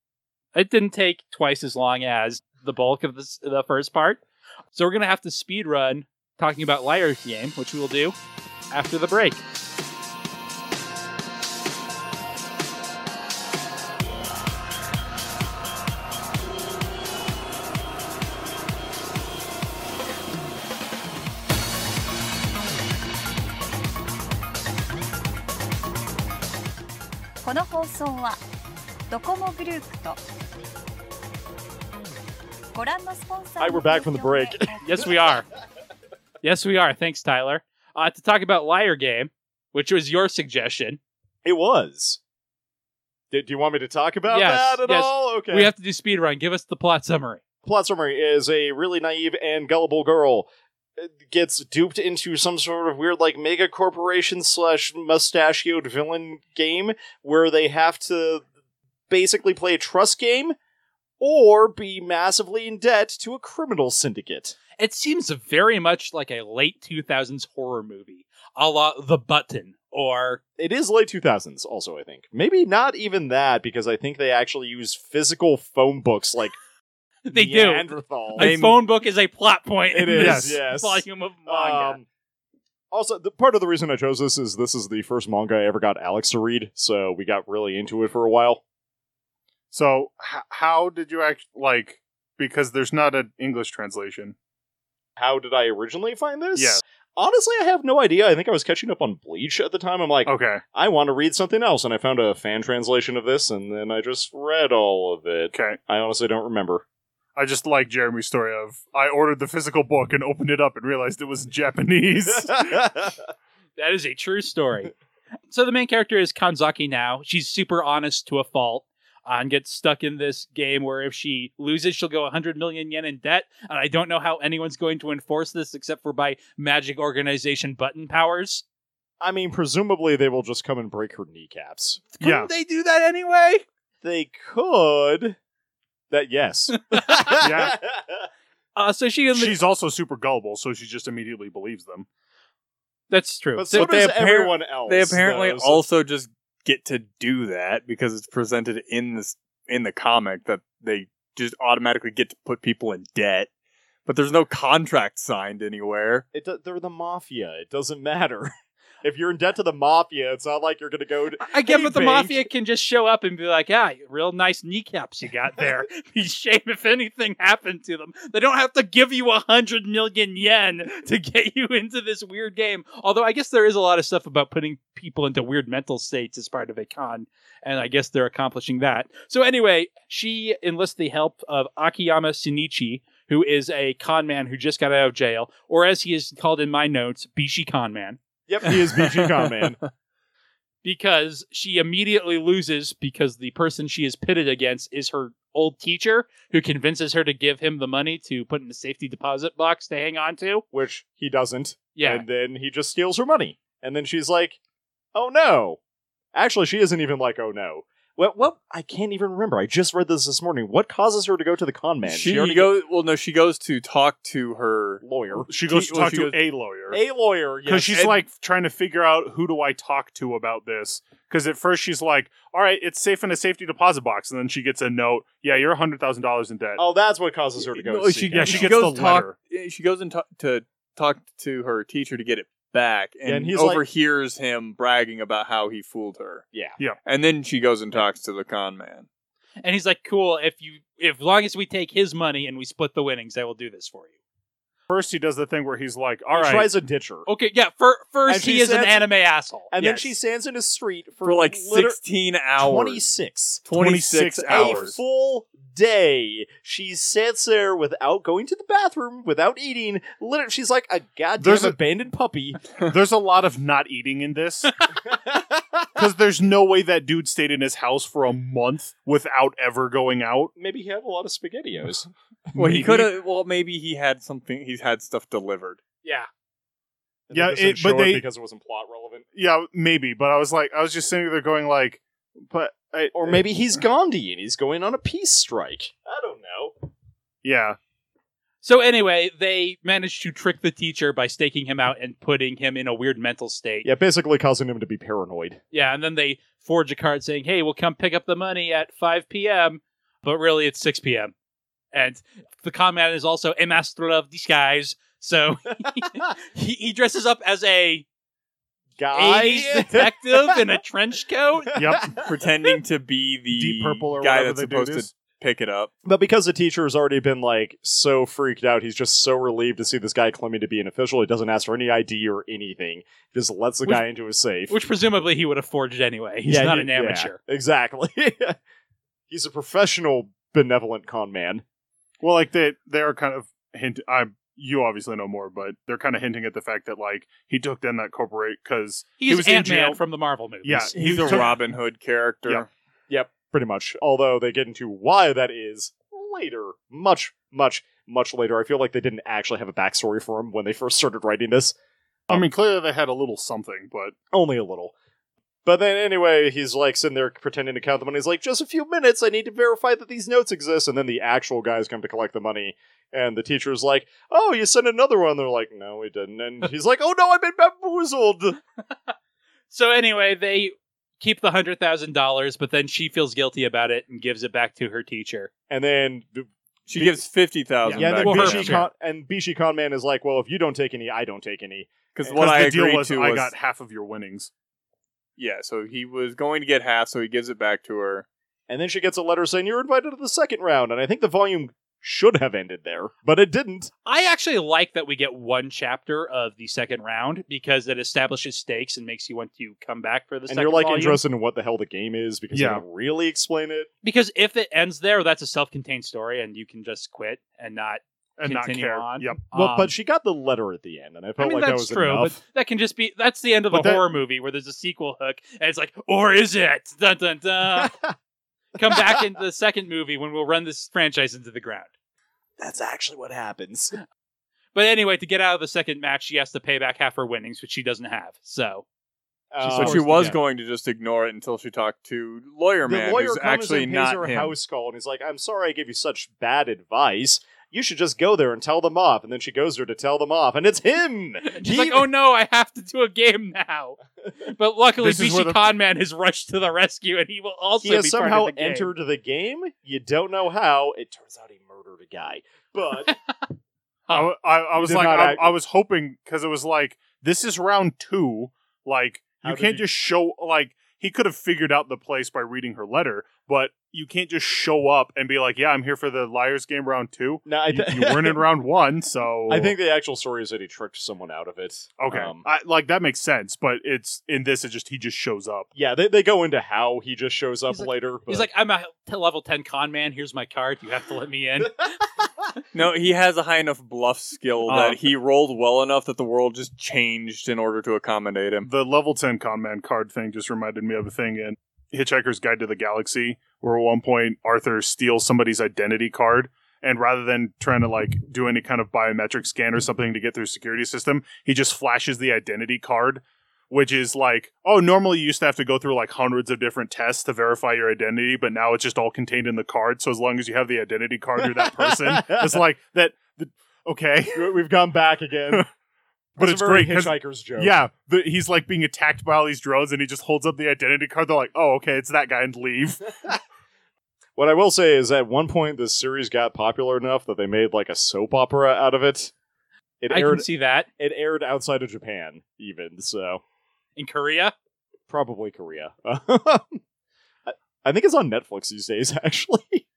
[SPEAKER 1] It didn't take twice as long as the bulk of this, the first part. So we're going to have to speed run talking about Liar's Game, which we will do after the break.
[SPEAKER 5] この放送はドコモグループとご覧のスポンサー
[SPEAKER 3] Hi, we're back from the break.
[SPEAKER 1] Yes, we are. Yes, we are. Thanks, Tyler. Uh, to talk about Liar Game, which was your suggestion,
[SPEAKER 3] It was. Did, do you want me to talk about
[SPEAKER 1] Yes,
[SPEAKER 3] that at
[SPEAKER 1] yes.
[SPEAKER 3] all? Okay.
[SPEAKER 1] we have to do speed run. Give us the plot summary.
[SPEAKER 3] plot summary is a really naive and gullible girl uh, gets duped into some sort of weird like mega corporation slash mustachioed villain game where they have to basically play a trust game or be massively in debt to a criminal syndicate.
[SPEAKER 1] It seems very much like a late 2000s horror movie, a la The Button or
[SPEAKER 3] It is late 2000s also I think. Maybe not even that because I think they actually use physical phone books like
[SPEAKER 1] They do.
[SPEAKER 3] Neanderthal.
[SPEAKER 1] A phone book is a plot point
[SPEAKER 3] It
[SPEAKER 1] in
[SPEAKER 3] is,
[SPEAKER 1] this
[SPEAKER 3] yes.
[SPEAKER 1] volume of manga.
[SPEAKER 3] Um, also, the, part of the reason I chose this is this is the first manga I ever got Alex to read, so we got really into it for a while.
[SPEAKER 2] So h- how did you act like because there's not an English translation.
[SPEAKER 3] How did I originally find this?
[SPEAKER 2] Yeah.
[SPEAKER 3] Honestly, I have no idea. I think I was catching up on Bleach at the time. I'm like,
[SPEAKER 2] Okay.
[SPEAKER 3] I want to read something else, and I found a fan translation of this, and then I just read all of it.
[SPEAKER 2] Okay.
[SPEAKER 3] I honestly don't remember.
[SPEAKER 2] I just like Jeremy's story of I ordered the physical book and opened it up and realized it was in Japanese.
[SPEAKER 1] That is a true story. so the main character is Kanzaki now. She's super honest to a fault uh, and gets stuck in this game where if she loses, she'll go 100 million yen in debt. And I don't know how anyone's going to enforce this except for by magic organization button powers.
[SPEAKER 3] I mean, presumably they will just come and break her kneecaps.
[SPEAKER 1] Couldn't
[SPEAKER 2] yeah.
[SPEAKER 1] they do that anyway?
[SPEAKER 3] They could. That yes.
[SPEAKER 2] Yeah.
[SPEAKER 1] Uh, so she.
[SPEAKER 2] She's also super gullible, so she just immediately believes them.
[SPEAKER 1] that's true.
[SPEAKER 3] But so
[SPEAKER 4] But they
[SPEAKER 3] does
[SPEAKER 4] appar-
[SPEAKER 3] everyone else.
[SPEAKER 4] They apparently
[SPEAKER 3] though, so-
[SPEAKER 4] also just get to do that because it's presented in this in the comic that they just automatically get to put people in debt. But there's no contract signed anywhere.
[SPEAKER 3] It do- they're the mafia. It doesn't matter. if you're in debt to the mafia, it's not like you're going to go. To-
[SPEAKER 1] I get,
[SPEAKER 3] Hey,
[SPEAKER 1] but the
[SPEAKER 3] Bank.
[SPEAKER 1] mafia can just show up and be like, "Ah, real nice kneecaps you got there. Be shame if anything happened to them. They don't have to give you a hundred million yen to get you into this weird game. Although I guess there is a lot of stuff about putting people into weird mental states as part of a con, and I guess they're accomplishing that. So anyway, she enlists the help of Akiyama Shinichi, who is a con man who just got out of jail, or as he is called in my notes, Bishi con man
[SPEAKER 3] yep, he is BG Con man.
[SPEAKER 1] because she immediately loses because the person she is pitted against is her old teacher who convinces her to give him the money to put in a safety deposit box to hang on to.
[SPEAKER 3] which he doesn't.
[SPEAKER 1] Yeah.
[SPEAKER 3] And then he just steals her money. And then she's like, oh no. Actually, she isn't even like, oh no. Well, well, I can't even remember. I just read this this morning. What causes her to go to the con man?
[SPEAKER 4] she
[SPEAKER 3] already
[SPEAKER 4] goes. Well, no, she goes to talk to her.
[SPEAKER 3] lawyer.
[SPEAKER 2] She goes
[SPEAKER 4] She-
[SPEAKER 2] to
[SPEAKER 4] well,
[SPEAKER 2] talk
[SPEAKER 4] she
[SPEAKER 2] to
[SPEAKER 4] goes-
[SPEAKER 2] a lawyer.
[SPEAKER 3] A lawyer, yes.
[SPEAKER 2] because she's
[SPEAKER 3] And-
[SPEAKER 2] like trying to figure out who do I talk to about this. Because at first she's like, "All right, it's safe in a safety deposit box," and then she gets a note. Yeah, you're hundred thousand dollars in debt.
[SPEAKER 3] oh, that's what causes her to go.
[SPEAKER 4] No,
[SPEAKER 3] to
[SPEAKER 4] she,
[SPEAKER 3] seek
[SPEAKER 2] yeah,
[SPEAKER 3] out
[SPEAKER 2] oh, she
[SPEAKER 3] help.
[SPEAKER 2] gets
[SPEAKER 4] goes
[SPEAKER 2] the
[SPEAKER 4] talk. eh,
[SPEAKER 2] letter.
[SPEAKER 4] She goes and talk, to talk to her teacher to get it back, and,
[SPEAKER 3] Yeah, and he's like-
[SPEAKER 4] overhears him bragging about how he fooled her.
[SPEAKER 3] Yeah.
[SPEAKER 4] And then she goes and talks to the con man.
[SPEAKER 1] And he's like, "Cool, if you if long as we take his money and we split the winnings, I will do this for you."
[SPEAKER 2] First, he does the thing where he's like, "All
[SPEAKER 3] he
[SPEAKER 2] right, Oh,
[SPEAKER 3] tries to ditch her.
[SPEAKER 1] Okay, yeah, fir- first
[SPEAKER 3] And
[SPEAKER 1] he
[SPEAKER 3] she
[SPEAKER 1] is an
[SPEAKER 3] said-
[SPEAKER 1] anime asshole.
[SPEAKER 3] And then
[SPEAKER 2] yes.
[SPEAKER 3] she stands in a street for,
[SPEAKER 4] For like
[SPEAKER 3] liter-
[SPEAKER 4] 16 hours.
[SPEAKER 3] 26.
[SPEAKER 4] 26
[SPEAKER 3] A
[SPEAKER 4] hours.
[SPEAKER 3] full day. She sits there without going to the bathroom, without eating. Literally, she's like a goddamn
[SPEAKER 2] There's a-
[SPEAKER 3] abandoned puppy.
[SPEAKER 2] there's a lot of not eating in this." Because there's no way that dude stayed in his house for a month without ever going out.
[SPEAKER 3] Maybe he had a lot of spaghettios.
[SPEAKER 4] Well, he
[SPEAKER 2] Maybe.
[SPEAKER 4] could have. Well, maybe he had something. He's had stuff delivered.
[SPEAKER 1] yeah.
[SPEAKER 3] And
[SPEAKER 2] Yeah,
[SPEAKER 3] they just didn't
[SPEAKER 2] it- but
[SPEAKER 3] show
[SPEAKER 2] they-
[SPEAKER 3] because it wasn't plot relevant.
[SPEAKER 2] Yeah, maybe. But I was like, I was just sitting there going like, but I,
[SPEAKER 3] Or maybe he's Gandhi and he's going on a peace strike. I don't know.
[SPEAKER 2] yeah,
[SPEAKER 1] So anyway, they manage to trick the teacher by staking him out and putting him in a weird mental state.
[SPEAKER 3] Yeah, basically causing him to be paranoid.
[SPEAKER 1] Yeah, and then they forge a card saying, "Hey, we'll come pick up the money at 5 p.m." But really, it's 6 p.m. And the con man is also a master of disguise, so he, he dresses up as a
[SPEAKER 3] Guy.
[SPEAKER 1] 80s detective in a trench coat.
[SPEAKER 2] Yep.
[SPEAKER 4] pretending to be the
[SPEAKER 2] deep purple or
[SPEAKER 4] guy
[SPEAKER 2] whatever
[SPEAKER 4] that's
[SPEAKER 2] the
[SPEAKER 4] supposed
[SPEAKER 2] dude
[SPEAKER 4] to
[SPEAKER 2] is.
[SPEAKER 4] pick it up.
[SPEAKER 3] But because the teacher has already been like so freaked out, he's just so relieved to see this guy claiming to be an official. He doesn't ask for any ID or anything. Just lets the
[SPEAKER 1] Which-
[SPEAKER 3] guy into his safe.
[SPEAKER 1] Which presumably he would have forged anyway. He's
[SPEAKER 3] Yeah,
[SPEAKER 1] not
[SPEAKER 3] he-
[SPEAKER 1] an
[SPEAKER 3] yeah,
[SPEAKER 1] amateur.
[SPEAKER 3] exactly. he's a professional benevolent con man.
[SPEAKER 2] Well, like they they're kind of hint. I you obviously know more, but they're kind of hinting at the fact that like he took down that corporate because
[SPEAKER 1] He's
[SPEAKER 2] was in
[SPEAKER 1] Ant Man
[SPEAKER 2] jail.
[SPEAKER 1] from the Marvel movies.
[SPEAKER 2] yeah
[SPEAKER 4] He's
[SPEAKER 2] he
[SPEAKER 4] a
[SPEAKER 2] took-
[SPEAKER 4] Robin Hood character.
[SPEAKER 2] Yeah.
[SPEAKER 3] Yep, pretty much. Although they get into why that is later. Much, much, much later. I feel like they didn't actually have a backstory for him when they first started writing this.
[SPEAKER 2] I mean, clearly they had a little something, but
[SPEAKER 3] Only a little. But then anyway, he's like sitting there pretending to count the money. He's like, just a few minutes, I need to verify that these notes exist. And then the actual guys come to collect the money. And the teacher's like, oh, you sent another one. They're like, no, we didn't. And he's like, oh no, I've been bamboozled.
[SPEAKER 1] So anyway, they keep the hundred thousand dollars, but then she feels guilty about it and gives it back to her teacher.
[SPEAKER 3] And then the
[SPEAKER 4] She gives fifty thousand.
[SPEAKER 3] yeah, and,
[SPEAKER 4] back
[SPEAKER 3] then
[SPEAKER 1] Well, her
[SPEAKER 3] Bishi
[SPEAKER 1] teacher.
[SPEAKER 3] Con- and Bishi Con Man is like, well, if you don't take any, I don't take any.
[SPEAKER 4] because
[SPEAKER 2] because
[SPEAKER 4] what I
[SPEAKER 2] the deal
[SPEAKER 4] agreed
[SPEAKER 2] was
[SPEAKER 4] to
[SPEAKER 2] I
[SPEAKER 4] was
[SPEAKER 2] got half of your winnings.
[SPEAKER 4] yeah. So he was going to get half, so he gives it back to her.
[SPEAKER 3] And then she gets a letter saying, You're invited to the second round. And I think the volume should have ended there, but it didn't.
[SPEAKER 1] I actually like that we get one chapter of the second round because it establishes stakes and makes you want to come back for the
[SPEAKER 3] and
[SPEAKER 1] second
[SPEAKER 3] you're like
[SPEAKER 1] volume.
[SPEAKER 3] interested in what the hell the game is because
[SPEAKER 2] Yeah.
[SPEAKER 3] they don't really explain it.
[SPEAKER 1] Because if it ends there, that's a self-contained story, and you can just quit and not.
[SPEAKER 2] and not
[SPEAKER 1] Continue
[SPEAKER 2] care.
[SPEAKER 1] on.
[SPEAKER 2] Yep.
[SPEAKER 3] Well,
[SPEAKER 1] um,
[SPEAKER 3] but she got the letter at the end, and I
[SPEAKER 1] I
[SPEAKER 3] felt
[SPEAKER 1] mean
[SPEAKER 3] like that
[SPEAKER 1] that's
[SPEAKER 3] was
[SPEAKER 1] true,
[SPEAKER 3] enough.
[SPEAKER 1] but that can just be that's the end of
[SPEAKER 2] But
[SPEAKER 1] a
[SPEAKER 2] that-
[SPEAKER 1] horror movie where there's a sequel hook, and it's like, or is it? Dun dun dun. Come back in the second movie when we'll run this franchise into the ground.
[SPEAKER 3] That's actually what happens.
[SPEAKER 1] But anyway, to get out of the second match, she has to pay back half her winnings, which she doesn't have. So
[SPEAKER 3] Uh,
[SPEAKER 4] so she was going to just ignore it until she talked to lawyer man,
[SPEAKER 3] the lawyer
[SPEAKER 4] who's
[SPEAKER 3] comes
[SPEAKER 4] actually
[SPEAKER 3] and pays
[SPEAKER 4] not
[SPEAKER 3] her a
[SPEAKER 4] him.
[SPEAKER 3] house call, and he's like, "I'm sorry, I gave you such bad advice. You should just go there and tell them off." And then she goes there to tell them off, and it's him.
[SPEAKER 1] she's
[SPEAKER 3] He-
[SPEAKER 1] like, "Oh no, I have to do a game now." But luckily,
[SPEAKER 2] This is where
[SPEAKER 1] Bishi
[SPEAKER 2] the-
[SPEAKER 1] Conman has rushed to the rescue, and he will also
[SPEAKER 3] he has
[SPEAKER 1] be
[SPEAKER 3] somehow
[SPEAKER 1] part of the game.
[SPEAKER 3] entered the game. You don't know how. It turns out he murdered a guy, but
[SPEAKER 2] I, wa- I, I was
[SPEAKER 3] Oh. did
[SPEAKER 2] like,
[SPEAKER 3] not
[SPEAKER 2] I,
[SPEAKER 3] act-
[SPEAKER 2] I was hoping because it was like, this is round two. Like,
[SPEAKER 3] How
[SPEAKER 2] you
[SPEAKER 3] did
[SPEAKER 2] can't
[SPEAKER 3] you-
[SPEAKER 2] just show. Like, he could have figured out the place by reading her letter, but you can't just show up and be like, yeah, I'm here for the liars game round two.
[SPEAKER 3] no, I
[SPEAKER 2] You,
[SPEAKER 3] th-
[SPEAKER 2] you weren't in round one, so
[SPEAKER 3] I think the actual story is that he tricked someone out of it.
[SPEAKER 2] okay,
[SPEAKER 3] Um,
[SPEAKER 2] I, like that makes sense. But it's in this, it just he just shows up.
[SPEAKER 3] yeah, they, they go into how he just shows up
[SPEAKER 1] He's like-
[SPEAKER 3] later. But
[SPEAKER 1] He's like, "I'm a t- level ten con man. Here's my card. You have to let me in."
[SPEAKER 4] No, he has a high enough bluff skill
[SPEAKER 2] Oh.
[SPEAKER 4] that he rolled well enough that the world just changed in order to accommodate him.
[SPEAKER 2] The level 10 con man card thing just reminded me of a thing in Hitchhiker's Guide to the Galaxy, where at one point Arthur steals somebody's identity card. And rather than trying to like do any kind of biometric scan or something to get through security system, he just flashes the identity card, which is like, oh, normally you used to have to go through like hundreds of different tests to verify your identity, but now it's just all contained in the card. So as long as you have the identity card, you're that person. it's like that. th- okay,
[SPEAKER 3] we've gone back again.
[SPEAKER 2] but
[SPEAKER 3] That's a
[SPEAKER 2] it's
[SPEAKER 3] very
[SPEAKER 2] great 'cause
[SPEAKER 3] Hitchhiker's joke.
[SPEAKER 2] yeah, the, he's like being attacked by all these drones, and he just holds up the identity card. They're like, "Oh, okay, it's that guy," and leave.
[SPEAKER 3] What I will say is, at one point, this series got popular enough that they made like a soap opera out of it. It
[SPEAKER 1] I can
[SPEAKER 3] aired.
[SPEAKER 1] see that
[SPEAKER 3] It aired outside of Japan, even so
[SPEAKER 1] in Korea.
[SPEAKER 3] probably Korea. I, I think it's on Netflix these days. Actually,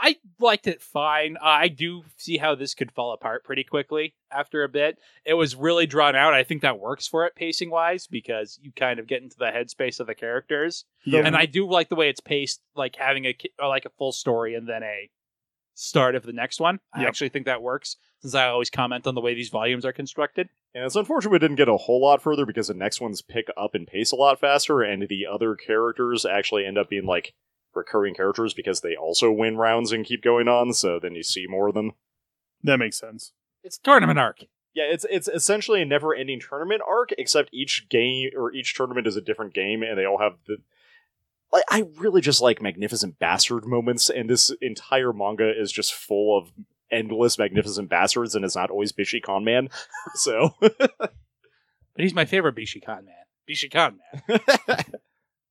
[SPEAKER 1] I liked it fine. Uh, I do see how this could fall apart pretty quickly after a bit. It was really drawn out. I think that works for it pacing wise because you kind of get into the headspace of the characters,
[SPEAKER 2] Yeah.
[SPEAKER 1] and I do like the way it's paced, like having a ki- or like a full story and then a start of the next one. I
[SPEAKER 2] Yep.
[SPEAKER 1] actually think that works since I always comment on the way these volumes are constructed.
[SPEAKER 3] and it's unfortunate we didn't get a whole lot further because the next ones pick up and pace a lot faster, and the other characters actually end up being like recurring characters because they also win rounds and keep going on. So then you see more of them.
[SPEAKER 2] that makes sense.
[SPEAKER 1] It's tournament arc.
[SPEAKER 3] Yeah, it's it's essentially a never-ending tournament arc, except each game or each tournament is a different game, and they all have the. Like, I really just like magnificent bastard moments, and this entire manga is just full of endless magnificent bastards, and it's not always Bishi Conman. so
[SPEAKER 1] But he's my favorite Bishikan man. Bishikan man.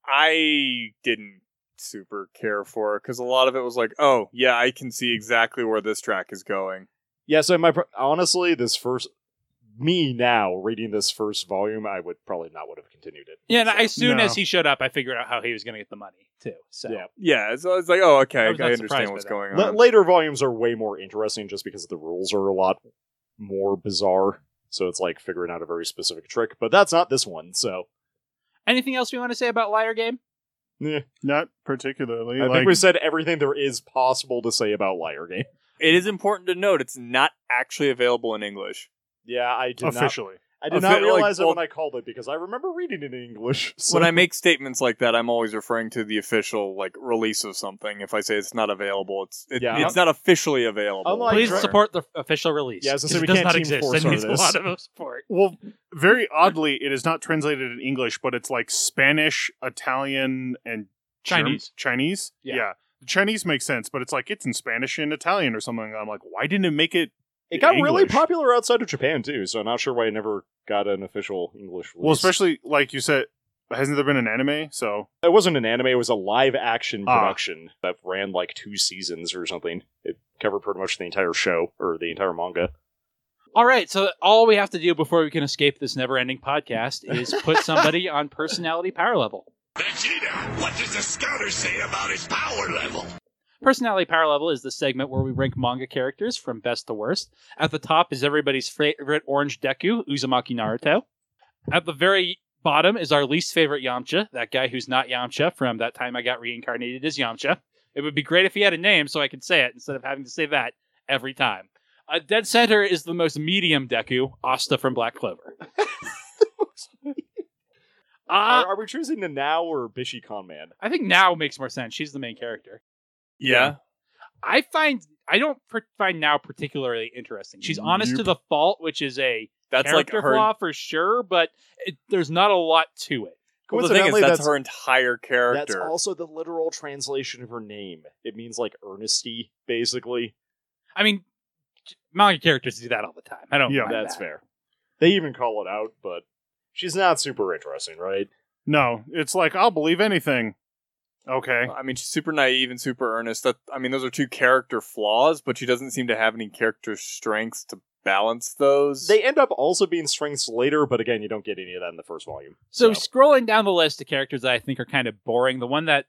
[SPEAKER 4] I didn't super care for because a lot of it was like, oh yeah, I can see exactly where this track is going.
[SPEAKER 3] yeah, so my pro- honestly, this first me now reading this first volume, I would probably not would have continued it.
[SPEAKER 1] Yeah, and I- as soon
[SPEAKER 2] No.
[SPEAKER 1] as he showed up, I figured out how he was going to get the money too. So
[SPEAKER 3] Yeah.
[SPEAKER 4] Yeah, so it's like, oh okay,
[SPEAKER 1] I
[SPEAKER 4] I,
[SPEAKER 1] was not surprised
[SPEAKER 4] understand
[SPEAKER 1] by
[SPEAKER 4] what's
[SPEAKER 1] that.
[SPEAKER 4] going
[SPEAKER 3] La-
[SPEAKER 4] on.
[SPEAKER 3] later volumes are way more interesting just because the rules are a lot more bizarre. So it's like figuring out a very specific trick, but that's not this one. So
[SPEAKER 1] anything else we want to say about Liar Game?
[SPEAKER 2] Not particularly.
[SPEAKER 3] I
[SPEAKER 2] like,
[SPEAKER 3] think we said everything there is possible to say about Liar Game.
[SPEAKER 4] it is important to note it's not actually available in English.
[SPEAKER 3] Yeah, I did not.
[SPEAKER 2] officially.
[SPEAKER 3] I did
[SPEAKER 4] Offi-
[SPEAKER 3] not
[SPEAKER 4] like,
[SPEAKER 3] realize
[SPEAKER 4] well-
[SPEAKER 3] that when I called it because I remember reading it in English. So
[SPEAKER 4] When I make statements like that, I'm always referring to the official like release of something. If I say it's not available, it's it,
[SPEAKER 3] Yeah.
[SPEAKER 4] it's not officially available.
[SPEAKER 3] Unlike-
[SPEAKER 1] Please
[SPEAKER 3] Sure.
[SPEAKER 1] support the official release.
[SPEAKER 3] Yeah, I was gonna
[SPEAKER 1] 'cause
[SPEAKER 3] say,
[SPEAKER 1] it
[SPEAKER 3] we
[SPEAKER 1] does
[SPEAKER 3] can't
[SPEAKER 1] not
[SPEAKER 3] team
[SPEAKER 1] exist
[SPEAKER 3] force
[SPEAKER 1] and
[SPEAKER 3] on
[SPEAKER 1] needs a
[SPEAKER 3] this.
[SPEAKER 1] lot of support.
[SPEAKER 2] Well, very oddly, it is not translated in English, but it's like Spanish, Italian, and Germ-
[SPEAKER 1] Chinese.
[SPEAKER 2] Chinese.
[SPEAKER 1] Yeah.
[SPEAKER 2] Yeah. The Chinese makes sense, but it's like it's in Spanish and Italian or something. I'm like, why didn't it make it?
[SPEAKER 3] it got really
[SPEAKER 2] English?
[SPEAKER 3] popular outside of Japan too, so I'm not sure why it never got an official English release.
[SPEAKER 2] Well, especially like you said, hasn't there been an anime? So
[SPEAKER 3] it wasn't an anime; it was a live action
[SPEAKER 2] Ah.
[SPEAKER 3] production that ran like two seasons or something. It covered pretty much the entire show or the entire manga.
[SPEAKER 1] all right, so all we have to do before we can escape this never-ending podcast is put somebody on personality power level.
[SPEAKER 6] Vegeta, what does the scouter say about his power level?
[SPEAKER 1] Personality Power Level is the segment where we rank manga characters from best to worst. At the top is everybody's favorite Orange Deku, Uzumaki Naruto. At the very bottom is our least favorite Yamcha, that guy who's not Yamcha from that time I got reincarnated as Yamcha. It would be great if he had a name so I could say it instead of having to say that every time. Uh, dead center is the most medium Deku, Asta from Black Clover. Ah,
[SPEAKER 4] Uh,
[SPEAKER 3] are, are we choosing the now or Bishikon man?
[SPEAKER 1] Uh, I think now makes more sense. She's the main character.
[SPEAKER 4] Yeah.
[SPEAKER 1] I find I don't per- find now particularly interesting. She's honest
[SPEAKER 4] Nope.
[SPEAKER 1] to the fault, which is a
[SPEAKER 4] That's like
[SPEAKER 1] character
[SPEAKER 4] her.
[SPEAKER 1] flaw for sure, but it, there's not a lot to it.
[SPEAKER 4] Well, the thing is,
[SPEAKER 3] Coincidentally,
[SPEAKER 4] that's,
[SPEAKER 3] that's-
[SPEAKER 4] her entire
[SPEAKER 3] That's
[SPEAKER 4] character.
[SPEAKER 3] also the literal translation of her name. It means like earnesty, basically.
[SPEAKER 1] I mean, manga characters do that all the time. I don't.
[SPEAKER 2] Yeah.
[SPEAKER 1] mind
[SPEAKER 3] That's
[SPEAKER 1] that.
[SPEAKER 3] fair. They even call it out, but she's not super interesting, right?
[SPEAKER 2] No, it's like I'll believe anything. Okay.
[SPEAKER 4] I mean, she's super naive and super earnest. That I mean, those are two character flaws, but she doesn't seem to have any character strengths to balance those.
[SPEAKER 3] They end up also being strengths later, but again, you don't get any of that in the first volume.
[SPEAKER 1] So, scrolling down the list of characters that I think are kind of boring, the one that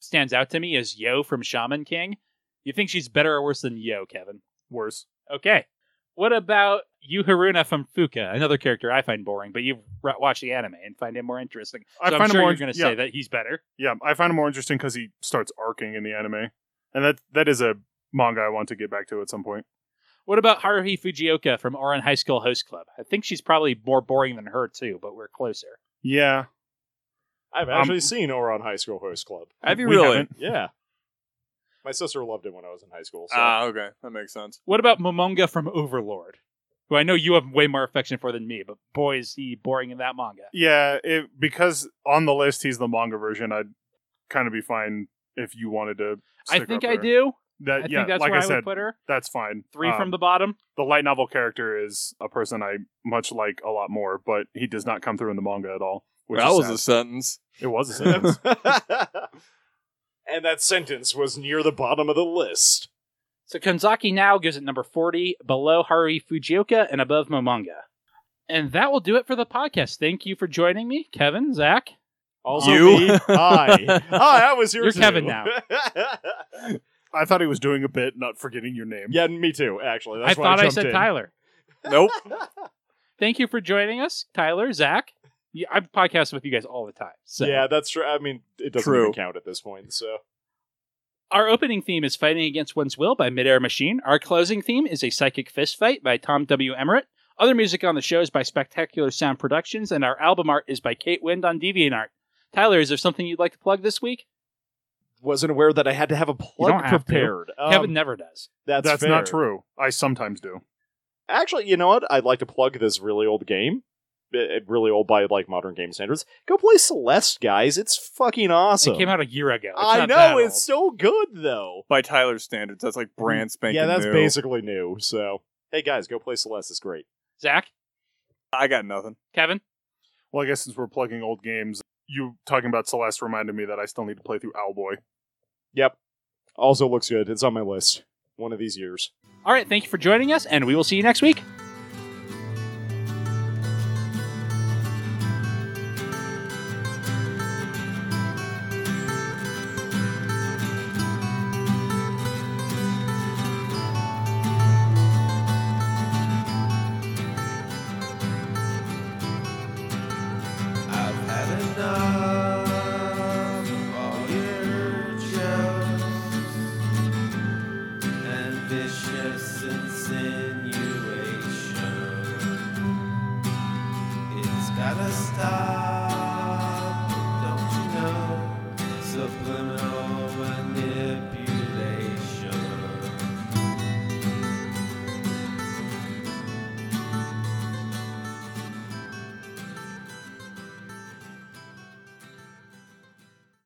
[SPEAKER 1] stands out to me is Yo from Shaman King. You think she's better or worse than Yo, Kevin?
[SPEAKER 2] Worse.
[SPEAKER 1] Okay. What about Yu Haruna from Fuka? Another character I find boring, but you've re- watched the anime and find him more interesting.
[SPEAKER 2] I
[SPEAKER 1] So I am
[SPEAKER 2] find
[SPEAKER 1] sure
[SPEAKER 2] him more
[SPEAKER 1] you're going to
[SPEAKER 2] yeah,
[SPEAKER 1] say that he's better.
[SPEAKER 2] Yeah, I find him more interesting because he starts arcing in the anime, and that that is a manga I want to get back to at some point.
[SPEAKER 1] What about Haruhi Fujioka from Oran High School Host Club? I think she's probably more boring than her too, but we're closer.
[SPEAKER 2] Yeah,
[SPEAKER 3] I've
[SPEAKER 2] Um,
[SPEAKER 3] actually seen Oron High School Host Club.
[SPEAKER 4] have you
[SPEAKER 2] we
[SPEAKER 4] really?
[SPEAKER 2] haven't.
[SPEAKER 3] Yeah. My sister loved it when I was in high school. So.
[SPEAKER 4] Ah, okay, that makes sense.
[SPEAKER 1] What about Momonga from Overlord? Who I know you have way more affection for than me, but boy is he boring in that manga.
[SPEAKER 2] yeah, it, because on the list he's the manga version. I'd kind of be fine if you wanted to.
[SPEAKER 1] I
[SPEAKER 2] stick
[SPEAKER 1] think
[SPEAKER 2] her
[SPEAKER 1] I
[SPEAKER 2] up there.
[SPEAKER 1] do. I
[SPEAKER 2] That
[SPEAKER 1] think
[SPEAKER 2] yeah,
[SPEAKER 1] that's
[SPEAKER 2] like
[SPEAKER 1] where
[SPEAKER 2] I
[SPEAKER 1] I, would
[SPEAKER 2] said,
[SPEAKER 1] put her.
[SPEAKER 2] that's fine.
[SPEAKER 1] Three
[SPEAKER 2] Um,
[SPEAKER 1] from the bottom.
[SPEAKER 2] the light novel character is a person I much like a lot more, but he does not come through in the manga at all. Which
[SPEAKER 4] that
[SPEAKER 2] is
[SPEAKER 4] was
[SPEAKER 2] sad.
[SPEAKER 4] a sentence.
[SPEAKER 2] it was a sentence.
[SPEAKER 3] and that sentence was near the bottom of the list.
[SPEAKER 1] So Kanzaki now gives it number 40, below Haruhi Fujioka, and above Momonga. And that will do it for the podcast. Thank you for joining me, Kevin, Zach.
[SPEAKER 3] Also,
[SPEAKER 4] You?
[SPEAKER 3] me, I. Hi, I was here
[SPEAKER 1] You're
[SPEAKER 3] too.
[SPEAKER 1] Kevin now.
[SPEAKER 2] I thought he was doing a bit, not forgetting your name.
[SPEAKER 3] yeah, me too, actually. That's
[SPEAKER 1] I
[SPEAKER 3] why
[SPEAKER 1] thought I
[SPEAKER 3] jumped
[SPEAKER 1] said
[SPEAKER 3] in.
[SPEAKER 1] Tyler.
[SPEAKER 4] Nope.
[SPEAKER 1] Thank you for joining us, Tyler, Zach. Yeah, I podcast with you guys all the time. So
[SPEAKER 3] Yeah, that's true. I mean, it doesn't
[SPEAKER 4] True.
[SPEAKER 3] even count at this point, so.
[SPEAKER 1] Our opening theme is Fighting Against One's Will by Midair Machine. Our closing theme is A Psychic Fist Fight by Tom W. Emmerich. Other music on the show is by Spectacular Sound Productions, and our album art is by Kate Wind on DeviantArt. Tyler, is there something you'd like to plug this week?
[SPEAKER 3] Wasn't aware that I had to have a
[SPEAKER 1] You
[SPEAKER 3] plug
[SPEAKER 1] don't have to.
[SPEAKER 3] prepared. Um,
[SPEAKER 1] Kevin never does.
[SPEAKER 3] that's
[SPEAKER 2] that's not
[SPEAKER 3] fair.
[SPEAKER 2] true. I sometimes do.
[SPEAKER 3] Actually, you know what? I'd like to plug this really old game. It- it really old by like modern game standards. Go play Celeste, guys. It's fucking awesome.
[SPEAKER 1] It came out a year ago. It's
[SPEAKER 3] I
[SPEAKER 1] not that
[SPEAKER 3] know
[SPEAKER 1] old.
[SPEAKER 3] it's so good though.
[SPEAKER 4] By Tyler's standards, that's like brand spanking.
[SPEAKER 3] yeah, that's
[SPEAKER 4] new.
[SPEAKER 3] basically new. So, hey guys, go play Celeste. It's great.
[SPEAKER 1] Zach,
[SPEAKER 4] I got nothing.
[SPEAKER 1] Kevin,
[SPEAKER 2] Well, I guess since we're plugging old games, you talking about Celeste reminded me that I still need to play through Owlboy.
[SPEAKER 3] Yep. Also looks good. It's on my list. One of these years.
[SPEAKER 1] All right, thank you for joining us, and we will see you next week.
[SPEAKER 6] I've had enough of all your jokes and vicious insinuation. It's gotta stop, don't you know? Subliminal